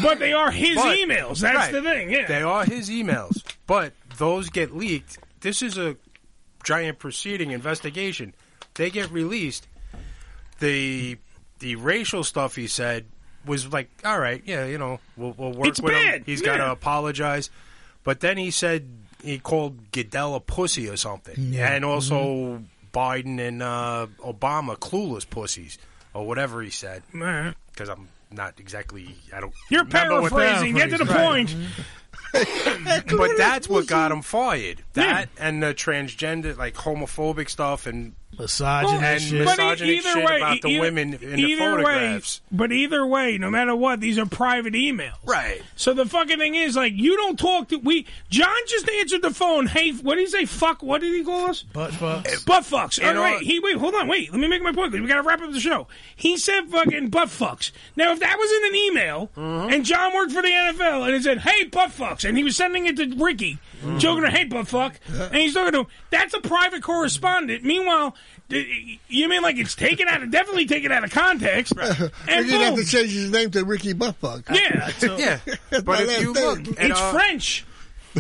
But they are his
But-
emails. That's
right.
the thing. Yeah.
They are his emails, but those get leaked. This is a giant proceeding investigation. They get released. The the racial stuff he said was like, all right, yeah, you know, we'll, we'll work
It's
with
bad,
him. He's
yeah.
got to apologize. But then he said he called Goodell a pussy or something,
Yeah.
and also Biden and uh, Obama clueless pussies or whatever he said.
Alright.
Because I'm not exactly, I don't.
You're
remember what the
paraphrasing. Get to the
phrase-
point.
but that's what got him fired. That and the transgender, like homopophobic stuff and
misogyny
and misogynic shit about the
e-
women in the
either way-
photographs.
but either way, no matter what, these are private emails.
Right.
So the fucking thing is, like, you don't talk to we. John just answered the phone. Hey, what did he say? Fuck. What did he call us? Eh,
Butt fucks.
Butt fucks.
You
All
know
right.
what?
He wait. Hold on. Wait. Let me make my point. 'cause We got to wrap up the show. He said fucking butt fucks. Now, if that was in an email
Uh-huh.
and John worked for the NFL and it said, "Hey, butt fucks," and he was sending it to Ricky,
Mm-hmm.
joking, "Hey, butt fuck," and he's talking to him. That's a private correspondent. Meanwhile, d- you mean like it's taken out of definitely taken out of context? And
You're gonna have
boom.
to change his name to Ricky Buttfuck.
Yeah.
yeah. But if you look, at
it's
our-
French.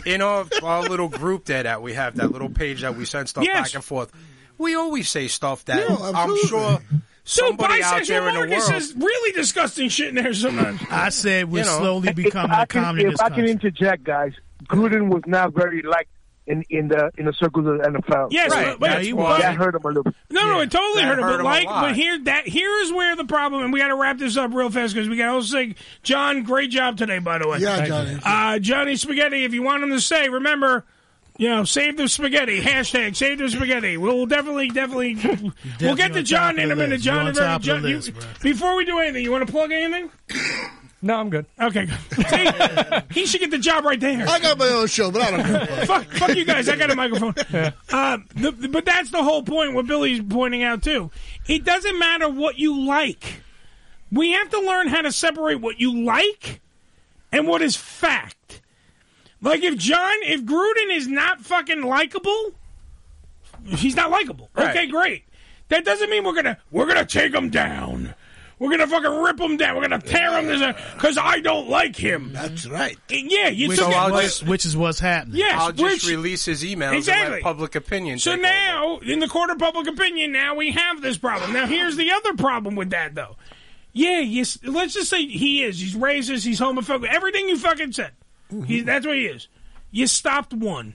In our, our little group there that we have, that little page that we send stuff
Yes.
back and forth, we always say stuff that
No,
I'm
absolutely.
sure somebody out
bisexual
there in the
Marcus
world.
says really disgusting shit in there sometimes.
I said we're
You know.
slowly becoming
I
a
can,
communist
if I
country.
can interject, guys, Gruden was not very liked in, in the in the circles of the NFL.
Yes, Right. but- but-
that's
he
why
was.
that hurt him a little. bit.
No, no, it totally
That
hurt him.
hurt
But
him a
like,
lot.
but here that here is where the problem, and we got to wrap this up real fast because we got to also say, John, great job today, by the way.
Yeah, Thank Johnny. you.
Uh, Johnny Spaghetti, if you want him to say, remember. You know, save the spaghetti. Hashtag save the spaghetti. We'll definitely, definitely, we'll get to
on top
John
of
in a
the
minute.
list.
John,
You're on
already-
top of
John
the
you-
list, bro.
before we do anything, you want to plug anything?
No, I'm good.
Okay, good. See, he should get the job right there.
I got my own show, but I don't give a
fuck. fuck you guys. I got a microphone.
嗯
Uh, the, the- but that's the whole point. What Billy's pointing out too, it doesn't matter what you like. We have to learn how to separate what you like and what is fact. Like if John, if Gruden is not fucking likable, he's not likable. Okay, great. That doesn't mean we're gonna we're gonna take him down. We're gonna fucking rip him down. We're gonna tear him because I don't like him.
That's right.
Yeah, you
which,
took
is
it-
what- which is what's happening.
Yes,
I'll just
which-
release his emails and
Exactly.
let public opinion.
So
take
now, in the court of public opinion, now we have this problem. Now, here's the other problem with that, though. Yeah, yes. Let's just say he is. He's racist. He's homophobic. Everything you fucking said.
Mm-hmm.
He, that's what he is. You stopped one.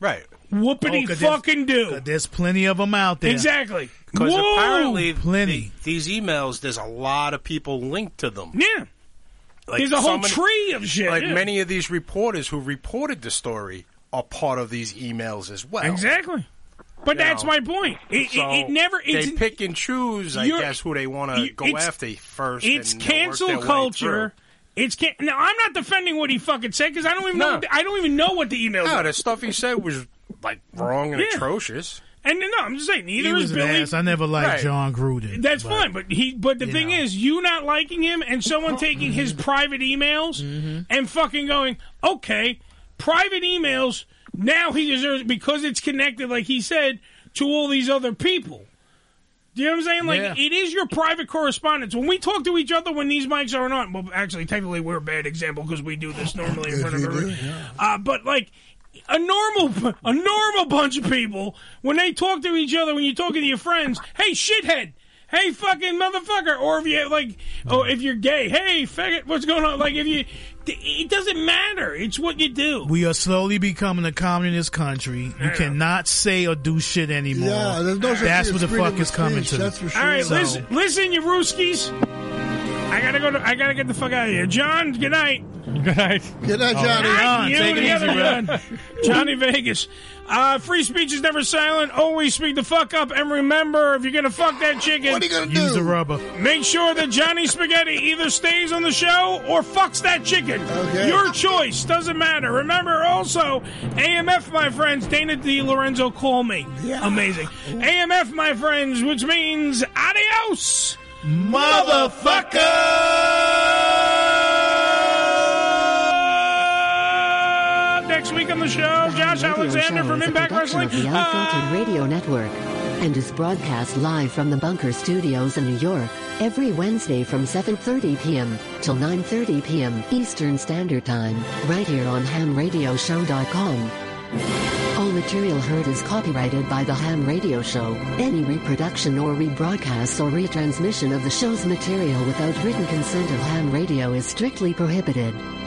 Right. Oh,
Whoopity fucking do.
There's plenty of them out there.
Exactly.
Because
Whoa!
apparently,
Plenty.
the- these emails, there's a lot of people linked to them.
Yeah. There's a whole tree of shit,
Like
yeah.
many of these reporters who reported the story are part of these emails as well.
Exactly. But
You
that's
know,
my point. It,
so
it, it never. It's,
they pick and choose, I
You're-
guess, who they want
you-
to go
it's-
after first.
It's
and they'll work their
cancel
way
culture. It's can- now. I'm not defending what he fucking said because I don't even know.
No.
what the- I don't even know what the email.
through. No, the stuff he said was like wrong and
Yeah.
atrocious.
And no, I'm just saying, neither
he
is
was an
Billy.
ass. I never liked
Right.
John Gruden.
That's fine, but he. But the thing is, you not liking him and someone taking his private emails
Mm-hmm.
and fucking going, okay, private emails. Now he deserves because it's connected, like he said, to all these other people. Do you know what I'm saying? Like
Yeah.
it is your private correspondence. When we talk to each other when these mics are on, well, actually, technically we're a bad example because we do this normally in front of everybody. Uh, but like a normal, a normal bunch of people when they talk to each other, when you're talking to your friends, hey shithead, hey fucking motherfucker, or if you like, oh if you're gay, hey faggot, what's going on? Like if you, it doesn't matter. It's what you do.
We are slowly becoming a communist country. You cannot say or do shit anymore.
Yeah, there's no such
that's
thing
what the
as freedom
fuck
of
is coming
speech,
to.
that's for All right, listen, listen, you Ruskies. I gotta go. To, I gotta get the fuck out of here. John, good night.
Good night.
Good night,
Johnny. John,
you
take
and
it easy,
the other
bro.
one. Johnny Vegas. Uh, free speech is never silent. Always speak the fuck up. And remember, if you're gonna fuck that chicken, what are you gonna
Use the rubber.
Make sure that Johnny Spaghetti either stays on the show or fucks that chicken. Your choice doesn't matter. Remember also, AMF, my friends, Dana D. Lorenzo, call me. Amazing. AMF, my friends, which means adios, motherfucker. Next week on the show, Josh
Radio
Alexander
Show
from
is a
Impact
production
Wrestling.
Of the
Uh,
Unfiltered Radio Network and is broadcast live from the Bunker Studios in New York every Wednesday from 7:30 p.m. till 9:30 p.m. Eastern Standard Time, right here on hamradioshow.com. All material heard is copyrighted by The Ham Radio Show. Any reproduction or rebroadcast or retransmission of the show's material without written consent of Ham Radio is strictly prohibited.